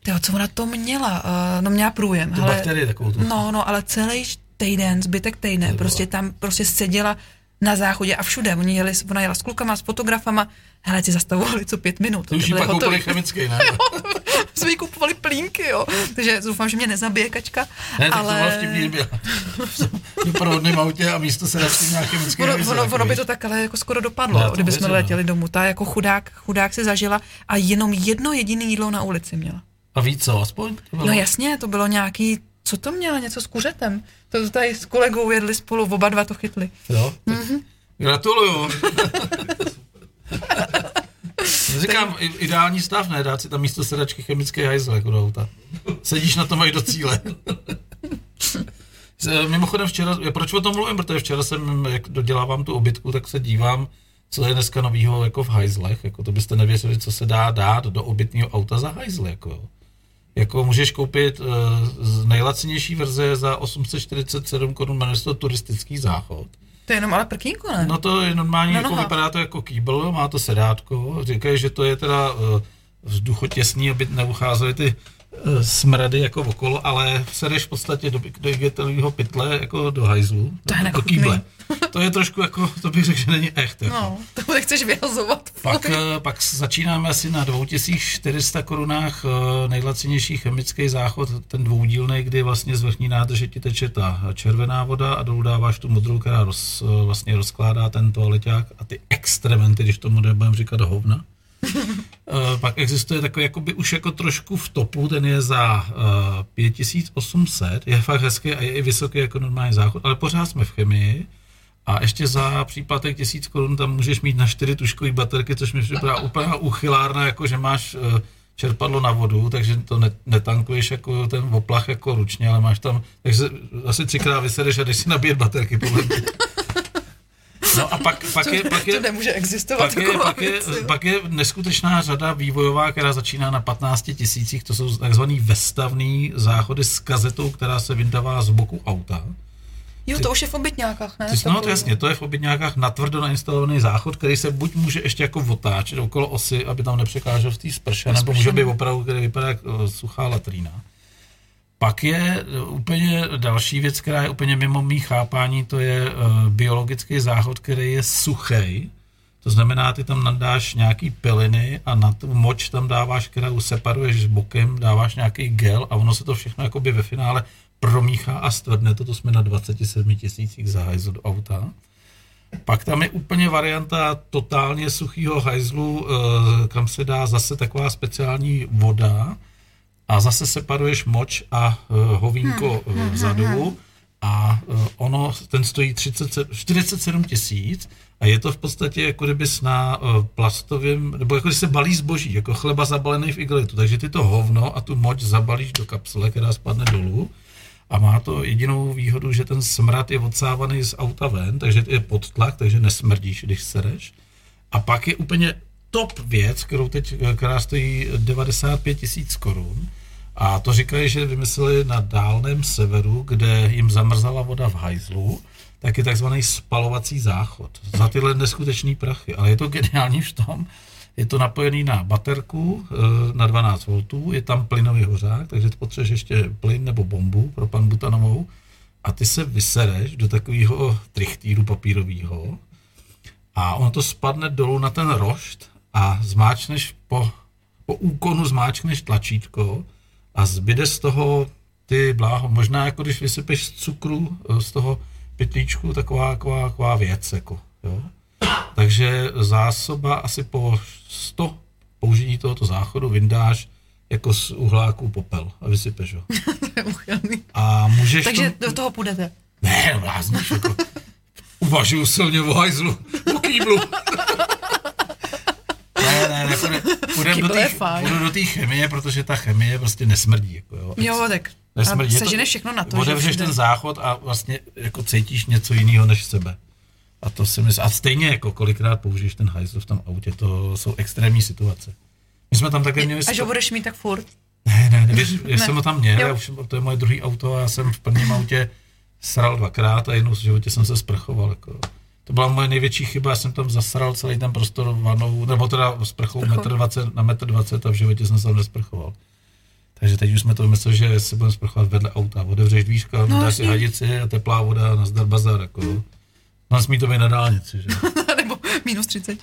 Speaker 3: tyjo, co ona to měla, uh, no měla průjem.
Speaker 2: Tu
Speaker 3: hele.
Speaker 2: bakterii takovou tu.
Speaker 3: No, no, ale celý týden, zbytek týdne,
Speaker 2: To
Speaker 3: prostě
Speaker 2: bylo.
Speaker 3: tam prostě seděla na záchodě a všude. Oni jeli, ona jela s klukama, s fotografama, hele, ti zastavovali co pět minut.
Speaker 2: Ty už
Speaker 3: Ty
Speaker 2: ji
Speaker 3: byli
Speaker 2: pak koupili
Speaker 3: hotoví.
Speaker 2: chemický, ne?
Speaker 3: jsme jí kupovali plínky, jo. Takže doufám, že mě nezabije kačka.
Speaker 2: Ne, tak to
Speaker 3: ale...
Speaker 2: vlastně mě byla. V doprovodném autě a místo se dát nějak chemický.
Speaker 3: Ono,
Speaker 2: revize,
Speaker 3: ono,
Speaker 2: jako
Speaker 3: ono by
Speaker 2: víš.
Speaker 3: to tak ale jako skoro
Speaker 2: Já
Speaker 3: dopadlo,
Speaker 2: to
Speaker 3: kdyby
Speaker 2: věřím,
Speaker 3: jsme
Speaker 2: no.
Speaker 3: letěli domů. Ta jako chudák, chudák si zažila a jenom jedno jediné jídlo na ulici měla.
Speaker 2: A víc co, aspoň? To bylo-
Speaker 3: No jasně, to bylo nějaký, co to měla, něco s kuřetem. To tady s kolegou jedli spolu, oba dva to chytli.
Speaker 2: Jo? tak Gratuluju. Říkám, i- ideální stav, ne? Dát si tam místo sedačky chemické hajzl jako do auta. Sedíš na tom až do cíle. Z- Mimochodem včera, proč o tom mluvím, protože včera jsem, jak dodělávám tu obytku, tak se dívám, co je dneska novýho jako v hajzlech, jako to byste nevěřili, co se dá dát do obytního auta za hajzl, jako jo. Jako můžeš koupit eh, z nejlacinější verze za 847 korun, jmenuje se to turistický záchod.
Speaker 3: To je jenom ale prkínko, ne?
Speaker 2: No to je normální,
Speaker 3: Na
Speaker 2: jako
Speaker 3: nohách.
Speaker 2: vypadá to jako kýbl, má to sedátko, říkají, že to je teda eh, vzduchotěsný, aby neucházely ty eh, smrady jako okolo, ale sedeš v podstatě do, do igetelního pytle, jako do hajzlu,
Speaker 3: To
Speaker 2: do,
Speaker 3: je
Speaker 2: do
Speaker 3: nechutný.
Speaker 2: kýble. To je trošku jako, to bych řekl, že není echt. Jako.
Speaker 3: No, to nechceš vyhazovat.
Speaker 2: Pak, eh, pak začínáme asi na 2400 korunách eh, nejlacinější chemický záchod, ten dvoudílný, kdy vlastně z vrchní nádrže ti teče ta červená voda a dolů dáváš tu modrou, která roz, eh, vlastně rozkládá ten toaleťák a ty extrementy, když tomu nebudeme říkat hovna. Eh, pak existuje takový, jakoby už jako trošku v topu, ten je za eh, 5800, je fakt hezký a je i vysoký jako normální záchod, ale pořád jsme v chemii. A ještě za příplatek tisíc korun tam můžeš mít na čtyři tuškové baterky, což mi připadá úplná uchylárna, jako že máš eh, čerpadlo na vodu, takže to ne- netankuješ jako ten oplach jako ručně, ale máš tam, takže asi třikrát vysedeš a jdeš si nabíjet baterky, podle mě. No a pak, pak, je, pak je,
Speaker 3: To nemůže existovat. jako
Speaker 2: pak je,
Speaker 3: taková
Speaker 2: pak, je,
Speaker 3: věc, jo.
Speaker 2: pak je neskutečná řada vývojová, která začíná na 15 tisících, to jsou takzvaný vestavný záchody s kazetou, která se vyndává z boku auta.
Speaker 3: Jo, to už je v obytňákách, ne?
Speaker 2: Ty, jsi- no to
Speaker 3: bylo.
Speaker 2: jasně, to je v obydňákách natvrdo nainstalovaný záchod, který se buď může ještě jako otáčet okolo osy, aby tam nepřekážel v té sprše, nebo může být opravdu, který vypadá jak eh, suchá latrína. Pak je eh, úplně další věc, která je úplně mimo mý chápání, to je eh, biologický záchod, který je suchý. To znamená, ty tam nadáš nějaký piliny a na tu moč tam dáváš, kterou separuješ s bokem, dáváš nějaký gel a ono se to všechno jakoby ve finále promíchá a stvrdne. Toto jsme na 27 tisících za hajzl do auta. Pak tam je úplně varianta totálně suchého hajzlu, eh, kam se dá zase taková speciální voda a zase separuješ moč a eh, hovínko eh, vzadu a eh, ono, ten stojí 37, 47 tisíc a je to v podstatě jako kdyby na eh, plastovém, nebo jako když se balí zboží, jako chleba zabalený v igelitu, takže ty to hovno a tu moč zabalíš do kapsle, která spadne dolů a má to jedinou výhodu, že ten smrad je odsávaný z auta ven, takže je pod tlak, takže nesmrdíš, když sereš. A pak je úplně top věc, kterou teď, která stojí 95 tisíc korun. A to říkají, že vymysleli na dálném severu, kde jim zamrzala voda v hajzlu, tak je takzvaný spalovací záchod. Za tyhle neskutečný prachy. Ale je to geniální v tom, Je to napojený na baterku eh, na 12 V, je tam plynový hořák, takže ty potřebuješ ještě plyn nebo bombu pro pan butanovou a ty se vysereš do takového trichtýru papírového a ono to spadne dolů na ten rošt a zmáčkneš po, po úkonu zmáčkneš tlačítko a zbyde z toho ty bláho, možná jako když vysypeš z cukru eh, z toho pytlíčku taková, taková, taková věc, jako, jo. Takže zásoba asi po 100 použití tohoto záchodu vyndáš jako z uhláku popel a vysypeš ho.
Speaker 3: To je uchylný.
Speaker 2: A můžeš
Speaker 3: Takže
Speaker 2: to...
Speaker 3: do toho půjdete.
Speaker 2: Ne, no blázníš, jako... Uvažuju silně o hajzlu, o kýblu. ne, ne, ne, půjde, půjdem do
Speaker 3: Kýbl je
Speaker 2: tý-
Speaker 3: fajn.
Speaker 2: půjdu do té chemie, protože ta chemie prostě nesmrdí, jako jo.
Speaker 3: Jo, tak.
Speaker 2: Nesmrdí.
Speaker 3: A
Speaker 2: Je to-
Speaker 3: seženeš všechno na to, že
Speaker 2: Otevřeš
Speaker 3: všude-
Speaker 2: ten záchod a vlastně jako cítíš něco jiného než sebe. A to si myslím, a stejně jako kolikrát použiješ ten hajzl v tom autě, to jsou extrémní situace. My jsme tam takhle měli...
Speaker 3: A že
Speaker 2: sto-
Speaker 3: ho budeš mít tak furt.
Speaker 2: Ne, ne, ne, víš, já
Speaker 3: Ne.
Speaker 2: jsem ho tam měl,
Speaker 3: Jo.
Speaker 2: já už, to je moje druhý auto a já jsem v prvním autě sral dvakrát a jednou v životě jsem se sprchoval. Jako. To byla moje největší chyba, já jsem tam zasral celý ten prostor vanou, nebo teda sprchou metr 20 na metr 20 a v životě jsem se tam nesprchoval. Takže teď už jsme to vymysleli, že se budeme sprchovat vedle auta. Otevřeš dvířka, no, dáš si
Speaker 3: jasný.
Speaker 2: hadici a teplá voda, nazdar bazar. Jako. No, smí to být na dálnici, že?
Speaker 3: Nebo minus 30.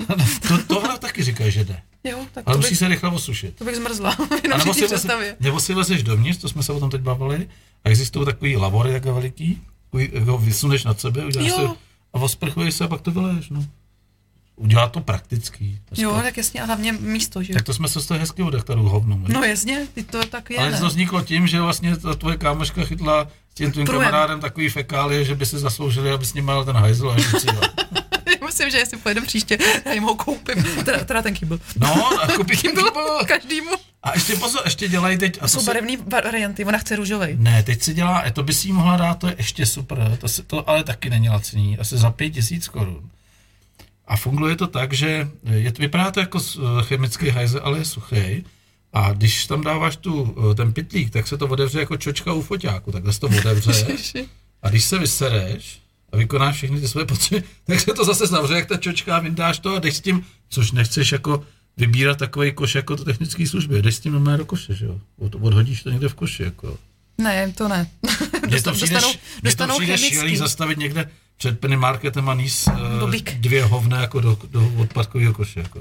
Speaker 2: To, tohle taky říkají, že jde.
Speaker 3: Jo, tak
Speaker 2: Ale
Speaker 3: to
Speaker 2: musí
Speaker 3: bych,
Speaker 2: se rychle osušit.
Speaker 3: to bych zmrzla. Jenom
Speaker 2: A
Speaker 3: při
Speaker 2: nebo
Speaker 3: té
Speaker 2: si, vleze,
Speaker 3: představě.
Speaker 2: nebo si lezeš dovnitř, to jsme se o tom teď bavili, a existují takový lavory takhle veliký, takový, jako vysuneš nad sebe, uděláš
Speaker 3: Jo.
Speaker 2: to a osprchuješ se a pak to vyleješ, no. Udělá to praktický. Hezko.
Speaker 3: Jo, tak jasně, a hlavně místo, že jo.
Speaker 2: Tak to jsme se z toho hezky odechtarů hovnou.
Speaker 3: No jasně, ty to tak je.
Speaker 2: Ale
Speaker 3: ne?
Speaker 2: to vzniklo tím, že vlastně ta tvoje kámoška chytla s tím tvým
Speaker 3: Pruhem.
Speaker 2: kamarádem takový fekálie, že by si zasloužili, aby s ním měl ten hajzl a žicíla.
Speaker 3: Já myslím, že jestli pojedu příště, já jim ho koupím. Teda, teda ten kýbl.
Speaker 2: No, a kupit jim
Speaker 3: Kýbl každému.
Speaker 2: A ještě pozor, ještě dělají teď. A to
Speaker 3: Jsou
Speaker 2: se-
Speaker 3: barevný varianty, ona chce růžovej.
Speaker 2: Ne, teď si dělá, to by si jí mohla dát, to je ještě super, to, se, to ale taky není lacný, asi za pět tisíc korun. A funguje to tak, že je, vypadá to jako s- chemický hajze, ale je suchý. A když tam dáváš tu, eh, ten pitlík, tak se to otevře jako čočka u foťáku, takhle se to otevře. A když se vysereš a vykonáš všechny ty své potřeby, tak se to zase zavře, jak ta čočka, a vyndáš to a jdeš s tím, což nechceš jako vybírat takový koš jako to technické služby, jdeš s tím normálně do koše, že jo? Od, odhodíš to někde v koši, jako. jo.
Speaker 3: Ne, to ne.
Speaker 2: Mně to
Speaker 3: Dostan-
Speaker 2: přijde,
Speaker 3: dostanou-
Speaker 2: š- mně
Speaker 3: dostanou
Speaker 2: to přijde
Speaker 3: chemický.
Speaker 2: šílený zastavit někde před penny marketem a níst uh,
Speaker 3: Bobík.
Speaker 2: dvě hovna jako do, do odpadkového koše. Jako.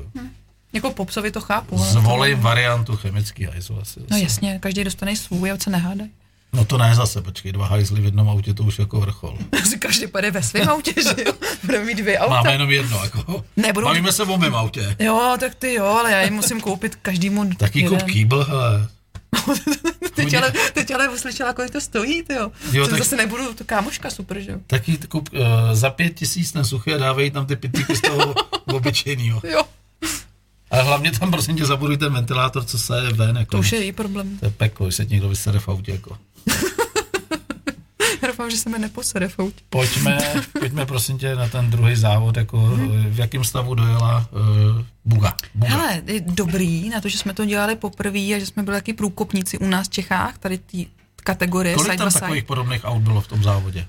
Speaker 3: Jako popsovi to chápu. ale to-
Speaker 2: Zvolím variantu chemický hajzl asi.
Speaker 3: No jasně, každý dostane svůj, ať se nehádej.
Speaker 2: no to ne zase, počkej, dva hajzly v jednom autě, to už jako vrchol.
Speaker 3: Každý pojede ve svém autě, že jo? Budeme mít dvě auta.
Speaker 2: Máme jenom jedno, jako.
Speaker 3: No Nebudou-
Speaker 2: Bavíme se o mém autě.
Speaker 3: Jo, tak ty jo, ale já jim musím koupit každému
Speaker 2: Taký
Speaker 3: jeden.
Speaker 2: kup kýbl, hele.
Speaker 3: Teď
Speaker 2: Oni-
Speaker 3: ale, teď ale uslyšela, kolik to stojí, ty jo.
Speaker 2: Jo,
Speaker 3: jo to
Speaker 2: tak-
Speaker 3: zase nebudu, to kámoška, super, že jo.
Speaker 2: Taký kup uh, za pět tisíc ten suchý a dávají tam ty pitlíky z toho obyčejného.
Speaker 3: Jo,
Speaker 2: Ale hlavně tam prosím tě zabuduj ten ventilátor, co se je ven. Jako.
Speaker 3: to už je její problém.
Speaker 2: to je peklo, když se ti někdo vysere v autě. Jako.
Speaker 3: Já doufám, že se mi neposere fout.
Speaker 2: Pojďme, pojďme prosím tě na ten druhý závod, jako eh, v jakém stavu dojela uh, Buga. Buga.
Speaker 3: Mhm. Hele, je dobrý na to, že jsme to dělali poprvé a že jsme byli taky průkopníci u nás v Čechách, tady ty kategorie
Speaker 2: Kolik
Speaker 3: side
Speaker 2: tam
Speaker 3: by side.
Speaker 2: takových podobných aut bylo v tom závodě?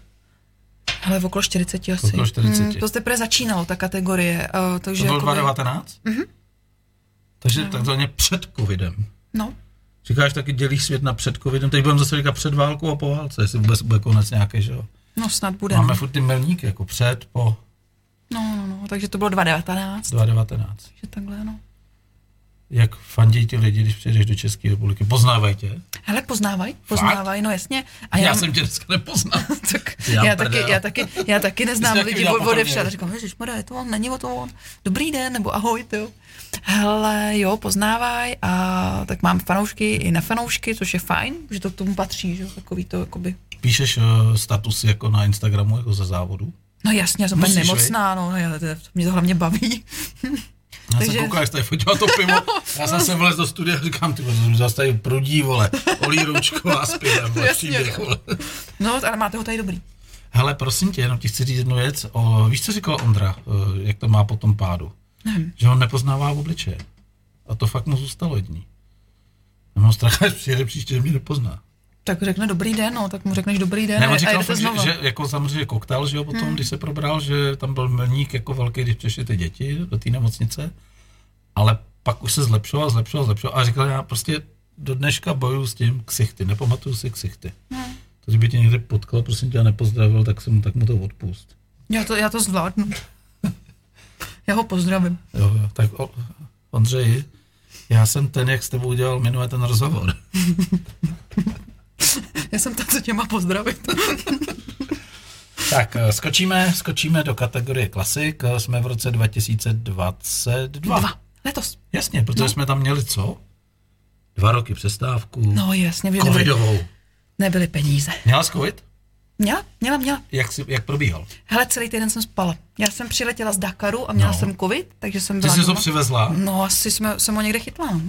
Speaker 3: Hele, v okolo 40 asi. Hmm,
Speaker 2: Okolo 40.
Speaker 3: to teprve začínalo, ta kategorie. Uh, takže
Speaker 2: To bylo
Speaker 3: jakoby-
Speaker 2: 2019?
Speaker 3: Mhm.
Speaker 2: Mm-hmm. Takže takzvaně před covidem.
Speaker 3: No,
Speaker 2: Říkáš taky dělíš svět na před covidem, teď budeme zase říkat před válkou a po válce, jestli vůbec bude konec nějaký, že jo?
Speaker 3: no snad bude.
Speaker 2: Máme
Speaker 3: no.
Speaker 2: furt ty milníky, jako před, po
Speaker 3: No, no, no, takže to bylo 2019,
Speaker 2: 2019.
Speaker 3: že takhle, no.
Speaker 2: Jak fandí ti lidi, když přijdeš do České republiky? Poznávají tě?
Speaker 3: Hele, poznávaj, poznávaj, no jasně. A
Speaker 2: Já, já jsem tě dneska nepoznal.
Speaker 3: tak
Speaker 2: Já
Speaker 3: já,
Speaker 2: prdel.
Speaker 3: taky, já, taky, já taky neznám
Speaker 2: Jsi taky
Speaker 3: lidi
Speaker 2: viděla
Speaker 3: od
Speaker 2: poprvé,
Speaker 3: odevšel.
Speaker 2: jo?
Speaker 3: Říkám, ježiš, je to on, není o to on. Dobrý den, nebo ahoj, ty jo. Hele, jo, poznávaj a tak mám fanoušky i na fanoušky, což je fajn, že to k tomu patří, že jo, takový to, jakoby.
Speaker 2: Píšeš uh, statusy jako na Instagramu, jako ze závodu?
Speaker 3: No jasně, já jsem úplně
Speaker 2: Musíš,
Speaker 3: nemocná, no, já, to, mě to hlavně baví.
Speaker 2: Já Takže...
Speaker 3: Takže-
Speaker 2: jsem koukal, jak jsi tady fotila to pivo, já jsem se vlez do studia a říkám, ty vole, to zase tady prudí, vole, olí roučková s pivem, vole,
Speaker 3: Jasně.
Speaker 2: příběh, vole.
Speaker 3: No, ale máte ho tady dobrý.
Speaker 2: Hele, prosím tě, jenom ti chci říct jednu věc. O, víš, co říkal Ondra, eh, jak to má po tom pádu?
Speaker 3: Nevím.
Speaker 2: Že on nepoznává obličeje. A to fakt mu zůstalo jední. Já mám strach, až přijede příště, že mě nepozná.
Speaker 3: Tak řekne dobrý den, no, tak mu řekneš dobrý den
Speaker 2: Ne, on
Speaker 3: a, a
Speaker 2: říkal,
Speaker 3: jdete
Speaker 2: fakt, že,
Speaker 3: znovu.
Speaker 2: že, jako samozřejmě koktel, že jo, potom, hmm. když se probral, že tam byl milník jako velký, když přišli ty děti do té nemocnice, ale pak už se zlepšoval, zlepšoval, zlepšoval a říkal, já prostě do dneška bojuju s tím ksichty, nepamatuju si ksichty. Hmm. To, kdyby tě někde potkal, prosím tě, a nepozdravil, tak, jsem, tak mu to odpust.
Speaker 3: Já to, já to zvládnu. já ho pozdravím.
Speaker 2: Jo, jo, tak o, Ondřej, já jsem ten, jak s tebou udělal minulé ten rozhovor.
Speaker 3: Já jsem ta, co tě má pozdravit.
Speaker 2: tak, eh, skočíme, skočíme do kategorie klasik, eh, jsme v roce 2022.
Speaker 3: Dva. Letos.
Speaker 2: Jasně, protože no. jsme tam měli co? Dva roky přestávku,
Speaker 3: No jasně, že nebyly,
Speaker 2: covidovou.
Speaker 3: nebyly peníze.
Speaker 2: Měla jsi covid?
Speaker 3: Měla, měla, měla.
Speaker 2: Jak, jsi, jak probíhal?
Speaker 3: Hele, celý týden jsem spala. Já jsem přiletěla z Dakaru a měla
Speaker 2: No.
Speaker 3: no. jsem covid, takže jsem
Speaker 2: Ty
Speaker 3: byla
Speaker 2: jsi to
Speaker 3: doma.
Speaker 2: přivezla,
Speaker 3: No, asi jsme, jsem ho někde chytla. no.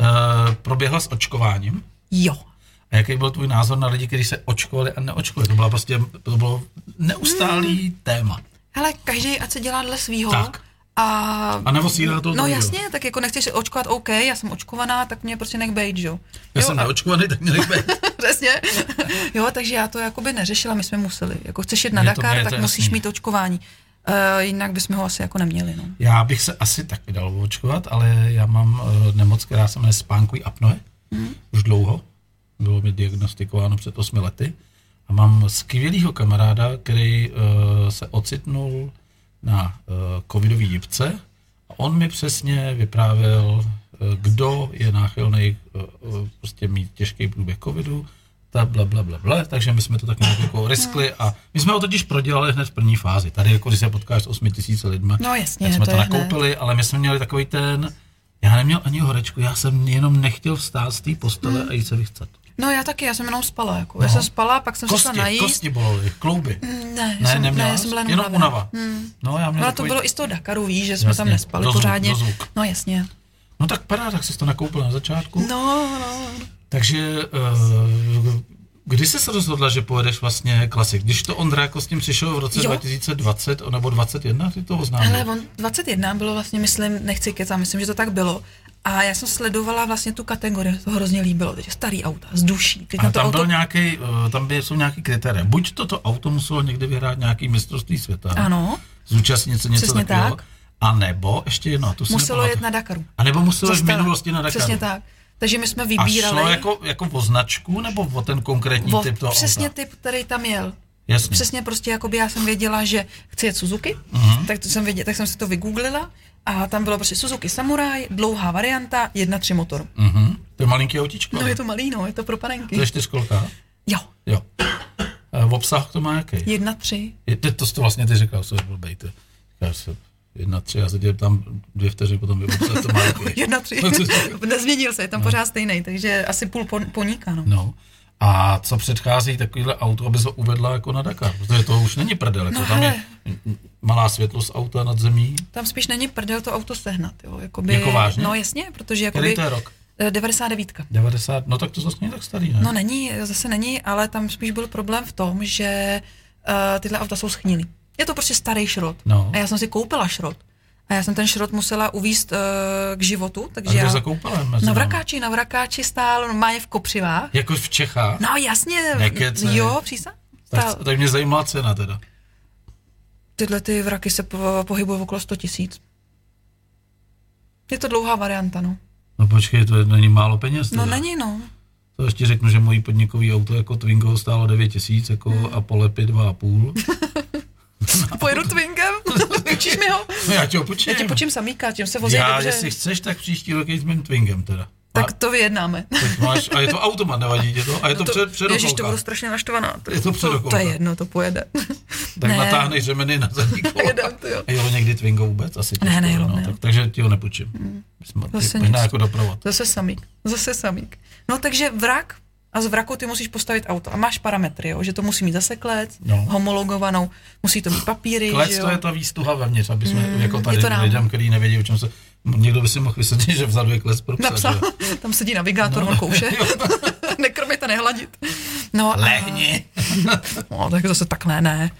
Speaker 2: eh, proběhla s očkováním.
Speaker 3: Jo.
Speaker 2: A jaký byl tvůj názor na lidi, kteří se očkovali a neočkovali? To, byla prostě, to bylo neustálý
Speaker 3: Mm.
Speaker 2: hmm. téma.
Speaker 3: Hele, každý ať se dělá dle svýho.
Speaker 2: Tak.
Speaker 3: A,
Speaker 2: A nevosílá to
Speaker 3: No
Speaker 2: druhého.
Speaker 3: jasně, tak jako nechceš se očkovat, OK, já jsem očkovaná, tak mě prostě nech bejt, že jo.
Speaker 2: Já
Speaker 3: Jo,
Speaker 2: jsem
Speaker 3: a-
Speaker 2: neočkovaný, tak mě nechme.
Speaker 3: Přesně. Jo, takže já to jakoby neřešila, my jsme museli. Jako chceš jít na
Speaker 2: Je to- je
Speaker 3: Dakar,
Speaker 2: to
Speaker 3: tak
Speaker 2: jasný.
Speaker 3: musíš mít očkování. Uh, jinak bychom ho asi jako neměli, no.
Speaker 2: Já bych se asi taky dal očkovat, ale já mám eh, nemoc, která se jmenuje spánkový apnoe. Hmm. Už dlouho. Bylo mi diagnostikováno před 8 lety. A mám skvělého kamaráda, který uh, se ocitnul na uh, covidový jibce a on mi přesně vyprávěl, eh, kdo je náchylný uh, prostě mít těžký průběh covidu, ta bla, bla, bla, bla, takže my jsme to tak nějak jako riskli a my jsme ho totiž prodělali hned v první fázi. Tady jako, když se potkáš s 8 tisíci lidma,
Speaker 3: No jasně,
Speaker 2: tak jsme to,
Speaker 3: to
Speaker 2: to
Speaker 3: je hned.
Speaker 2: nakoupili, byli, ale my jsme měli takový ten, já neměl ani horečku, já jsem jenom nechtěl vstát z té postele a jít se vychcat.
Speaker 3: No já taky, já jsem jenom spala, jako.
Speaker 2: No.
Speaker 3: Já jsem spala, pak jsem se šla
Speaker 2: Kosti,
Speaker 3: najíst.
Speaker 2: kosti bolely, klouby.
Speaker 3: Ne, já
Speaker 2: Ne,
Speaker 3: Mm, jsem,
Speaker 2: neměla
Speaker 3: ne, já
Speaker 2: jsi?
Speaker 3: jsem byla
Speaker 2: jenom unava. No, já měl
Speaker 3: No, ale to
Speaker 2: takový...
Speaker 3: bylo i z toho Dakaru, víš, že jsme
Speaker 2: Jasně,
Speaker 3: tam nespali
Speaker 2: dozvuk,
Speaker 3: pořádně.
Speaker 2: dozvuk.
Speaker 3: No jasně.
Speaker 2: no tak padá, tak jsi to nakoupil na začátku.
Speaker 3: No, no.
Speaker 2: Takže eh, kdy jsi se rozhodla, že pojedeš vlastně klasik? Když to Ondra jako s tím přišel v roce
Speaker 3: Jo.
Speaker 2: 2020 nebo 21, ty to oznámil.
Speaker 3: Hele, no, on 21 bylo vlastně, myslím, nechci kecat, myslím, že to tak bylo. A já jsem sledovala vlastně tu kategorii, mě to hrozně líbilo, takže starý auta, z duší. Teď
Speaker 2: A
Speaker 3: na to
Speaker 2: tam,
Speaker 3: auto...
Speaker 2: byl nějaký, tam by- jsou nějaký kritéria. Buď toto auto muselo někdy vyhrát nějaký mistrovství světa.
Speaker 3: Ano.
Speaker 2: Zúčastnit se něco
Speaker 3: Přesně
Speaker 2: takového.
Speaker 3: tak.
Speaker 2: A nebo, ještě jedno, a to si
Speaker 3: Muselo
Speaker 2: nepamatuju.
Speaker 3: jet na Dakaru.
Speaker 2: A nebo muselo jít v
Speaker 3: Zastala.
Speaker 2: minulosti na Dakaru.
Speaker 3: Přesně tak. Takže my jsme
Speaker 2: A
Speaker 3: vybírali.
Speaker 2: šlo jako, jako o značku, nebo o ten konkrétní
Speaker 3: o,
Speaker 2: typ toho
Speaker 3: přesně
Speaker 2: auta?
Speaker 3: typ, který tam jel.
Speaker 2: Jasně.
Speaker 3: Přesně prostě, jakoby já jsem věděla, že chci jet Suzuki,
Speaker 2: Mhm.
Speaker 3: uh-huh. tak, to jsem věděla, tak jsem si to vygooglila a tam bylo prostě Suzuki Samurai, dlouhá varianta, 1.3 motor.
Speaker 2: Mhm. To je malinký autíčko.
Speaker 3: No
Speaker 2: ale
Speaker 3: je to malý, no, je to pro panenky.
Speaker 2: To je čtyřkolka.
Speaker 3: Jo,
Speaker 2: Jo. A v obsah to má jaký?
Speaker 3: 1.3.
Speaker 2: Je, to, to jsi to vlastně ty říkal, co je blbej, to. Já se jedna, tři, já se tě tam dvě vteřiny potom vím, co to má jaký. No,
Speaker 3: 1.3. Nezměnil se, je tam pořád stejný, takže asi půl pon- poníka, no.
Speaker 2: No. A co předchází takovýhle auto, aby se ho uvedla jako na Dakar? Protože to už není prdel, jako
Speaker 3: No
Speaker 2: tam je
Speaker 3: hele.
Speaker 2: malá světlost auta nad zemí.
Speaker 3: Tam spíš není prdel to auto sehnat, jo. Jakoby,
Speaker 2: Jako vážně?
Speaker 3: No jasně, protože jakoby...
Speaker 2: Který to je rok?
Speaker 3: Eh, 99.
Speaker 2: 90, no tak to zase není tak starý, ne?
Speaker 3: No není, zase není, ale tam spíš byl problém v tom, že uh, tyhle auta jsou schnilý. Je to prostě starý šrot.
Speaker 2: No.
Speaker 3: A já jsem si koupila šrot. A já jsem ten šrot musela uvíst uh, k životu,
Speaker 2: A
Speaker 3: takže
Speaker 2: kde
Speaker 3: já...
Speaker 2: zakoupala mezi
Speaker 3: Na
Speaker 2: námi?
Speaker 3: vrakáči, na vrakáči stál normálně v kopřivách.
Speaker 2: Jako v Čechách?
Speaker 3: No jasně,
Speaker 2: Nekecej.
Speaker 3: jo, přísa. Stál.
Speaker 2: Tak, tak mě zajímá cena teda.
Speaker 3: Tyhle ty vraky se po, pohybují okolo 100 tisíc. Je to dlouhá varianta, no.
Speaker 2: No počkej, to je- není málo peněz.
Speaker 3: No
Speaker 2: teda.
Speaker 3: není, no.
Speaker 2: To ještě řeknu, že mojí podnikový auto jako Twingo stálo 9 tisíc jako
Speaker 3: Hmm.
Speaker 2: a polepy 2,5.
Speaker 3: Pojedu twinkem, učíš mi ho?
Speaker 2: No já ti ho počím.
Speaker 3: Já ti počím samíka, tím se vozí
Speaker 2: já,
Speaker 3: dobře.
Speaker 2: jestli chceš, tak příští rok jít s mým Twingem teda.
Speaker 3: Tak
Speaker 2: a,
Speaker 3: to vyjednáme.
Speaker 2: teď máš, a je to automat, nevadí tě to? A je to, před, před
Speaker 3: Ježíš, No to budu strašně naštvaná. To,
Speaker 2: Je to
Speaker 3: to,
Speaker 2: předokouka.
Speaker 3: to je jedno, to pojede.
Speaker 2: Tak
Speaker 3: ne.
Speaker 2: natáhneš řemeny na zadní kolo.
Speaker 3: Jedem, ty jo.
Speaker 2: A jelo někdy Twingo vůbec? Asi těžko,
Speaker 3: Ne, nejelo,
Speaker 2: no,
Speaker 3: nejelo.
Speaker 2: tak, takže ti ho nepočím. Hmm.
Speaker 3: Zase
Speaker 2: Možná
Speaker 3: nic.
Speaker 2: jako doprovod.
Speaker 3: Zase samík, zase samík. No takže vrak a z vraku ty musíš postavit auto. A máš parametry, jo? že to musí mít zase klec,
Speaker 2: No.
Speaker 3: no. homologovanou, musí to mít papíry.
Speaker 2: Klec
Speaker 3: že jo?
Speaker 2: to je ta výstuha vevnitř, aby jsme mm, jako tady
Speaker 3: je to nám.
Speaker 2: lidem, který nevědí, o čem se... Někdo by si mohl vysvětlit, že vzadu je klec pro psa,
Speaker 3: Napsal,
Speaker 2: že jo?
Speaker 3: tam sedí navigátor, no. on kouše.
Speaker 2: Jo.
Speaker 3: Nekrmit a nehladit. No, a-
Speaker 2: Lehni.
Speaker 3: No, tak zase takhle ne.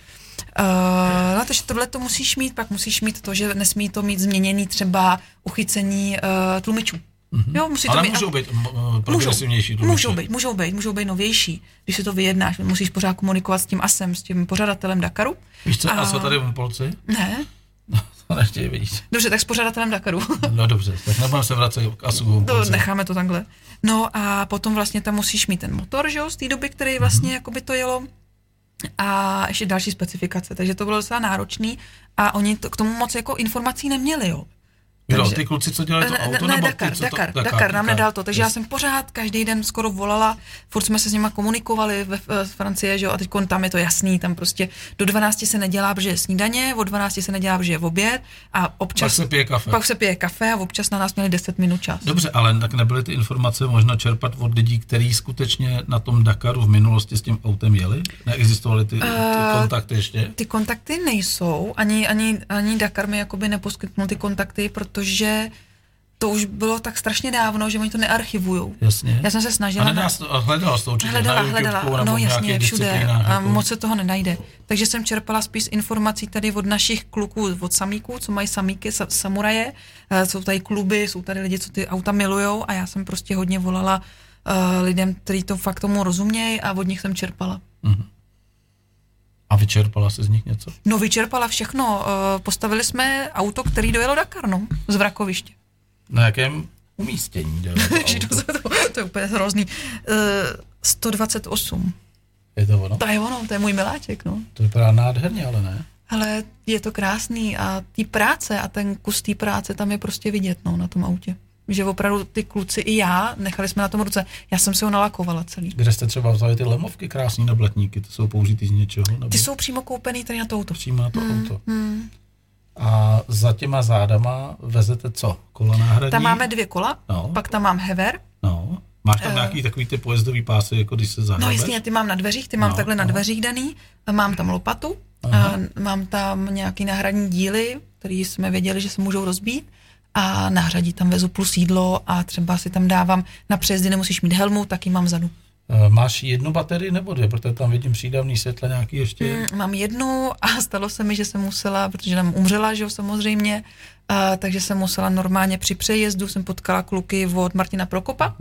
Speaker 3: Uh, no, takže tohle to musíš mít, pak musíš mít to, že nesmí to mít změněný třeba uchycení uh, tlumičů. Mm-hmm. Jo, musí to
Speaker 2: Mhm. Ale
Speaker 3: mít,
Speaker 2: můžou být m, m, progresivnější.
Speaker 3: můžou, můžou být, můžou být, můžou být novější, když si to vyjednáš, musíš pořád komunikovat s tím ASem, s tím pořadatelem Dakaru.
Speaker 2: Víš co, a
Speaker 3: A-
Speaker 2: jsou tady v Polci?
Speaker 3: Ne,
Speaker 2: Nechtějí vidět.
Speaker 3: Dobře, tak s pořadatelem Dakaru.
Speaker 2: No dobře, tak nebudeme se vracet k Asugu.
Speaker 3: To necháme to takhle. No a potom vlastně tam musíš mít ten motor, že jo, z té doby, který
Speaker 2: Mhm.
Speaker 3: vlastně jako by to jelo. A ještě další specifikace, takže to bylo docela náročný a oni to, k tomu moc jako informací neměli, jo.
Speaker 2: Jo,
Speaker 3: takže-
Speaker 2: ty kluci, co dělali to
Speaker 3: ne,
Speaker 2: auto,
Speaker 3: ne,
Speaker 2: nebo
Speaker 3: Dakar,
Speaker 2: ty, co
Speaker 3: Dakar,
Speaker 2: to,
Speaker 3: Dakar, Dakar, nám nedal to, takže já
Speaker 2: Jasně.
Speaker 3: jsem pořád každý den skoro volala, furt jsme se s nima komunikovali ve eh, z Francie, že jo, a teď tam je to jasný, tam prostě do 12 se nedělá, protože je snídaně, od 12 se nedělá, protože je oběd a
Speaker 2: Pak
Speaker 3: občas
Speaker 2: se pije kafe.
Speaker 3: pak se pije kafe a občas na nás měli 10 minut čas.
Speaker 2: Dobře, ale tak nebyly ty informace možno čerpat od lidí, kteří skutečně na tom Dakaru v minulosti s tím autem jeli? Neexistovaly ty, ty
Speaker 3: Eh,
Speaker 2: kontakty ještě?
Speaker 3: Ty kontakty nejsou, ani, ani, ani Dakar mi jakoby neposkytnul ty kontakty, protože to už bylo tak strašně dávno, že oni to nearchivujou.
Speaker 2: Jasně.
Speaker 3: Já jsem se
Speaker 2: A
Speaker 3: snažila...
Speaker 2: nedá se to, a hledala jsi to určitě
Speaker 3: Hledala,
Speaker 2: na YouTube,
Speaker 3: hledala,
Speaker 2: nebo
Speaker 3: no
Speaker 2: v
Speaker 3: jasně,
Speaker 2: nějakých
Speaker 3: všude.
Speaker 2: disciplinách,
Speaker 3: A
Speaker 2: jako-
Speaker 3: moc se toho nenajde. Takže jsem čerpala spíš informací tady od našich kluků, od samíků, co mají samíky, sa, samuraje. Eh, Jsou tady kluby, jsou tady lidi, co ty auta milujou a já jsem prostě hodně volala eh, lidem, kteří to fakt tomu rozumějí a od nich jsem čerpala.
Speaker 2: A vyčerpala se z nich něco?
Speaker 3: No vyčerpala všechno. Eh, Postavili jsme auto, který dojelo Dakar, no, z vrakoviště.
Speaker 2: Na jakém umístění jde to
Speaker 3: Že to,
Speaker 2: auto?
Speaker 3: to je úplně hrozný. Eh, 128.
Speaker 2: Je to ono?
Speaker 3: To je ono, to je můj miláček, no.
Speaker 2: To vypadá nádherně, ale ne?
Speaker 3: Ale je to krásný a ty práce a ten kus té práce tam je prostě vidět no, na tom autě. Že opravdu ty kluci i já, nechali jsme na tom ruce, já jsem si ho nalakovala celý.
Speaker 2: Kde jste třeba vzali ty lemovky krásný na blatníky, to jsou použitý z něčeho? Nebo
Speaker 3: Ty jsou Hmm, přímo koupený tady na to auto.
Speaker 2: přímo na to auto. A za těma zádama vezete co? Kolo náhradní?
Speaker 3: Tam máme dvě kola,
Speaker 2: No.
Speaker 3: pak tam mám hever,
Speaker 2: No. Máš tam nějaký takový ty pojezdový pásy, jako když se zahrabeš?
Speaker 3: Eh. no jasně, ty mám na dveřích, ty mám
Speaker 2: No,
Speaker 3: takhle na
Speaker 2: no.
Speaker 3: dveřích daný, mám tam lopatu,
Speaker 2: Aha.
Speaker 3: a mám tam nějaký náhradní díly, který jsme věděli, že se můžou rozbít a náhradí tam vezu plus jídlo a třeba si tam dávám na přejezdy, nemusíš mít helmu, taky mám zadu.
Speaker 2: E, Máš jednu baterii nebo dvě? Protože tam vidím přídavný světla nějaký ještě.
Speaker 3: Mm, Mám jednu a stalo se mi, že jsem musela, protože tam umřela, že jo, samozřejmě, a, takže jsem musela normálně při přejezdu, jsem potkala kluky od Martina Prokopa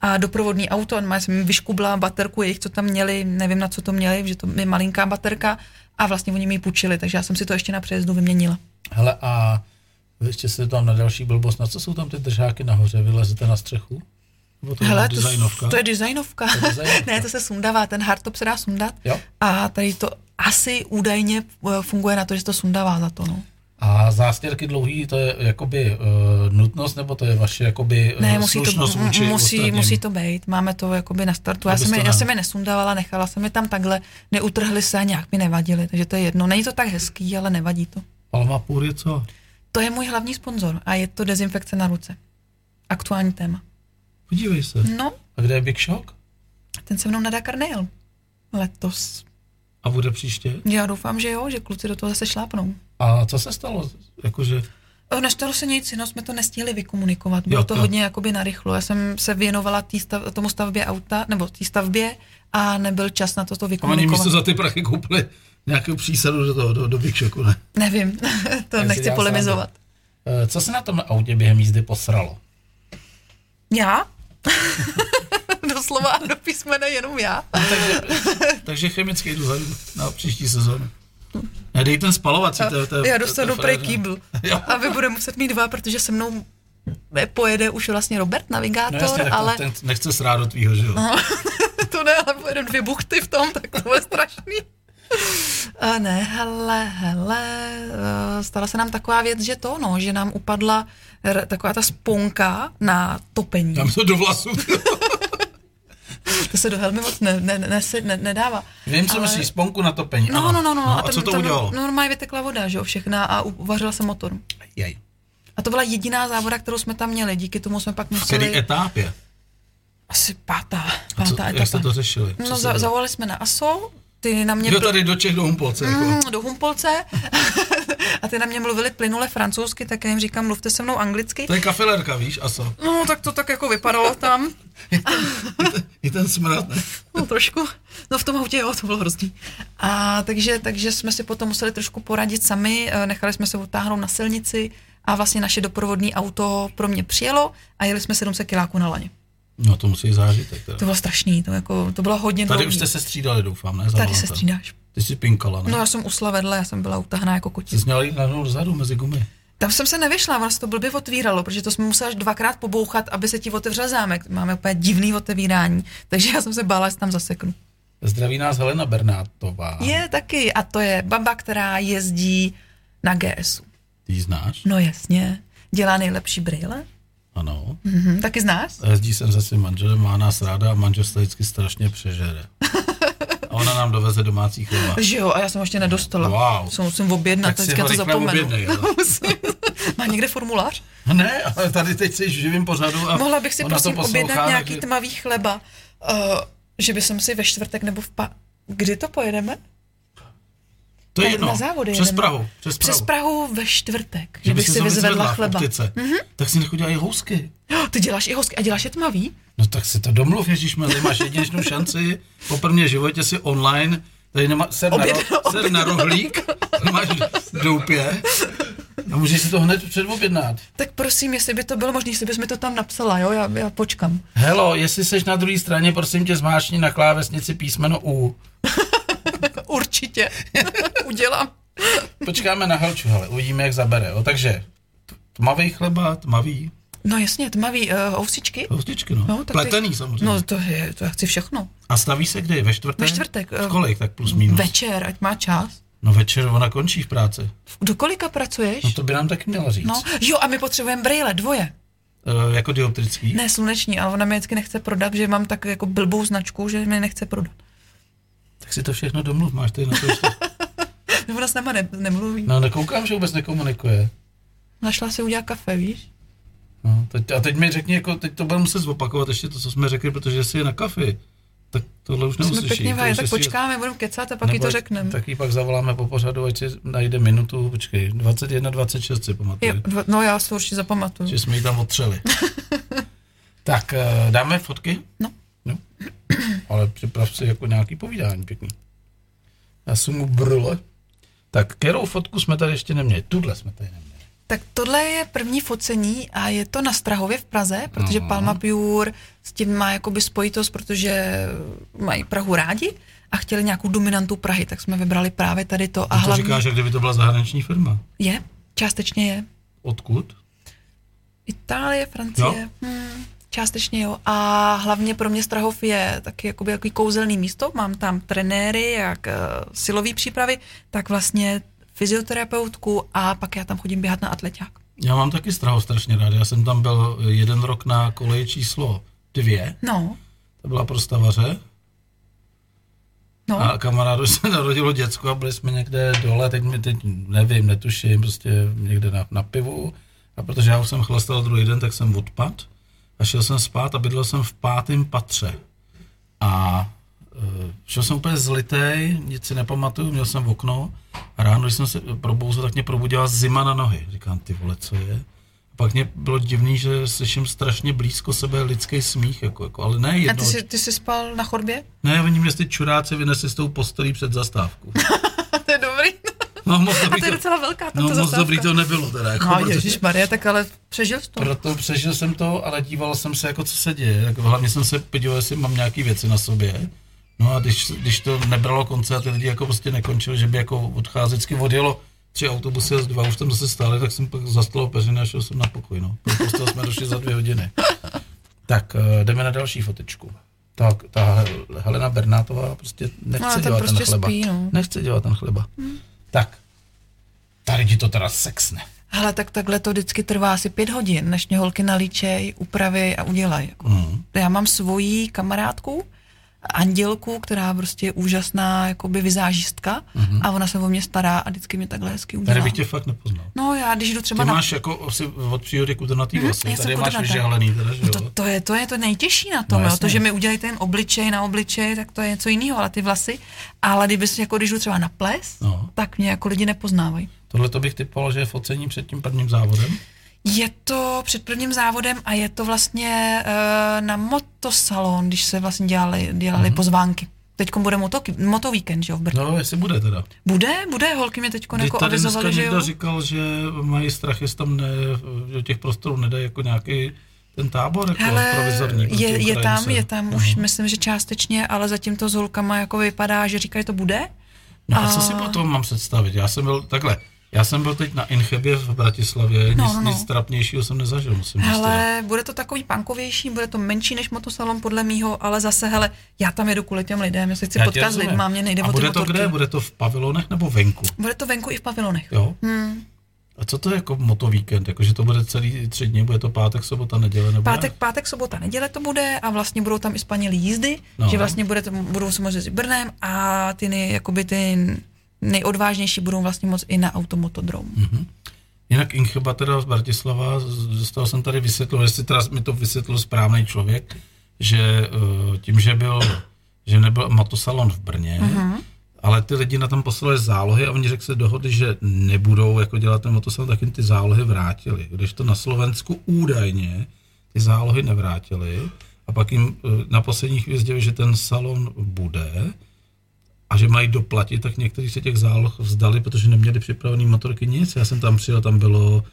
Speaker 3: a doprovodný auto, a jsem jim vyškubla baterku jejich, co tam měli, nevím na co to měli, že to je malinká baterka a vlastně oni mi ji půjčili, takže já jsem si to ještě na přejezdu vyměnila.
Speaker 2: Hele a ještě se tam na další blbost. Na co jsou tam ty držáky nahoře? Vylezete na střechu? Nebo to je
Speaker 3: Hele,
Speaker 2: Hele,
Speaker 3: to,
Speaker 2: designovka?
Speaker 3: s- to je designovka.
Speaker 2: To je designovka.
Speaker 3: ne, to se sundává, ten hardtop se dá sundat
Speaker 2: Jo.
Speaker 3: a tady to asi údajně eh, funguje na to, že se to sundává za to, no.
Speaker 2: A zástěrky dlouhý, to je jakoby uh, nutnost, nebo to je vaše jakoby
Speaker 3: Ne,
Speaker 2: eh,
Speaker 3: musí to,
Speaker 2: slušnost
Speaker 3: m-
Speaker 2: vůči
Speaker 3: musí,
Speaker 2: ostatním?
Speaker 3: musí to být, máme to jakoby na startu. Já
Speaker 2: Abys
Speaker 3: jsem,
Speaker 2: to
Speaker 3: je,
Speaker 2: ne-
Speaker 3: já jsem je nesundávala, nechala jsem je tam takhle, neutrhli se a nějak mi nevadili, takže to je jedno. Není to tak hezký, ale nevadí to.
Speaker 2: Palma půr je co?
Speaker 3: To je můj hlavní sponzor a je to dezinfekce na ruce. Aktuální téma.
Speaker 2: Podívej se.
Speaker 3: No,
Speaker 2: A kde je Big Shock?
Speaker 3: ten se mnou na Dakar nejel. Letos.
Speaker 2: A bude příště?
Speaker 3: Já doufám, že jo, že kluci do toho zase šlápnou.
Speaker 2: A co se stalo? Jakože,
Speaker 3: O, Nestalo se nic, no jsme to nestihli vykomunikovat. Bylo
Speaker 2: Jo,
Speaker 3: to
Speaker 2: jo.
Speaker 3: hodně jakoby narychlo. Já jsem se věnovala tý stav, tomu stavbě auta, nebo té stavbě a nebyl čas na to to
Speaker 2: a oni
Speaker 3: vykomunikovat.
Speaker 2: místo za ty prachy koupili nějakou přísadu do toho, do, do Big Shocku, ne?
Speaker 3: Nevím, to
Speaker 2: si
Speaker 3: nechci
Speaker 2: dělám
Speaker 3: polemizovat.
Speaker 2: Eh, Co se na tom autě během jízdy posralo?
Speaker 3: Já? Doslova a do písmene jenom já.
Speaker 2: No, Takže, takže chemicky jdu za na příští sezónu. Nedej ten spalovací, to, je- to, je-
Speaker 3: já
Speaker 2: to, je
Speaker 3: dostanu prej
Speaker 2: frajer, ne?
Speaker 3: kýbl.
Speaker 2: Jo.
Speaker 3: A vy bude muset mít dva, protože se mnou pojede už vlastně Robert
Speaker 2: No
Speaker 3: Navigátor,
Speaker 2: jasně, tak ale...
Speaker 3: ale
Speaker 2: ten nechce srát do tvýho, že jo?
Speaker 3: No. to ne, ale pojedeme dvě buchty v tom, tak to bude strašný. A ne, hele, hele, eh, stala se nám taková věc, že to, no, že nám upadla r- taková ta sponka na topení.
Speaker 2: Dám to do vlasů.
Speaker 3: To se do helmy moc ne, ne, ne, ne, nedává.
Speaker 2: Vím, co
Speaker 3: Ale-
Speaker 2: ale... myslíš, sponku na topení.
Speaker 3: No,
Speaker 2: ano.
Speaker 3: no, no, no.
Speaker 2: a
Speaker 3: ten-
Speaker 2: co to
Speaker 3: tam
Speaker 2: udělalo?
Speaker 3: Normálně vytekla voda, že jo, všechna a u- uvařila se motor.
Speaker 2: Jej.
Speaker 3: A to byla jediná závoda, kterou jsme tam měli, díky tomu jsme pak
Speaker 2: V který
Speaker 3: museli...
Speaker 2: etapě?
Speaker 3: Asi pátá,
Speaker 2: A co,
Speaker 3: pátá
Speaker 2: jak jste
Speaker 3: etapa.
Speaker 2: to řešili?
Speaker 3: No, za, zavolali jsme na ASO, ty na mě...
Speaker 2: Kdo
Speaker 3: pl-
Speaker 2: tady do Čech do Humpolce? Jako?
Speaker 3: Mm, do Humpolce a ty na mě mluvili plynule francouzsky, tak já jim říkám, mluvte se mnou anglicky.
Speaker 2: To je kafilerka, víš, a co?
Speaker 3: No, tak to tak jako vypadalo tam.
Speaker 2: I ten smrad, ne?
Speaker 3: No trošku. No v tom autě jo, to bylo hrozný. A takže, takže jsme si potom museli trošku poradit sami, eh, nechali jsme se utáhnout na silnici a vlastně naše doprovodní auto pro mě přijelo a jeli jsme 700 kiláků na lani.
Speaker 2: No to musí zážitek. Teda.
Speaker 3: To bylo strašný, to, jako, to bylo hodně
Speaker 2: Tady
Speaker 3: dlouhý.
Speaker 2: už jste se střídali, doufám, ne? Za
Speaker 3: Tady se
Speaker 2: volantem.
Speaker 3: střídáš.
Speaker 2: Ty jsi pinkala, ne?
Speaker 3: No já jsem usla vedle, já jsem byla utahná jako kotis.
Speaker 2: Jsi měla jít na vzadu mezi gumy.
Speaker 3: Tam jsem se nevyšla, ono se to blbě otvíralo, protože to jsme musela až dvakrát pobouchat, aby se ti otevřel zámek. Máme úplně divný otevírání, takže já jsem se bála, že se tam zaseknu.
Speaker 2: Zdraví nás Helena Bernátová.
Speaker 3: Je taky, a to je baba, která jezdí na GSu.
Speaker 2: Ty ji znáš?
Speaker 3: No jasně, dělá nejlepší brýle.
Speaker 2: Ano.
Speaker 3: Mhm, taky z nás?
Speaker 2: Jezdí jsem se svým manželem, má nás ráda a manžel se vždycky strašně přežere. A ona nám doveze domácí chleba.
Speaker 3: Že jo, a já jsem ještě nedostala.
Speaker 2: Wow.
Speaker 3: Co musím objednat,
Speaker 2: Tak si
Speaker 3: teďka
Speaker 2: ho
Speaker 3: to
Speaker 2: rychle
Speaker 3: zapomenu.
Speaker 2: objednej, ale.
Speaker 3: Musím. Má někde formulář?
Speaker 2: Ne, ale tady teď jsi v živým pořadu a
Speaker 3: Mohla bych si
Speaker 2: No, ona
Speaker 3: prosím
Speaker 2: to poslouchá,
Speaker 3: objednat nějaký
Speaker 2: takže-
Speaker 3: tmavý chleba, uh, že by jsem si ve čtvrtek nebo v pa... Kdy to pojedeme?
Speaker 2: To je
Speaker 3: na-
Speaker 2: jedno.
Speaker 3: na závody
Speaker 2: přes
Speaker 3: jedeme.
Speaker 2: Prahu. Přes Prahu.
Speaker 3: Přes Prahu ve čtvrtek, že
Speaker 2: Kdyby
Speaker 3: bych si
Speaker 2: to
Speaker 3: vyzvedla
Speaker 2: v
Speaker 3: chleba. Mhm.
Speaker 2: optice, Tak si nechodila i housky.
Speaker 3: Oh, ty děláš i hosky a děláš je tmavý?
Speaker 2: No tak si to domluv, Ježíš, máš jedinečnou šanci. Po prvně životě si online, tady nemá, ser, na,
Speaker 3: Objednal-
Speaker 2: ro, ser na rohlík, máš v doupě a můžeš si to hned předobjednat.
Speaker 3: Tak prosím, jestli by to bylo možné, jestli bys mi to tam napsala, jo, já, já počkám.
Speaker 2: Helo, jestli seš na druhé straně, prosím tě zmáčni na klávesnici písmeno U.
Speaker 3: Určitě, udělám.
Speaker 2: Počkáme na Helču, hele, uvidíme, jak zabere. Jo. Takže t- tmavý chleba, tmavý,
Speaker 3: No jasně, tmavý uh, ousičky.
Speaker 2: houstičky, no.
Speaker 3: No,
Speaker 2: no
Speaker 3: tak
Speaker 2: Pletený
Speaker 3: ty-
Speaker 2: samozřejmě.
Speaker 3: No to je, to já chci všechno.
Speaker 2: A staví se kdy? Ve čtvrtek?
Speaker 3: Ve čtvrtek, eh,
Speaker 2: V kolik, tak plus minus.
Speaker 3: Večer, ať má čas.
Speaker 2: No večer ona končí v práci.
Speaker 3: V- Do kolika pracuješ?
Speaker 2: No to by nám taky měla říct.
Speaker 3: No, jo, a my potřebujeme brýle, dvoje.
Speaker 2: E, jako dioptrický.
Speaker 3: Ne, sluneční, ale ona mi vždycky nechce prodat, že mám tak jako blbou značku, že mi nechce prodat.
Speaker 2: Tak si to všechno domluv, máš tady na to ještě.
Speaker 3: Nebo ona s náma ne, nemluví.
Speaker 2: No nekoukám, že vůbec nekomunikuje.
Speaker 3: Našla si udělat kafe, víš?
Speaker 2: No, teď, a teď mi řekni, jako, teď to budeme muset zopakovat ještě to, co jsme řekli, protože si je na kafi. Tak tohle už
Speaker 3: Jsme
Speaker 2: neuslyší.
Speaker 3: pěkně
Speaker 2: to
Speaker 3: vaje,
Speaker 2: už
Speaker 3: tak
Speaker 2: jestli-
Speaker 3: počkáme, budeme kecat a pak jí
Speaker 2: nebo
Speaker 3: to
Speaker 2: ať-
Speaker 3: řekneme.
Speaker 2: Tak jí pak zavoláme po pořadu, ať si najde minutu, počkej, 21, 26 si
Speaker 3: Jo,
Speaker 2: pamatuju.
Speaker 3: dva- no já si to určitě zapamatuju.
Speaker 2: Že jsme ji tam otřeli. tak eh, dáme fotky?
Speaker 3: No.
Speaker 2: no. Ale připrav si jako nějaký povídání pěkný. Já jsem mu brle. Tak kterou fotku jsme tady ještě neměli? Tuhle jsme tady neměli.
Speaker 3: Tak tohle je první focení a je to na Strahově v Praze, protože
Speaker 2: No.
Speaker 3: Palma Pure s tím má jakoby spojitost, protože mají Prahu rádi a chtěli nějakou dominantu Prahy, tak jsme vybrali právě tady to. A
Speaker 2: A to
Speaker 3: hlavně
Speaker 2: říkáš, jak kdyby to byla zahraniční firma.
Speaker 3: je, částečně je.
Speaker 2: Odkud?
Speaker 3: Itálie, Francie. No. Hmm, částečně jo. A hlavně pro mě Strahov je taky jakoby jaký kouzelný místo. Mám tam trenéry, jak uh, silové přípravy, tak vlastně fyzioterapeutku a pak já tam chodím běhat na atleták.
Speaker 2: Já mám taky strahu strašně rád. Já jsem tam byl jeden rok na koleji číslo dvě.
Speaker 3: No,
Speaker 2: To byla pro stavaře.
Speaker 3: no.
Speaker 2: A kamarádu se narodilo děcko a byli jsme někde dole, teď, mi, teď nevím, netuším, prostě někde na, na pivu. A protože já už jsem chlastal druhý den, tak jsem odpad a šel jsem spát a bydlel jsem v pátém patře. A eh, šel jsem úplně zlitej, nic si nepamatuju, měl jsem v okno a ráno, když jsem se probouzel, tak mě probudila zima na nohy. Říkám, ty vole, co je? A pak mě bylo divný, že slyším strašně blízko sebe lidský smích, jako, jako ale ne
Speaker 3: A
Speaker 2: jedno.
Speaker 3: ty jsi, ty jsi spal na chodbě?
Speaker 2: Ne, oni mě ty čuráci vynesli s tou postelí před zastávku.
Speaker 3: A to je dobrý.
Speaker 2: No moc dobrý
Speaker 3: A to je docela velká tam
Speaker 2: no,
Speaker 3: ta
Speaker 2: moc
Speaker 3: zastávka.
Speaker 2: dobrý to nebylo teda. Jako,
Speaker 3: No,
Speaker 2: protože-
Speaker 3: Ježíš Maria, tak ale přežil jsi to.
Speaker 2: proto přežil jsem to, ale díval jsem se, jako co se děje. Jako, hlavně jsem se podíval, jestli mám nějaké věci na sobě. No a když, když to nebralo konce a ty lidi jako prostě nekončili, že by jako odcházet, vždycky odjelo tři autobusy a z dva už tam zase stály, tak jsem pak zastlal peřiny a šel jsem na pokoj. No. Prostě jsme došli za dvě hodiny. Tak eh, jdeme na další fotečku. Tak, ta Hel- Helena Bernátová prostě
Speaker 3: No,
Speaker 2: nechce
Speaker 3: ta
Speaker 2: dělat
Speaker 3: prostě
Speaker 2: ten chleba.
Speaker 3: spí, no. Hmm.
Speaker 2: Nechce dělat ten chleba. Tak, tady ti to teda sexne.
Speaker 3: Hele, tak takhle to vždycky trvá asi pět hodin, než mě holky nalíčej, upraví a udělají. Jako. Mm.
Speaker 2: Mhm.
Speaker 3: Já mám svoji kamarádku, andělku, která prostě je úžasná jakoby vizážistka mm-hmm. a ona se o mě stará a vždycky mě takhle hezky udělá.
Speaker 2: Mhm. Tady bych tě fakt nepoznal.
Speaker 3: No já když jdu třeba
Speaker 2: Ty
Speaker 3: na...
Speaker 2: máš jako asi od přírody kudrnatý vlasy,
Speaker 3: já jsem
Speaker 2: tady máš
Speaker 3: kudrnatá.
Speaker 2: vyžehlený, teda, že
Speaker 3: No
Speaker 2: jo?
Speaker 3: to, to, je, to je to nejtěžší na tom,
Speaker 2: No
Speaker 3: no, jo?
Speaker 2: jasně.
Speaker 3: to, že mi udělají ten obličej na obličej, tak to je něco jiného, ale ty vlasy. Ale kdyby si jako když jdu třeba na ples,
Speaker 2: No.
Speaker 3: no. tak mě jako lidi nepoznávají.
Speaker 2: Tohle to bych typoval, že je focení před tím prvním závodem.
Speaker 3: Je to před prvním závodem a je to vlastně uh, na motosalon, když se vlastně dělali, dělali
Speaker 2: Mhm.
Speaker 3: mm-hmm. pozvánky. Teď bude motoky, motovíkend, že jo, v Brně.
Speaker 2: No, jestli bude teda.
Speaker 3: Bude, bude, holky mě teď
Speaker 2: Když
Speaker 3: jako
Speaker 2: tady dneska
Speaker 3: avizovali, že
Speaker 2: někdo
Speaker 3: jo.
Speaker 2: říkal, že mají strach, jestli tam ne, do těch prostorů nedá jako nějaký ten tábor jako provizorní. proti Mhm.
Speaker 3: je, je tam,
Speaker 2: Ukrajince.
Speaker 3: je tam už, myslím, že částečně, ale zatím to s holkama jako vypadá, že říkají, to bude.
Speaker 2: No a co si potom mám představit? Já jsem byl takhle, já jsem byl teď na Inchebě v Bratislavě,
Speaker 3: No,
Speaker 2: nic,
Speaker 3: no.
Speaker 2: nic trapnějšího jsem nezažil, musím říct. teda.
Speaker 3: Hele, bude to takový pankovější, bude to menší než motosalon podle mýho, ale zase, hele, já tam jedu kvůli těm lidem, já se chci
Speaker 2: Já tě
Speaker 3: potkat s
Speaker 2: rozumím.
Speaker 3: lidma, mě nejde
Speaker 2: A
Speaker 3: o ty
Speaker 2: bude to
Speaker 3: motorky.
Speaker 2: kde? Bude to v pavilonech nebo venku?
Speaker 3: Bude to venku i v pavilonech.
Speaker 2: Jo? Hmm. A co to je jako motovíkend? Jako, že to bude celý tři dny, bude to pátek, sobota, neděle nebo
Speaker 3: Pátek,
Speaker 2: Ne?
Speaker 3: pátek, sobota, neděle to bude a vlastně budou tam i spanilý jízdy,
Speaker 2: No.
Speaker 3: no. že vlastně bude to, budou se moc jezdit Brnem a ty, nej, jakoby ty nejodvážnější budou vlastně moc i na automotodrom.
Speaker 2: Mhm. Jinak Incheba teda z Bratislava, z- dostal jsem tady vysvětlil, jestli teda mi to vysvětlil správný člověk, že eh, tím, že byl, že nebyl matosalon v Brně, ale ty lidi na tam poslali zálohy a oni řekl se dohodli, že nebudou jako dělat ten motosalon, tak jim ty zálohy vrátili. Když to na Slovensku údajně ty zálohy nevrátili a pak jim eh, na poslední chvíli sdělili, že ten salon bude, a že mají doplatit, tak někteří se těch záloh vzdali, protože neměli připravený motorky nic. Já jsem tam přijel, tam bylo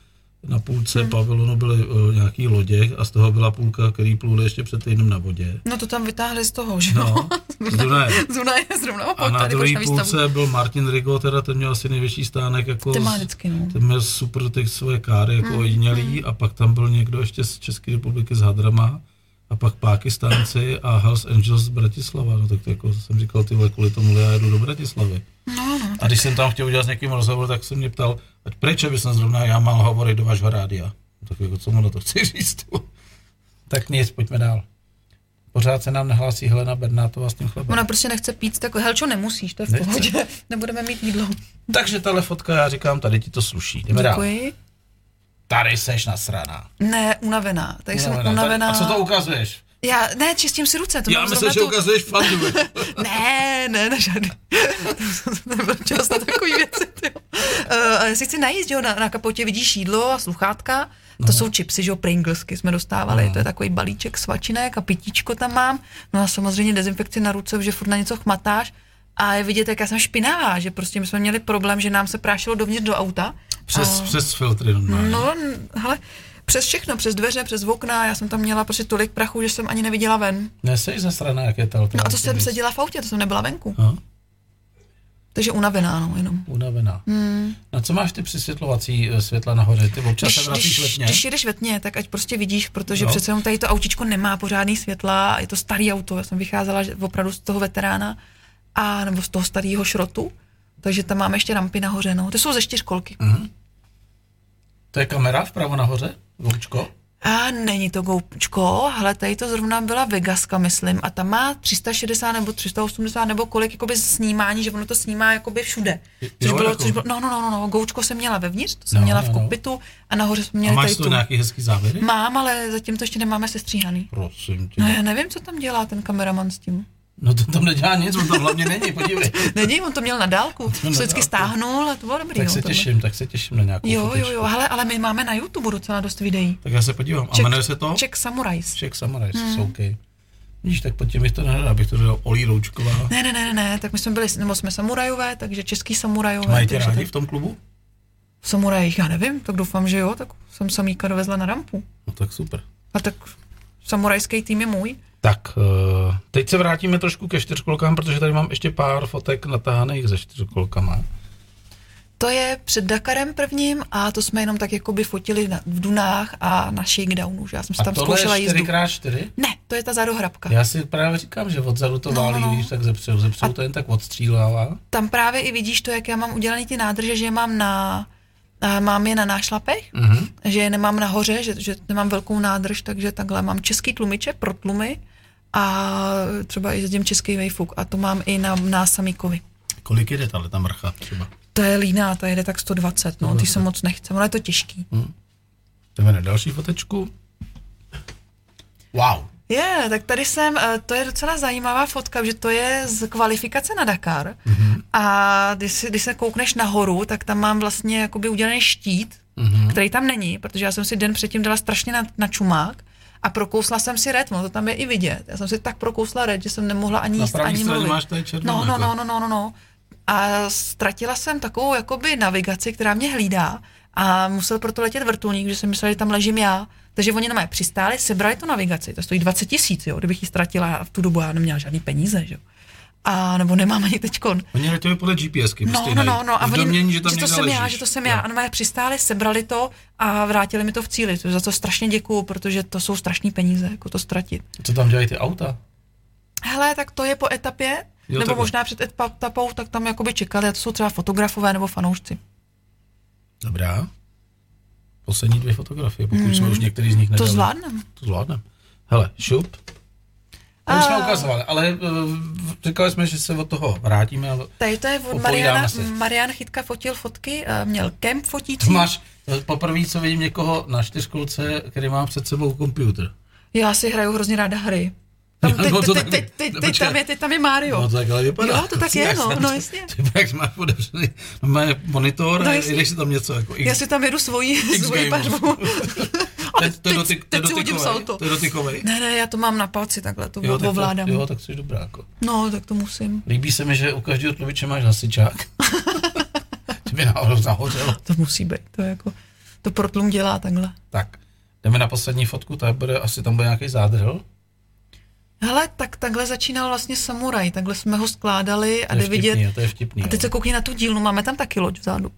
Speaker 2: na půlce hmm. pavilonu byly uh, nějaký lodě a z toho byla půlka, který pluli ještě před týdnem na vodě.
Speaker 3: No to tam vytáhli z toho, že jo?
Speaker 2: No, z Dunaje.
Speaker 3: Zrovna je zrovna
Speaker 2: A
Speaker 3: opad,
Speaker 2: na
Speaker 3: tady proč
Speaker 2: druhé
Speaker 3: na výstavu.
Speaker 2: půlce byl Martin Rigo, teda ten měl asi největší stánek. Jako
Speaker 3: Ten má
Speaker 2: z-
Speaker 3: vždycky, no. Mm,
Speaker 2: ten měl super ty svoje káry, jako ojedinělý. A pak tam byl někdo ještě z České republiky s Hadrama. A pak Pákistánci a Hells Angels z Bratislava. No tak to jako jsem říkal, ty vole, kvůli tomu já jedu do Bratislavy.
Speaker 3: No, no,
Speaker 2: A když jsem tam chtěl udělat s někým rozhovor, tak jsem mě ptal, ať proč by jsem zrovna já mal hovory do vašeho rádia. Tak jako, co mu na to chci říct? tak nic, pojďme dál. Pořád se nám nehlásí Helena Bernátová s tím chlebem.
Speaker 3: Ona prostě nechce pít, tak Helčo nemusíš, to je v
Speaker 2: Nechce.
Speaker 3: pohodě, nebudeme mít jídlo.
Speaker 2: Takže tahle fotka, já říkám, tady ti to sluší. Jdeme dál.
Speaker 3: Děkuji.
Speaker 2: Tady seš nasraná.
Speaker 3: Ne, unavená, tady jsem unavená.
Speaker 2: A co to ukazuješ?
Speaker 3: Já, ne, čistím si ruce, to
Speaker 2: Já
Speaker 3: mám
Speaker 2: myslím, že
Speaker 3: zrovna tu-
Speaker 2: ukazuješ fandu.
Speaker 3: Ne, ne, na žádný. To Nebyl čas na takový věci. tyjo. Eh, Ale si chci najít, že jo, na, na kapotě vidíš jídlo a sluchátka. To
Speaker 2: Mhm.
Speaker 3: jsou chipsy, že jo, Pringlesky jsme dostávali. To je takový balíček svačinek a pitíčko tam mám. No a samozřejmě dezinfekci na ruce, že furt na něco chmatáš. A je vidět, jak já jsem špinavá, že prostě my jsme měli problém, že nám se prášilo dovnitř do auta.
Speaker 2: přes, přes filtry. normálně.
Speaker 3: No, n- hele, přes všechno, přes dveře, přes okna, já jsem tam měla prostě tolik prachu, že jsem ani neviděla ven.
Speaker 2: Neseš zasraná, jak je ta
Speaker 3: No a to
Speaker 2: alternativa.
Speaker 3: jsem seděla v autě, to jsem nebyla venku.
Speaker 2: No.
Speaker 3: Takže unavená, no, jenom.
Speaker 2: Unavená. Hmm. Na co máš ty přisvětlovací eh, světla nahoře? Ty občas se
Speaker 3: Když,
Speaker 2: vracíš
Speaker 3: když,
Speaker 2: letně.
Speaker 3: když jedeš ve tmě, tak ať prostě vidíš, protože
Speaker 2: Jo.
Speaker 3: jo. přece jenom tady to autičko nemá pořádný světla, je to starý auto, já jsem vycházela že opravdu z toho veterána, a nebo z toho starého šrotu, takže tam máme ještě rampy nahoře, no. Ty jsou ze čtyřkolky. Mm.
Speaker 2: To je kamera vpravo nahoře? Voučko?
Speaker 3: A není to goučko, ale tady to zrovna byla Vegaska, myslím, a tam má 360 nebo 380 nebo kolik jakoby snímání, že ono to snímá jakoby všude. Což
Speaker 2: jo,
Speaker 3: bylo,
Speaker 2: jako-
Speaker 3: což bylo, no, no, no, no, no, goučko jsem měla vevnitř, to jsem
Speaker 2: No,
Speaker 3: měla
Speaker 2: no,
Speaker 3: v
Speaker 2: no.
Speaker 3: kokpitu a nahoře jsme
Speaker 2: A
Speaker 3: měli
Speaker 2: máš
Speaker 3: tady
Speaker 2: to
Speaker 3: tu.
Speaker 2: nějaký hezký závěry?
Speaker 3: Mám, ale zatím to ještě nemáme sestříhaný.
Speaker 2: Prosím tě.
Speaker 3: No já nevím, co tam dělá ten kameraman s tím.
Speaker 2: No to tam nedělá nic, on tam hlavně není, podívej.
Speaker 3: Není, on to měl na dálku.
Speaker 2: na
Speaker 3: Vždycky
Speaker 2: dálku.
Speaker 3: stáhnul a to bylo dobrý.
Speaker 2: no, tak
Speaker 3: no,
Speaker 2: se
Speaker 3: tohle.
Speaker 2: těším, tak se těším na nějakou
Speaker 3: Jo,
Speaker 2: fotečku.
Speaker 3: jo, jo, hele, ale my máme na YouTube docela dost videí.
Speaker 2: Tak já se podívám. A jmenuje se to?
Speaker 3: Czech Samurais.
Speaker 2: Ček Samurai, hmm. OK. Vidíš, tak pod tím bych to nehledal, abych to dodal Olí Roučková.
Speaker 3: Ne, ne, ne, ne, ne, tak my jsme byli, nebo jsme samurajové, takže český samurajové.
Speaker 2: Mají tě
Speaker 3: takže
Speaker 2: rádi
Speaker 3: tak-
Speaker 2: v tom klubu?
Speaker 3: V samurajích, já nevím, tak doufám, že jo, tak jsem samíka dovezla na rampu.
Speaker 2: No tak super.
Speaker 3: A tak samurajský tým je můj.
Speaker 2: Tak, eh, teď se vrátíme trošku ke čtyřkolkám, protože tady mám ještě pár fotek natáhaných ze čtyřkolkama.
Speaker 3: To je před Dakarem prvním a to jsme jenom tak jakoby fotili na, v Dunách a na shakedownu, že já jsem si
Speaker 2: A
Speaker 3: tam
Speaker 2: tohle je
Speaker 3: zkoušela jízdu.
Speaker 2: 4x4?
Speaker 3: Ne, to je ta zádohrabka.
Speaker 2: Já si právě říkám, že odzadu to válí, no,
Speaker 3: no.
Speaker 2: když tak zepředu, zepředu to jen tak odstřílává.
Speaker 3: tam právě i vidíš to, jak já mám udělané ty nádrže, že je mám na a mám je na nášlapech,
Speaker 2: Mhm.
Speaker 3: že je nemám nahoře, že, že nemám velkou nádrž, takže takhle mám český tlumiče pro tlumy a třeba i jezdím český vejfuk a to mám i na, na samíkovi.
Speaker 2: Kolik jde tahle ta mrcha třeba?
Speaker 3: To je líná, ta jede tak 120, no, ty se moc nechce, ono je to těžký.
Speaker 2: Jdeme na další fotečku. Wow.
Speaker 3: Je, tak tady jsem, eh, to je docela zajímavá fotka, že to je z kvalifikace na Dakar
Speaker 2: Mhm.
Speaker 3: mm-hmm. a když, si, když se koukneš nahoru, tak tam mám vlastně jakoby udělaný štít,
Speaker 2: Mhm.
Speaker 3: mm-hmm. který tam není, protože já jsem si den předtím dala strašně na, na čumák a prokousla jsem si red, no to tam je i vidět. Já jsem si tak prokousla red, že jsem nemohla ani
Speaker 2: Na
Speaker 3: jíst,
Speaker 2: pravý
Speaker 3: ani
Speaker 2: straně
Speaker 3: mluvit.
Speaker 2: máš tady černou,
Speaker 3: no, no,
Speaker 2: jako.
Speaker 3: no, no, no, no, no. A ztratila jsem takovou jakoby navigaci, která mě hlídá a musel proto letět vrtulník, že jsem myslela, že tam ležím já. Takže oni na mě přistáli, sebrali tu navigaci, to stojí 20 tisíc, jo, kdybych ji ztratila já v tu dobu, já neměla žádný peníze, že jo. A nebo nemám ani teďkon.
Speaker 2: Oni letěli podle GPSky.
Speaker 3: No,
Speaker 2: prostě
Speaker 3: no,
Speaker 2: najít.
Speaker 3: no, no, a
Speaker 2: V
Speaker 3: oni,
Speaker 2: domění, že tam
Speaker 3: to
Speaker 2: někde
Speaker 3: jsem já,
Speaker 2: ležíš.
Speaker 3: že to jsem
Speaker 2: Jo.
Speaker 3: já. Ano, mé přistáli, sebrali to a vrátili mi to v cíli. To- Za to strašně děkuju, protože to jsou strašný peníze, jako to ztratit.
Speaker 2: Co tam dělají ty auta?
Speaker 3: Hele, tak to je po etapě,
Speaker 2: Jo,
Speaker 3: jo, nebo
Speaker 2: takhle.
Speaker 3: možná před etapou, tak tam jakoby čekali, a to jsou třeba fotografové nebo fanoušci.
Speaker 2: Dobrá. Poslední dvě fotografie, pokud jsme už některý z nich
Speaker 3: Hmm. To
Speaker 2: nedali.
Speaker 3: zvládnem.
Speaker 2: To zvládneme. Hele, šup. To už jsme ukazovali, ale eh, říkali jsme, že se od toho vrátíme. Ale
Speaker 3: Tady to je od
Speaker 2: Popovídáme
Speaker 3: Mariana.
Speaker 2: si.
Speaker 3: Marian Chytka fotil fotky, eh, měl kemp
Speaker 2: to
Speaker 3: fotící.
Speaker 2: máš eh, poprvé, co vidím někoho na čtyřkolce, který má před sebou počítač.
Speaker 3: Já si hraju hrozně ráda hry. Tam,
Speaker 2: No,
Speaker 3: teď,
Speaker 2: to
Speaker 3: teď,
Speaker 2: taky.
Speaker 3: teď, teď, teď,
Speaker 2: Počkej.
Speaker 3: tam je, teď tam je Mario.
Speaker 2: No, to takhle vypadá.
Speaker 3: Jo, to tak je,
Speaker 2: Jak
Speaker 3: no,
Speaker 2: jsem
Speaker 3: no,
Speaker 2: to-
Speaker 3: jasně.
Speaker 2: Ty, jak jsi máš podepřený má monitor
Speaker 3: No,
Speaker 2: a
Speaker 3: jasně.
Speaker 2: jdeš si tam něco jako
Speaker 3: Já si tam jedu svoji,
Speaker 2: X
Speaker 3: svoji
Speaker 2: Games.
Speaker 3: barvu.
Speaker 2: To
Speaker 3: Ale
Speaker 2: je- to je dotyk- to je
Speaker 3: teď si hodím
Speaker 2: dotykovej,
Speaker 3: salto.
Speaker 2: to je dotykovej.
Speaker 3: Ne, ne, já to mám na palci takhle, to
Speaker 2: Jo, tak to-
Speaker 3: No, ovládám.
Speaker 2: Jo, tak jsi dobrá. Jako.
Speaker 3: No, tak to musím.
Speaker 2: Líbí se mi, že u každého tlumiče máš hasičák. to by náhodou zahořelo.
Speaker 3: To musí být, to je jako, to protlum dělá takhle.
Speaker 2: Tak, jdeme na poslední fotku, ta bude, asi tam bude nějaký zádrhel.
Speaker 3: Hele, tak takhle začínal vlastně samuraj, takhle jsme ho skládali a
Speaker 2: To je
Speaker 3: jde
Speaker 2: vtipný,
Speaker 3: vidět.
Speaker 2: to je vtipný.
Speaker 3: A teď
Speaker 2: jo.
Speaker 3: se koukni na tu dílnu, máme tam taky loď vzadu.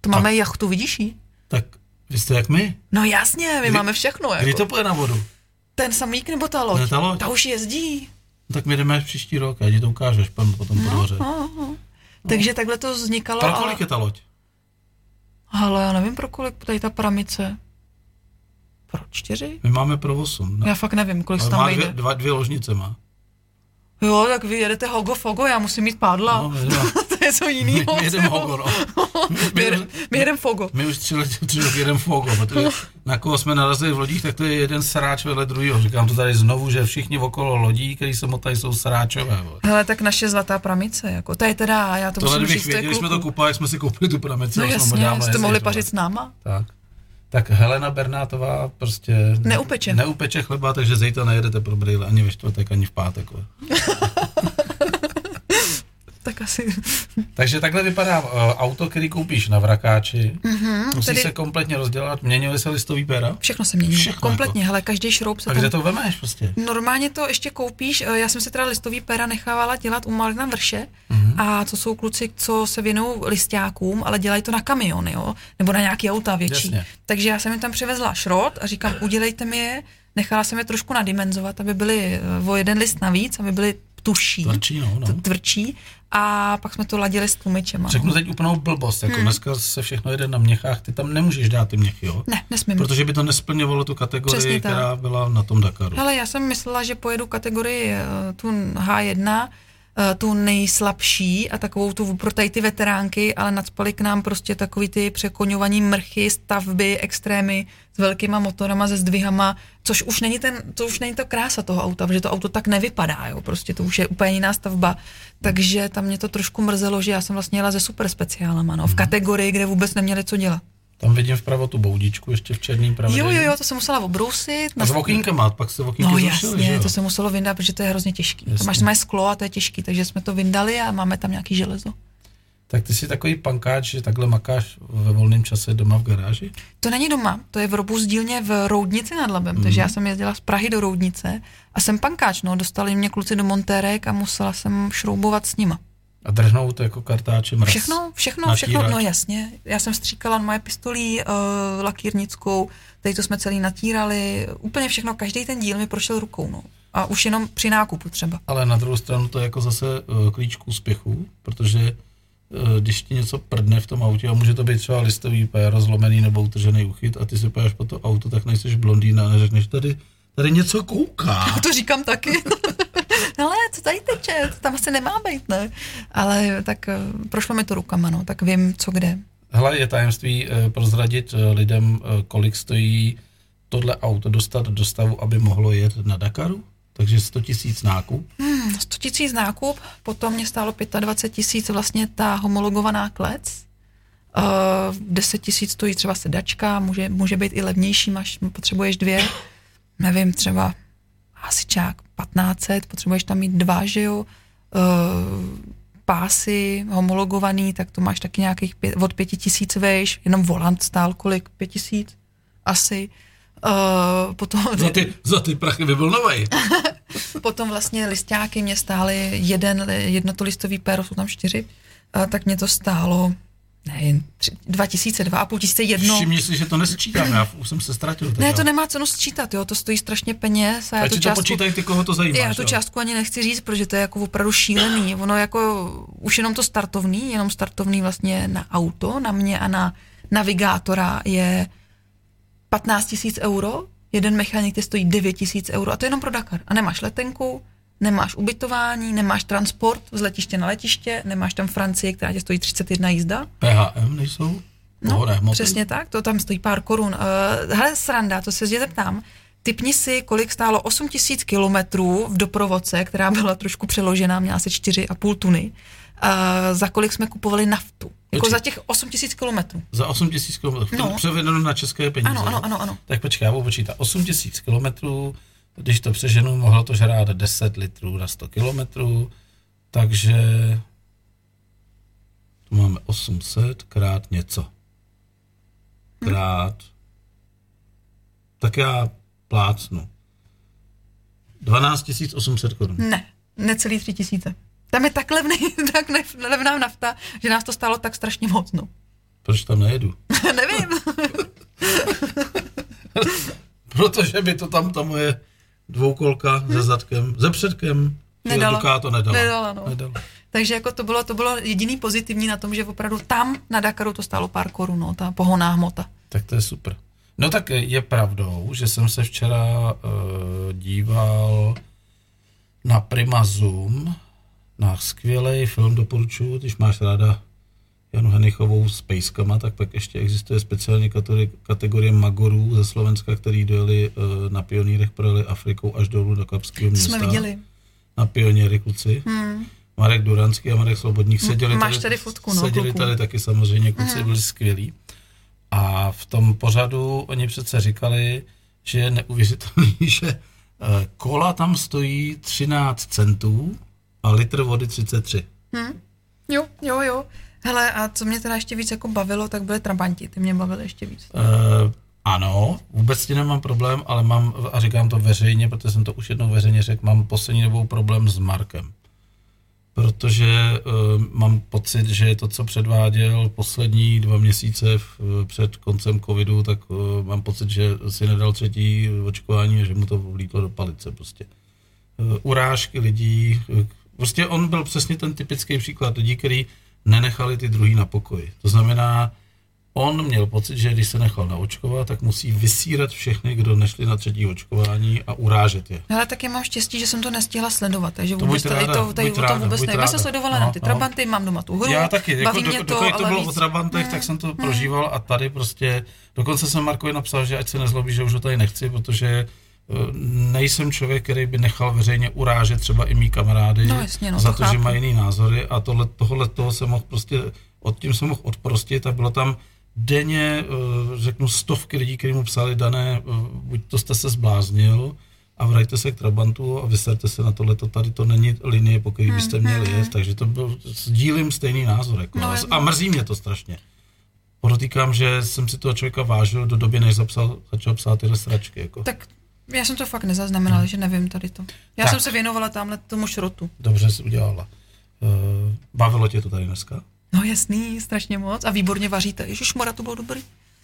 Speaker 3: To máme jachtu, vidíš ji?
Speaker 2: Tak vy jste jak my?
Speaker 3: No jasně, my
Speaker 2: Kdy-
Speaker 3: máme všechno. Jako.
Speaker 2: Kdy to půjde na vodu?
Speaker 3: Ten samík nebo ta loď?
Speaker 2: Ne, ta loď.
Speaker 3: ta už jezdí.
Speaker 2: No, tak my jdeme až příští rok, já ti to ukážeš pan, potom po dvoře.
Speaker 3: No, no. Takže takhle to vznikalo.
Speaker 2: Pro
Speaker 3: ale-
Speaker 2: kolik je ta loď?
Speaker 3: Hele, já nevím pro kolik, tady ta pramice. Pro čtyři?
Speaker 2: My máme pro 8.
Speaker 3: Já fakt nevím, kolik se
Speaker 2: Ale
Speaker 3: tam
Speaker 2: má dvě,
Speaker 3: vejde.
Speaker 2: dva, dvě ložnice má.
Speaker 3: Jo, tak vy jedete hogo fogo, já musím mít pádla.
Speaker 2: No, my, jdeme-
Speaker 3: to je co
Speaker 2: my,
Speaker 3: jiného.
Speaker 2: my jedeme hogo, no.
Speaker 3: My
Speaker 2: My,
Speaker 3: jedem-
Speaker 2: jedeme-
Speaker 3: my jedem fogo.
Speaker 2: my už tři lety, tři roky jedeme fogo,
Speaker 3: No.
Speaker 2: protože na koho jsme narazili v lodích, tak to je jeden sráč vedle druhého. Říkám to tady znovu, že všichni okolo lodí, který se motají, jsou sráčové. Vole.
Speaker 3: Hele, tak naše zlatá pramice, jako, to je teda, já to
Speaker 2: Tohle
Speaker 3: musím
Speaker 2: kdybych
Speaker 3: říct, to je
Speaker 2: věděli, jsme to
Speaker 3: kluku.
Speaker 2: kupali, jsme si koupili tu prameci.
Speaker 3: No
Speaker 2: a jsme
Speaker 3: jasně,
Speaker 2: dávali,
Speaker 3: jste
Speaker 2: jestli
Speaker 3: mohli
Speaker 2: je to
Speaker 3: pařit s náma.
Speaker 2: Tak. Tak Helena Bernátová prostě...
Speaker 3: Neupeče.
Speaker 2: Neupeče chleba, takže zítra nejedete pro brýle ani ve čtvrtek, ani v pátek. vole.
Speaker 3: Tak asi,
Speaker 2: Takže takhle vypadá uh, auto, který koupíš na vrakáči. Mm-hmm, Musíš
Speaker 3: Mhm, tedy-
Speaker 2: se kompletně rozdělat. Měnily se listový péra?
Speaker 3: všechno se mění,
Speaker 2: Všechno, jako-
Speaker 3: kompletně, hele, každý šroub se
Speaker 2: A kde
Speaker 3: tam...
Speaker 2: to vemeš prostě?
Speaker 3: Normálně to ještě koupíš, eh, já jsem si teda listový pera nechávala dělat u Marna Vrše
Speaker 2: Mhm.
Speaker 3: mm-hmm. a to jsou kluci, co se věnují listákům, ale dělají to na kamiony, jo, nebo na nějaký auta větší.
Speaker 2: Jasně.
Speaker 3: Jasně. Takže já jsem jim tam přivezla šrot a říkám, udělejte mi je, nechala jsem je trošku nadimenzovat, aby byly eh, o jeden list navíc, aby byly tuší,
Speaker 2: Tvrdší, no, no.
Speaker 3: t- tvrdší a pak jsme to ladili s tlumičema.
Speaker 2: Řeknu teď úplnou blbost, jako hmm. dneska se všechno jede na měchách, ty tam nemůžeš dát ty měchy, jo?
Speaker 3: Ne, nesmím.
Speaker 2: Protože by to nesplňovalo tu kategorii,
Speaker 3: Přesně tak.
Speaker 2: která byla na tom Dakaru.
Speaker 3: Hele, já jsem myslela, že pojedu kategorii eh, tu H1, eh, tu nejslabší a takovou tu pro tady ty veteránky, ale nadspali k nám prostě takový ty překoňovaní mrchy, stavby, extrémy s velkýma motorama, se zdvihama, což už není, ten, to už není ta krása toho auta, protože to auto tak nevypadá, jo, prostě to už je úplně jiná stavba. Takže tam mě to trošku mrzelo, že já jsem vlastně jela ze super speciálama, no, v kategorii, kde vůbec neměli co dělat.
Speaker 2: Tam vidím vpravo tu boudičku ještě v černým pravedení.
Speaker 3: Jo, jo, jo, to jsem musela obrousit.
Speaker 2: A s
Speaker 3: nast-
Speaker 2: okýnkama, pak se okýnky
Speaker 3: No
Speaker 2: zrušily, že
Speaker 3: jasně,
Speaker 2: jo?
Speaker 3: to se muselo vyndat, protože to je hrozně těžký. Jasně.
Speaker 2: Jasně.
Speaker 3: Tam máš samé sklo a to je těžký, takže jsme to vyndali a máme tam nějaký železo.
Speaker 2: Tak ty jsi takový pankáč, že takhle makáš ve volném čase doma v garáži?
Speaker 3: To není doma, to je v robu dílně v Roudnici nad
Speaker 2: Mhm.
Speaker 3: Labem, mm. takže já jsem jezdila z Prahy do Roudnice a jsem pankáč, no, dostali mě kluci do montérek a musela jsem šroubovat s nima.
Speaker 2: A drhnou to jako kartáčem raz.
Speaker 3: Všechno, všechno,
Speaker 2: Natírač.
Speaker 3: všechno, no jasně. Já jsem stříkala moje pistolí uh, lakírnickou, tady to jsme celý natírali, úplně všechno, každý ten díl mi prošel rukou, no. A už jenom při nákupu třeba.
Speaker 2: Ale na druhou stranu to je jako zase eh, klíč k úspěchu, protože eh, když ti něco prdne v tom autě a může to být třeba listový pér, rozlomený nebo utržený uchyt a ty se pojáš po to auto, tak nejseš blondýna a neřekneš tady, tady něco kouká.
Speaker 3: To říkám taky. No, Ale co tady teče, to tam asi nemá být, ne? Ale tak eh, prošlo mi to rukama, no, tak vím, co kde.
Speaker 2: Hele, je tajemství eh, prozradit eh, lidem, eh, kolik stojí tohle auto dostat do stavu, aby mohlo jet na Dakaru? Takže 100 tisíc nákup.
Speaker 3: Hmm, 100 tisíc nákup, potom mě stálo 25 tisíc vlastně ta homologovaná klec. Uh, 10 tisíc stojí třeba sedačka, může, může být i levnější, máš, potřebuješ dvě, nevím, třeba hasičák 1500, potřebuješ tam mít dva, že jo, uh, pásy homologovaný, tak to máš taky nějakých pět, od pěti tisíc vejš, jenom volant stál kolik, pět tisíc asi, uh, potom...
Speaker 2: No Za ty, za ty prachy by byl novej.
Speaker 3: Potom vlastně listáky mě stály jeden li- jednotolistový péro, jsou tam čtyři, a tak mě to stálo nevím, tři, dva tisíce, dva a půl tisíce jedno.
Speaker 2: Všimni si, že to nesčítám, já už jsem se ztratil.
Speaker 3: Ne,
Speaker 2: teda.
Speaker 3: to nemá cenu sčítat, jo, to stojí strašně peněz a já
Speaker 2: Ať
Speaker 3: tu
Speaker 2: si to
Speaker 3: částku...
Speaker 2: počítají, ty koho to zajímá.
Speaker 3: Já
Speaker 2: že
Speaker 3: tu
Speaker 2: jo?
Speaker 3: částku ani nechci říct, protože to je jako opravdu šílený. Ono jako už jenom to startovný, jenom startovný vlastně na auto, na mě a na navigátora je 15 tisíc euro, jeden mechanik ty stojí 9 tisíc euro a to je jenom pro Dakar. A nemáš letenku, nemáš ubytování, nemáš transport z letiště na letiště, nemáš tam Francii, která tě stojí 31 jízda.
Speaker 2: PHM nejsou?
Speaker 3: No,
Speaker 2: Pohoda, moty.
Speaker 3: přesně tak, to tam stojí pár korun. Uh, hele, sranda, to se tě zeptám. Typni si, kolik stálo 8 tisíc kilometrů v doprovodce, která byla trošku přeložená, měla asi 4,5 tuny, uh, za kolik jsme kupovali naftu. Jako
Speaker 2: Počkej.
Speaker 3: za těch 8 tisíc kilometrů.
Speaker 2: Za 8 tisíc kilometrů. No.
Speaker 3: No.
Speaker 2: Převedeno na české peníze.
Speaker 3: Ano, ano,
Speaker 2: jo?
Speaker 3: ano, ano.
Speaker 2: Tak počkej, já budu počítat. 8 tisíc kilometrů, když to přeženu, mohlo to žrát 10 litrů na 100 kilometrů, takže tu máme 800 krát něco.
Speaker 3: Hm.
Speaker 2: Krát. Tak já plácnu. 12 800 korun.
Speaker 3: Ne, necelý 3 tisíce. Tam je tak, levný, tak nev- levná nafta, že nás to stálo tak strašně moc. No.
Speaker 2: Proč tam nejedu?
Speaker 3: Nevím.
Speaker 2: Protože by to tam ta moje dvoukolka se zadkem, ze předkem,
Speaker 3: Nedala.
Speaker 2: Duká to nedala.
Speaker 3: Nedala, no.
Speaker 2: nedala.
Speaker 3: Takže jako to bylo, to bylo jediný pozitivní na tom, že opravdu tam na Dakaru to stálo pár korun, no, ta pohoná hmota.
Speaker 2: Tak to je super. No tak je pravdou, že jsem se včera uh, díval na Prima Zoom, na skvělý film doporučuji, když máš ráda Janu Henichovou s pejskama, tak pak ještě existuje speciální kategorie, kategorie magorů ze Slovenska, který dojeli eh, na pionýrech, projeli Afrikou až dolů do Kapského
Speaker 3: To
Speaker 2: města.
Speaker 3: jsme viděli.
Speaker 2: na pioněry kluci. Hmm. Marek Duranský a Marek Slobodník seděli
Speaker 3: Hmm. máš tady fotku, no,
Speaker 2: Seděli
Speaker 3: kluků.
Speaker 2: tady taky samozřejmě, kluci hmm. byli skvělí. A v tom pořadu oni přece říkali, že je neuvěřitelný, že eh, kola tam stojí 13 centů a litr vody 33.
Speaker 3: Jo, jo, jo. Hele, a co mě teda ještě víc jako bavilo, tak byly trabanti, ty mě bavily ještě víc.
Speaker 2: Uh, ano, vůbec s tím nemám problém, ale mám, a říkám to veřejně, protože jsem to už jednou veřejně řekl, mám poslední dobou problém s Markem. Protože uh, mám pocit, že to, co předváděl poslední dva měsíce v, před koncem covidu, tak uh, mám pocit, že si nedal třetí očkování a že mu to vlítlo do palice prostě. Uh, urážky lidí, uh, prostě on byl přesně ten typický příklad lidí, který nenechali ty druhý na pokoji. To znamená, On měl pocit, že když se nechal naočkovat, tak musí vysírat všechny, kdo nešli na třetí očkování a urážet je.
Speaker 3: Hele, tak já mám štěstí, že jsem to nestihla sledovat, takže
Speaker 2: To
Speaker 3: vůbec
Speaker 2: buď
Speaker 3: to, i
Speaker 2: ráda,
Speaker 3: to, tady,
Speaker 2: buď
Speaker 3: to
Speaker 2: ráda,
Speaker 3: vůbec
Speaker 2: buď
Speaker 3: ne. Já jsem
Speaker 2: ráda.
Speaker 3: sledovala
Speaker 2: No,
Speaker 3: jenom ty
Speaker 2: no.
Speaker 3: trabanty, mám doma tu hru,
Speaker 2: Já taky,
Speaker 3: baví
Speaker 2: jako do,
Speaker 3: mě to,
Speaker 2: dokud to
Speaker 3: ale
Speaker 2: bylo o
Speaker 3: víc.
Speaker 2: Trabantech, tak jsem to prožíval a tady prostě, dokonce jsem Markovi napsal, že ať se nezlobí, že už ho tady nechci, protože eh, nejsem člověk, který by nechal veřejně urážet třeba i mý kamarády
Speaker 3: No jasně, no,
Speaker 2: za
Speaker 3: to
Speaker 2: to, že
Speaker 3: chápu.
Speaker 2: mají jiný názory a tohle, tohle toho jsem mohl prostě, od tím jsem mohl odprostit a bylo tam denně, eh, řeknu, stovky lidí, kteří mu psali, dané, eh, buď to jste se zbláznil a vraťte se k Trabantu a vyserte se na tohleto, tady to není linie, po který byste měli jet, takže to byl, sdílím stejný názor, jako,
Speaker 3: Mhm. No,
Speaker 2: a mrzí mě to strašně. Podotýkám, že jsem si toho člověka vážil do doby, než zapsal, začal psát tyhle sračky, jako.
Speaker 3: Tak já jsem to fakt nezaznamenala, že nevím tady to. Já
Speaker 2: Hmm. Tak.
Speaker 3: jsem se věnovala tamhle tomu šrotu.
Speaker 2: Dobře jsi udělala. Eh, Bavilo tě to tady dneska?
Speaker 3: No jasný, strašně moc. A výborně vaříte. Ježiš, Mora, to bylo dobrý.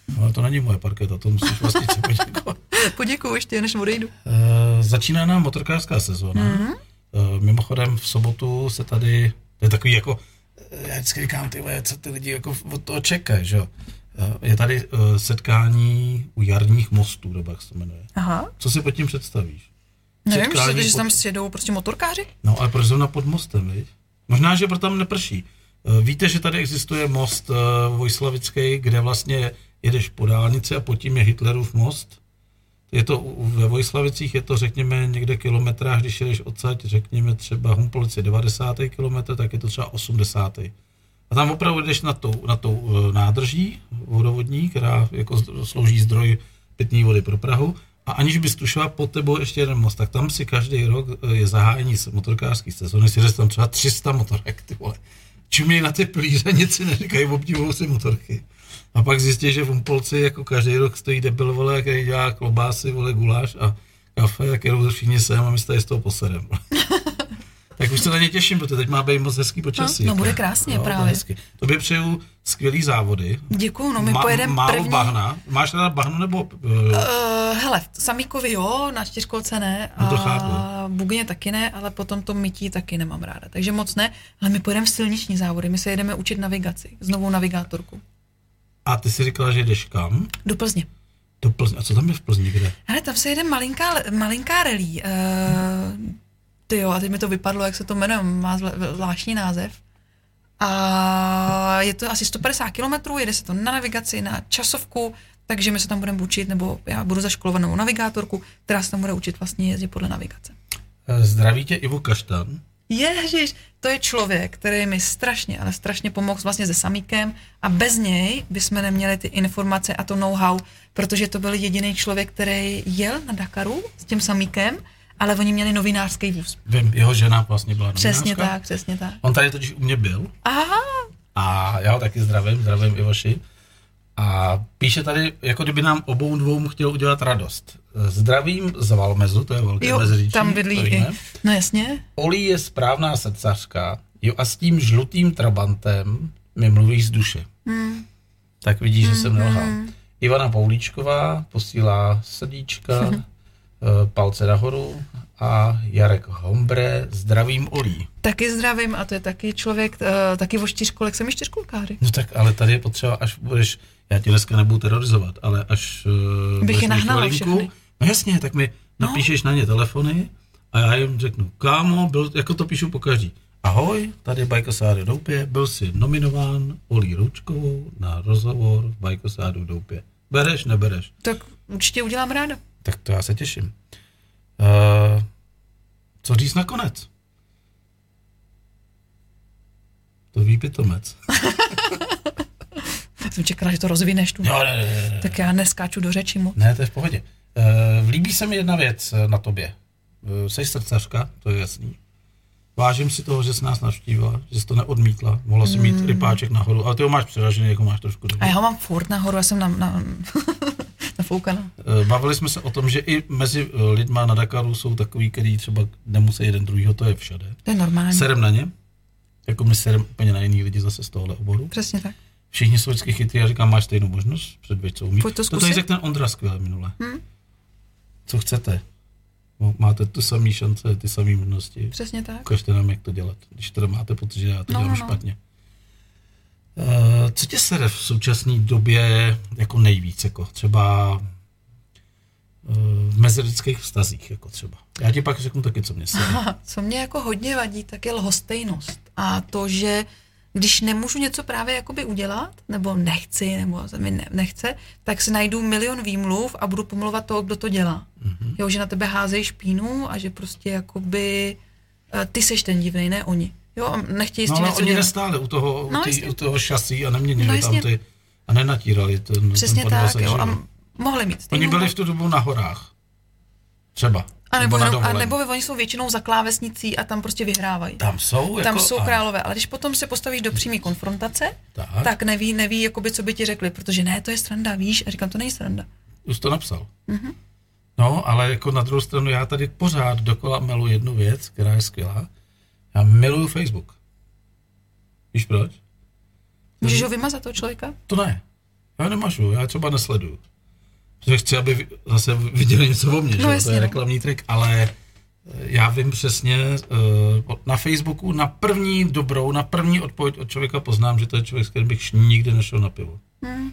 Speaker 2: No, ale to není moje parketa, to musíš vlastně poděkovat.
Speaker 3: Poděkuju ještě, než odejdu.
Speaker 2: Eh, začíná nám motorkářská sezóna.
Speaker 3: Mhm.
Speaker 2: Mm-hmm. Mimochodem v sobotu se tady, to je takový jako, eh, já vždycky říkám, ty vole, co ty lidi jako od toho čekají, že jo. Eh, Je tady eh, setkání u jarních mostů, nebo jak se to jmenuje.
Speaker 3: Aha.
Speaker 2: Co si pod tím představíš?
Speaker 3: Nevím, že,
Speaker 2: Setkání
Speaker 3: se- že se
Speaker 2: pod-
Speaker 3: tam sjedou prostě motorkáři?
Speaker 2: No ale proč zrovna pod mostem, viď? Možná, že proto tam neprší. Eh, Víte, že tady existuje most uh, Vojslavický, kde vlastně jedeš po dálnici a pod tím je Hitlerův most. Je to u- u- ve Vojslavicích, je to řekněme někde kilometráž, když jedeš odsaď, řekněme třeba Humpolici 90. kilometr, tak je to třeba 80. A tam opravdu jdeš na tou, na tou eh, nádraží vodovodní, která jako zdro- slouží zdroj pitné vody pro Prahu. A aniž bys tušila, pod tebou ještě jeden most, tak tam si každý rok eh, je zahájení se- motorkářský sezóny, si jde tam třeba 300 motorek, ty vole. Čím je na ty plíře, nic si neříkají, obdivují si motorky. A pak zjistí, že v Umpolci jako každý rok stojí debil, vole, který dělá klobásy, vole, guláš a kam kafe, tak jedou všichni sem a my se tady z toho posedem. tak už se na ně těším, protože teď má být moc hezký počasí.
Speaker 3: No, no, bude
Speaker 2: Tak,
Speaker 3: krásně
Speaker 2: bude
Speaker 3: právě.
Speaker 2: Hezky. Tobě přeju skvělý závody.
Speaker 3: Děkuju, no my
Speaker 2: Ma-
Speaker 3: pojedeme
Speaker 2: málo
Speaker 3: první.
Speaker 2: bahna. Máš teda bahnu nebo... Uh,
Speaker 3: Uh, hele, v samíkovi jo, na čtyřkolce ne.
Speaker 2: No to
Speaker 3: a
Speaker 2: chápu.
Speaker 3: bugně taky ne, ale potom to mytí taky nemám ráda. Takže moc ne, ale my pojedeme v silniční závody, my se jedeme učit navigaci s novou navigátorkou.
Speaker 2: a ty si říkala, že jdeš kam?
Speaker 3: Do Plzně.
Speaker 2: Do Plzně. A co tam je v Plzni, kde?
Speaker 3: Hele, tam se jede malinká, malinká relí. Uh, ty jo, a teď mi to vypadlo, jak se to jmenuje, má zvla- zvláštní název. A je to asi 150 kilometrů, jede se to na navigaci, na časovku, takže my se tam budeme učit, nebo já budu zaškolovanou navigátorku, která se tam bude učit vlastně jezdit podle navigace.
Speaker 2: Eh, Zdraví tě Ivo Kaštan.
Speaker 3: Ježiš, to je člověk, který mi strašně, ale strašně pomohl vlastně se samíkem a bez něj bychom neměli ty informace a to know-how, protože to byl jediný člověk, který jel na Dakaru s tím samíkem, ale oni měli novinářský vůz.
Speaker 2: Vím, jeho žena vlastně byla
Speaker 3: Přesně
Speaker 2: novinářka.
Speaker 3: tak, přesně tak.
Speaker 2: On tady totiž u mě byl
Speaker 3: Aha,
Speaker 2: a já ho taky zdravím, zdravím Ivoši. A píše tady, jako kdyby nám obou dvou chtěl udělat radost. Zdravím z Valmezu, to je velké
Speaker 3: jo,
Speaker 2: mezříčí,
Speaker 3: tam
Speaker 2: to
Speaker 3: bydlí i.
Speaker 2: víme.
Speaker 3: No jasně,
Speaker 2: Olí je správná srdcařka, jo a s tím žlutým trabantem mi mluví z duše. Hmm. Tak vidíš, že
Speaker 3: Hmm,
Speaker 2: jsem nelhal. Ivana Poulíčková posílá srdíčka, eh, palce nahoru a Jarek Hombre, zdravím Olí.
Speaker 3: taky zdravím a to je taky člověk, uh, taky o čtyřkolek, jsem i čtyřkolkáři.
Speaker 2: No tak, ale tady je potřeba, až budeš, já tě dneska nebudu terorizovat, ale až uh,
Speaker 3: Bych je nahnala všechny.
Speaker 2: no jasně, tak mi napíšeš na ně telefony a já jim řeknu, kámo, byl, jako to píšu po každý. Ahoj, tady je Bajkosáry v Doupě, byl jsi nominován Olí Ručkovou na rozhovor v Bajkosáru v Doupě. Bereš, nebereš?
Speaker 3: Tak určitě udělám ráda.
Speaker 2: Tak to já se těším. Uh, co říct nakonec? To ví pitomec.
Speaker 3: Jsem čekala, že to rozvineš tu.
Speaker 2: Jo, No, ne, ne, ne, ne.
Speaker 3: Tak já neskáču do řeči moc.
Speaker 2: Ne, to je v pohodě. Uh, líbí se mi jedna věc eh, na tobě. Uh, jsi srdcařka, to je jasný. Vážím si toho, že jsi nás navštívila, že jsi to neodmítla. Mohla si mít rypáček nahoru, ale ty ho máš přeražený, jako máš trošku
Speaker 3: A
Speaker 2: dobře.
Speaker 3: já ho mám furt nahoru, já jsem na, na, nafoukaná.
Speaker 2: Eh, Bavili jsme se o tom, že i mezi eh, lidma na Dakaru jsou takový, který třeba nemusí jeden druhýho, to je všade.
Speaker 3: To je normální.
Speaker 2: Serem na ně, jako my serem úplně na jiný lidi zase z tohohle oboru.
Speaker 3: Přesně tak.
Speaker 2: Všichni jsou vždycky chytrý a říkám, máš stejnou možnost, předveď, co umíš.
Speaker 3: Pojď to
Speaker 2: to
Speaker 3: zkusit.
Speaker 2: tady řekl ten Ondra skvěle minule. Hmm? Co chcete? No, Máte tu samé šance, ty samé možnosti.
Speaker 3: Přesně tak.
Speaker 2: Ukažte nám, jak to dělat, když teda máte pocit, že já to
Speaker 3: No,
Speaker 2: no, dělám no.
Speaker 3: no, no.
Speaker 2: špatně. Uh, co tě sere v současné době jako nejvíc, jako třeba eh, v mezilidských vztazích, jako třeba. Já ti pak řeknu taky, co mě sere.
Speaker 3: Aha, co mě jako hodně vadí, tak je lhostejnost. A to, že když nemůžu něco právě jakoby udělat, nebo nechci, nebo se mi ne, nechce, tak si najdu milion výmluv a budu pomlouvat toho, kdo to dělá.
Speaker 2: Mhm.
Speaker 3: Mm-hmm. Jo, že na tebe házejí špínu a že prostě jakoby eh, ty seš ten divný, ne oni. Jo, a nechtějí s
Speaker 2: No
Speaker 3: tím
Speaker 2: ale
Speaker 3: něco
Speaker 2: oni
Speaker 3: dělat.
Speaker 2: nestáli u toho,
Speaker 3: No,
Speaker 2: no, tý,
Speaker 3: jasně.
Speaker 2: u toho šasí a neměnili
Speaker 3: No,
Speaker 2: no,
Speaker 3: jasně.
Speaker 2: tam ty a nenatírali ten,
Speaker 3: Přesně
Speaker 2: ten
Speaker 3: tak,
Speaker 2: podvazek,
Speaker 3: jo.
Speaker 2: že
Speaker 3: A m- mohli mít
Speaker 2: Oni
Speaker 3: stejnou
Speaker 2: byli v tu dobu na horách. Třeba.
Speaker 3: A nebo,
Speaker 2: na
Speaker 3: jenom, a
Speaker 2: dovolené.
Speaker 3: nebo oni jsou většinou za klávesnicí a tam prostě vyhrávají.
Speaker 2: Tam jsou,
Speaker 3: Tam
Speaker 2: jako,
Speaker 3: jsou
Speaker 2: a-
Speaker 3: králové, ale když potom se postavíš do přímé konfrontace,
Speaker 2: Tak.
Speaker 3: tak neví, neví, jakoby, co by ti řekli, protože ne, to je sranda, víš, a říkám, to není sranda.
Speaker 2: Už to napsal.
Speaker 3: Mhm.
Speaker 2: No, ale jako na druhou stranu, já tady pořád dokola miluji jednu věc, která je skvělá. Já miluju Facebook. Víš proč?
Speaker 3: Můžeš ho vymazat toho člověka?
Speaker 2: To ne. Já nemažu, já třeba nesleduju. Protože chci, aby vi- zase viděli něco o mně, že? jo,
Speaker 3: jasně,
Speaker 2: to je
Speaker 3: no.
Speaker 2: reklamní trik, ale eh, já vím přesně, eh, na Facebooku na první dobrou, na první odpověď od člověka poznám, že to je člověk, s kterým bych nikdy nešel na pivo. Hmm.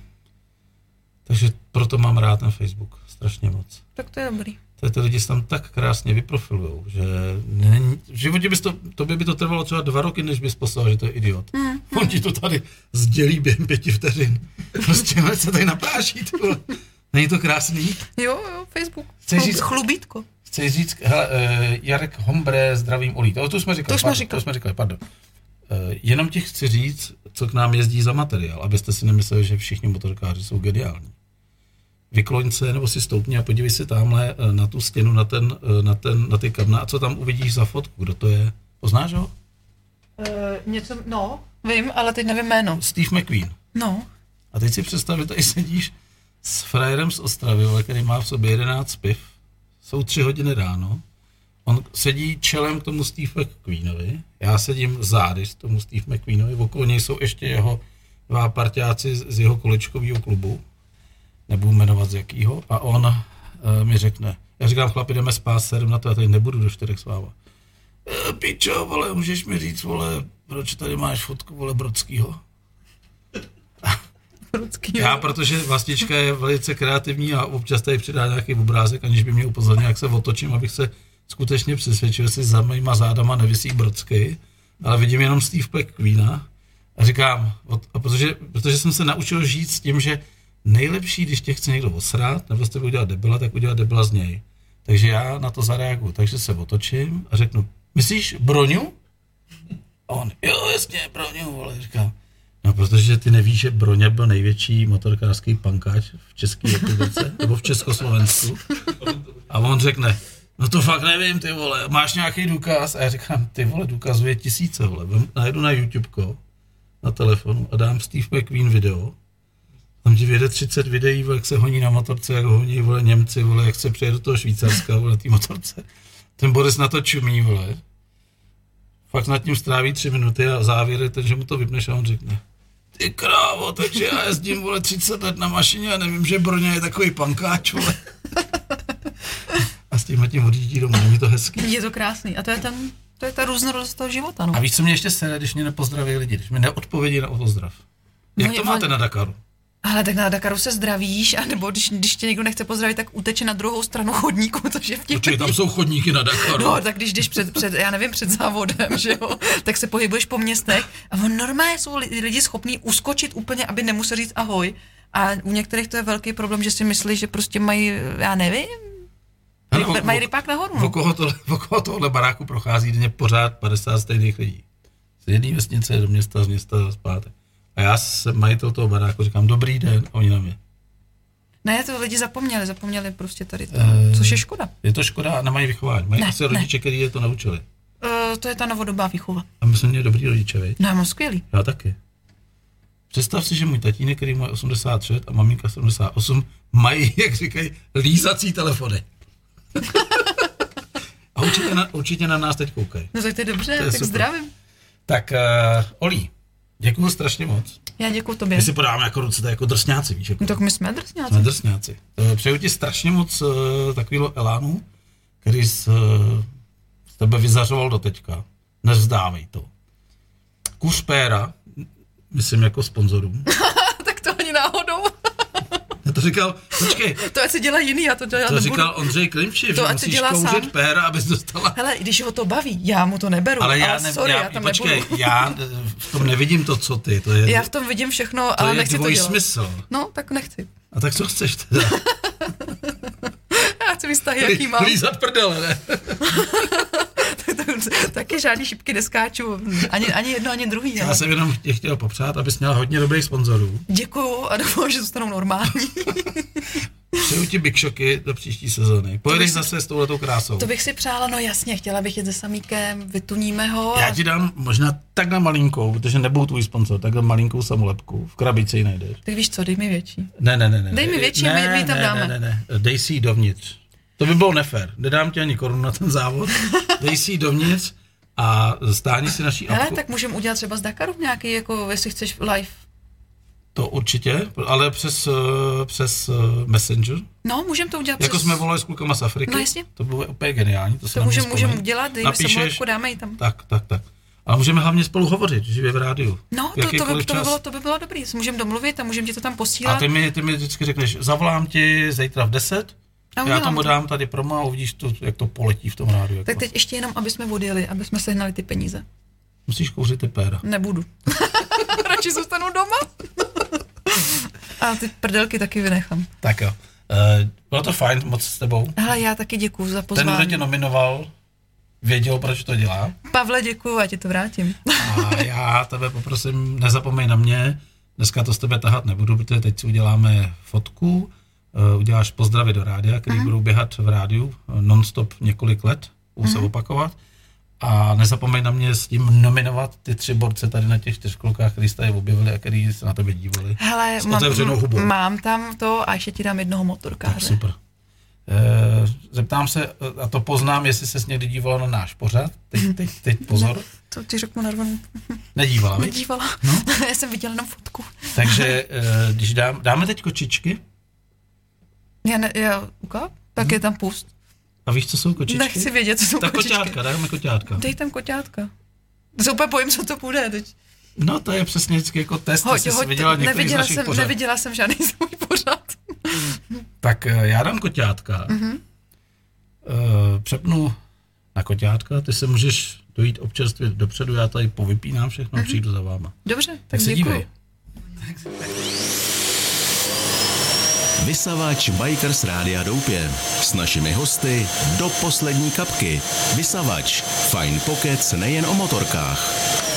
Speaker 2: Takže proto mám rád ten Facebook, strašně moc.
Speaker 3: Tak to je dobrý.
Speaker 2: To- Ty lidi se tam tak krásně vyprofilují, že není, v životě bys to, tobě by to trvalo třeba dva roky, než bys poslal, že to je idiot. Mm. On ti to tady sdělí během pěti vteřin. Prostě hned se tady napráší. ty vole. Není to krásný?
Speaker 3: Jo, jo, Facebook.
Speaker 2: Chceš
Speaker 3: Chlub,
Speaker 2: říct-
Speaker 3: Chlubítko.
Speaker 2: Chci říct, hele, eh, Jarek Hombre, zdravím Olí. To, to jsme říkali.
Speaker 3: To jsme
Speaker 2: pardon,
Speaker 3: říkali.
Speaker 2: To jsme říkali, pardon. Eh, jenom ti chci říct, co k nám jezdí za materiál, abyste si nemysleli, že všichni motorkáři jsou geniální. Vykloň se nebo si stoupni a podívej se tamhle eh, na tu stěnu, na, ten, eh, na, ten, na ty kamna a co tam uvidíš za fotku, kdo to je. Poznáš ho?
Speaker 3: E, něco, no, vím, ale teď nevím jméno.
Speaker 2: Steve McQueen.
Speaker 3: No,
Speaker 2: A teď si představ, že tady sedíš s frajerem z Ostravy, vole, který má v sobě 11 piv, jsou tři hodiny ráno, on sedí čelem k tomu Steve McQueenovi, já sedím zády k tomu Steve McQueenovi, okolo něj jsou ještě jeho dva partiáci z z jeho kolečkového klubu, nebudu jmenovat z jakýho, a on uh, mi řekne, já říkám, chlapi, jdeme spát sedm na to, já tady nebudu do čtyřech s váma. E, pičo, vole, můžeš mi říct, vole, proč tady máš fotku, vole, Brodskýho?
Speaker 3: Prudský.
Speaker 2: Já, protože vlastička je velice kreativní a občas tady přidá nějaký obrázek, aniž by mě upozornil, jak se otočím, abych se skutečně přesvědčil, jestli za mýma zádama nevisí Brodsky, ale vidím jenom Steve McQueena a říkám, od- a protože, protože jsem se naučil žít s tím, že nejlepší, když tě chce někdo osrát, nebo z tebe udělat debila, tak udělat debila z něj. Takže já na to zareaguju, takže se otočím a řeknu, myslíš Broňu? A on, jo, jasně, Broňu, vole, říkám. No, protože ty nevíš, že Broňa byl největší motorkářský pankáč v České republice, nebo v Československu. A on řekne, no to fakt nevím, ty vole, máš nějaký důkaz? A já říkám, ty vole, důkazů je tisíce, vole. Vem- Najedu na YouTubeko, na telefonu a dám Steve McQueen video. Tam ti vyjede 30 videí, vole, jak se honí na motorce, jak ho honí, vole, Němci, vole, jak se přeje do toho Švýcarska, vole, té motorce. Ten Boris na to čumí, vole. Fakt nad tím stráví tři minuty a závěr je ten, že mu to vypneš a on řekne. Ty krávo, takže já jezdím, vole, 30 let na mašině a nevím, že Brně je takový pankáč, vole. A s tím tím odjíždí domů, není to hezký.
Speaker 3: Je to krásný. A to je ten, to je ta různorodost toho života, no.
Speaker 2: A víš, co mě ještě sere, když mě nepozdraví lidi, když mi neodpovědí na pozdrav. Jak
Speaker 3: Oni-
Speaker 2: to máte
Speaker 3: oni-
Speaker 2: na Dakaru?
Speaker 3: Ale tak na Dakaru se zdravíš, anebo když, když tě někdo nechce pozdravit, tak uteče na druhou stranu chodníku, což je
Speaker 2: Určitě
Speaker 3: vtipný.
Speaker 2: tam jsou chodníky na Dakaru.
Speaker 3: No, tak když jdeš před, před, já nevím, před závodem, že jo, tak se pohybuješ po městech a on normálně jsou li- lidi schopní uskočit úplně, aby nemusel říct ahoj. A u některých to je velký problém, že si myslí, že prostě mají, já nevím,
Speaker 2: Hele,
Speaker 3: ryb-
Speaker 2: o-
Speaker 3: mají
Speaker 2: o-
Speaker 3: rypák nahoru.
Speaker 2: V
Speaker 3: no.
Speaker 2: okolo, tohle, v okolo tohle baráku prochází denně pořád 50 stejných lidí. Z jedné vesnice do města, z města zpátky. A já jsem majitel toho baráku říkám, dobrý den, a oni na mě.
Speaker 3: Ne, to lidi zapomněli, zapomněli prostě tady to,
Speaker 2: Eh.
Speaker 3: což je škoda.
Speaker 2: Je to škoda a nemají vychování. Mají
Speaker 3: Ne,
Speaker 2: asi
Speaker 3: ne.
Speaker 2: rodiče, kteří je to naučili.
Speaker 3: Uh, to je ta novodobá výchova.
Speaker 2: A my jsme měli dobrý rodiče, viď?
Speaker 3: No, já mám skvělý.
Speaker 2: Já taky. Představ si, že můj tatínek, který mu je 86 a maminka 78, mají, jak říkají, lízací telefony. a určitě na, určitě na nás teď koukají.
Speaker 3: No tak to je dobře,
Speaker 2: To je
Speaker 3: tak
Speaker 2: super.
Speaker 3: zdravím.
Speaker 2: Tak, uh, Olí, děkuji strašně moc.
Speaker 3: Já děkuji tobě.
Speaker 2: My si podáme jako ruce, to je jako drsňáci, víš, jako
Speaker 3: No, tak my jsme drsňáci.
Speaker 2: jsme drsňáci. Eh, Přeju ti strašně moc uh, takového elánu, který z, uh, z tebe vyzařoval do teďka. Nevzdávej to. Kuř péra, myslím jako sponzorům.
Speaker 3: tak to ani náhodou.
Speaker 2: Já to říkal, počkej,
Speaker 3: to ať si dělá jiný, já to dělá
Speaker 2: to
Speaker 3: nebudu.
Speaker 2: říkal Ondřej Klimčiv,
Speaker 3: To
Speaker 2: že
Speaker 3: ať si
Speaker 2: musíš
Speaker 3: dělá
Speaker 2: kouřit
Speaker 3: sám.
Speaker 2: péra, abys dostala.
Speaker 3: Hele, i když ho to baví, já mu to neberu.
Speaker 2: Ale já, ne,
Speaker 3: sorry, já,
Speaker 2: já,
Speaker 3: tam
Speaker 2: počkej,
Speaker 3: nebudu.
Speaker 2: já eh, v tom nevidím to, co ty, to je,
Speaker 3: Já v tom vidím všechno,
Speaker 2: to
Speaker 3: ale
Speaker 2: je
Speaker 3: nechci to
Speaker 2: dvoj
Speaker 3: dělat.
Speaker 2: smysl.
Speaker 3: No, tak nechci.
Speaker 2: A tak co chceš teda?
Speaker 3: Já chci vztahy, jaký mám.
Speaker 2: Lízat prdele, ne?
Speaker 3: Taky žádný šipky neskáču. Ani, ani jedno, ani druhý.
Speaker 2: Já
Speaker 3: Já
Speaker 2: jsem jenom tě chtěl popřát, abys měla hodně dobrých sponzorů.
Speaker 3: Děkuju a doufám, že zůstanou normální.
Speaker 2: Přeju ti Big Shocky do příští sezóny. Pojedeš zase s touhletou krásou.
Speaker 3: To bych si přála, no jasně, chtěla bych jít se samíkem, vytuníme ho.
Speaker 2: Já ti dám možná takhle malinkou, protože nebudu tvůj sponsor, takhle malinkou samolepku. V krabici ji najdeš.
Speaker 3: Tak víš co, dej mi větší.
Speaker 2: Ne, ne, ne. ne.
Speaker 3: Dej mi větší a my- my ji tam
Speaker 2: ne,
Speaker 3: dáme.
Speaker 2: Ne, ne, ne, dej si ji dovnitř. To by bylo nefér. Nedám ti ani korunu na ten závod. Dej si ji dovnitř a stáni si naší
Speaker 3: Hele,
Speaker 2: apku.
Speaker 3: tak můžeme udělat třeba z Dakaru nějaký, jako jestli chceš live.
Speaker 2: To určitě, ale přes, eh, přes eh, Messenger.
Speaker 3: No, můžeme to udělat
Speaker 2: Jako
Speaker 3: přes...
Speaker 2: jsme volali s klukama z Afriky.
Speaker 3: No, jasně.
Speaker 2: To bylo úplně geniální. To, se
Speaker 3: To
Speaker 2: na mě
Speaker 3: můžeme
Speaker 2: vzpomeň.
Speaker 3: můžem udělat, dej mi samolepku, dáme ji tam.
Speaker 2: Tak, tak, tak. Ale můžeme hlavně spolu hovořit, živě v rádiu.
Speaker 3: No,
Speaker 2: V
Speaker 3: to, to, by,
Speaker 2: jakýkoliv
Speaker 3: to, by
Speaker 2: čas.
Speaker 3: bylo, to by bylo dobrý, můžeme domluvit a můžeme ti to tam
Speaker 2: A
Speaker 3: posílat.
Speaker 2: ty mi, ty mi vždycky řekneš, zavolám ti zítra v 10,
Speaker 3: A
Speaker 2: já
Speaker 3: No, udělám
Speaker 2: tomu
Speaker 3: to.
Speaker 2: dám tady promo a uvidíš, to, jak to poletí v tom rádiu.
Speaker 3: Tak
Speaker 2: jako.
Speaker 3: teď ještě jenom, aby jsme odjeli, aby jsme sehnali ty peníze.
Speaker 2: Musíš kouřit ty péra.
Speaker 3: Nebudu. Radši zůstanu doma. a ty prdelky taky vynechám.
Speaker 2: Tak jo. Eh, Bylo to fajn moc s tebou.
Speaker 3: Hele, já taky děkuju za
Speaker 2: Ten, kdo
Speaker 3: pozvání.
Speaker 2: tě nominoval, věděl, proč to dělá.
Speaker 3: Pavle, děkuju a ti to vrátím.
Speaker 2: A já tebe poprosím, nezapomeň na mě. Dneska to s tebe tahat nebudu, protože teď si uděláme fotku. eh, Uděláš pozdravy do rádia, který mm. budou běhat v rádiu eh, non-stop několik let, budou se opakovat. A nezapomeň na mě s tím nominovat ty tři borce tady na těch čtyřkolkách, který jste je objevili a který se na tebe dívali.
Speaker 3: Hele,
Speaker 2: S
Speaker 3: mám,
Speaker 2: otevřenou hubou.
Speaker 3: mám tam to a ještě ti dám jednoho
Speaker 2: Tak
Speaker 3: motorkáře.
Speaker 2: super. Eh, Zeptám se, eh, a to poznám, jestli se někdy dívala na náš pořad. Teď, teď, teď pozor.
Speaker 3: To ti řeknu na rovnou.
Speaker 2: Nedívala, viď?
Speaker 3: Nedívala.
Speaker 2: No.
Speaker 3: Já jsem viděla jenom fotku.
Speaker 2: Takže eh, když dám, dáme teď kočičky,
Speaker 3: Já, ne, já uka, tak
Speaker 2: Mhm.
Speaker 3: je tam pust.
Speaker 2: a víš, co jsou kočičky?
Speaker 3: Nechci vědět, co jsou
Speaker 2: Tak
Speaker 3: kočičky.
Speaker 2: koťátka, dáme koťátka.
Speaker 3: Dej tam koťátka. To se úplně bojím, co to bude. Teď.
Speaker 2: No to je přesně vždycky jako test,
Speaker 3: Hoď,
Speaker 2: jestli jsi
Speaker 3: hoď,
Speaker 2: viděla
Speaker 3: to,
Speaker 2: některý z
Speaker 3: neviděla,
Speaker 2: našich
Speaker 3: jsem,
Speaker 2: pořadů.
Speaker 3: neviděla jsem žádný svůj pořad.
Speaker 2: Tak eh, já dám koťátka.
Speaker 3: Mhm.
Speaker 2: Mm-hmm. Přepnu na koťátka, ty se můžeš dojít občerstvě dopředu, já tady povypínám všechno, mm-hmm. přijdu za váma.
Speaker 3: Dobře, tak,
Speaker 2: Tak se
Speaker 3: Mhm. děkuju.
Speaker 2: dívej.
Speaker 1: Vysavač Bikers Rádia Doupě s našimi hosty do poslední kapky. Vysavač Fine Pockets nejen o motorkách.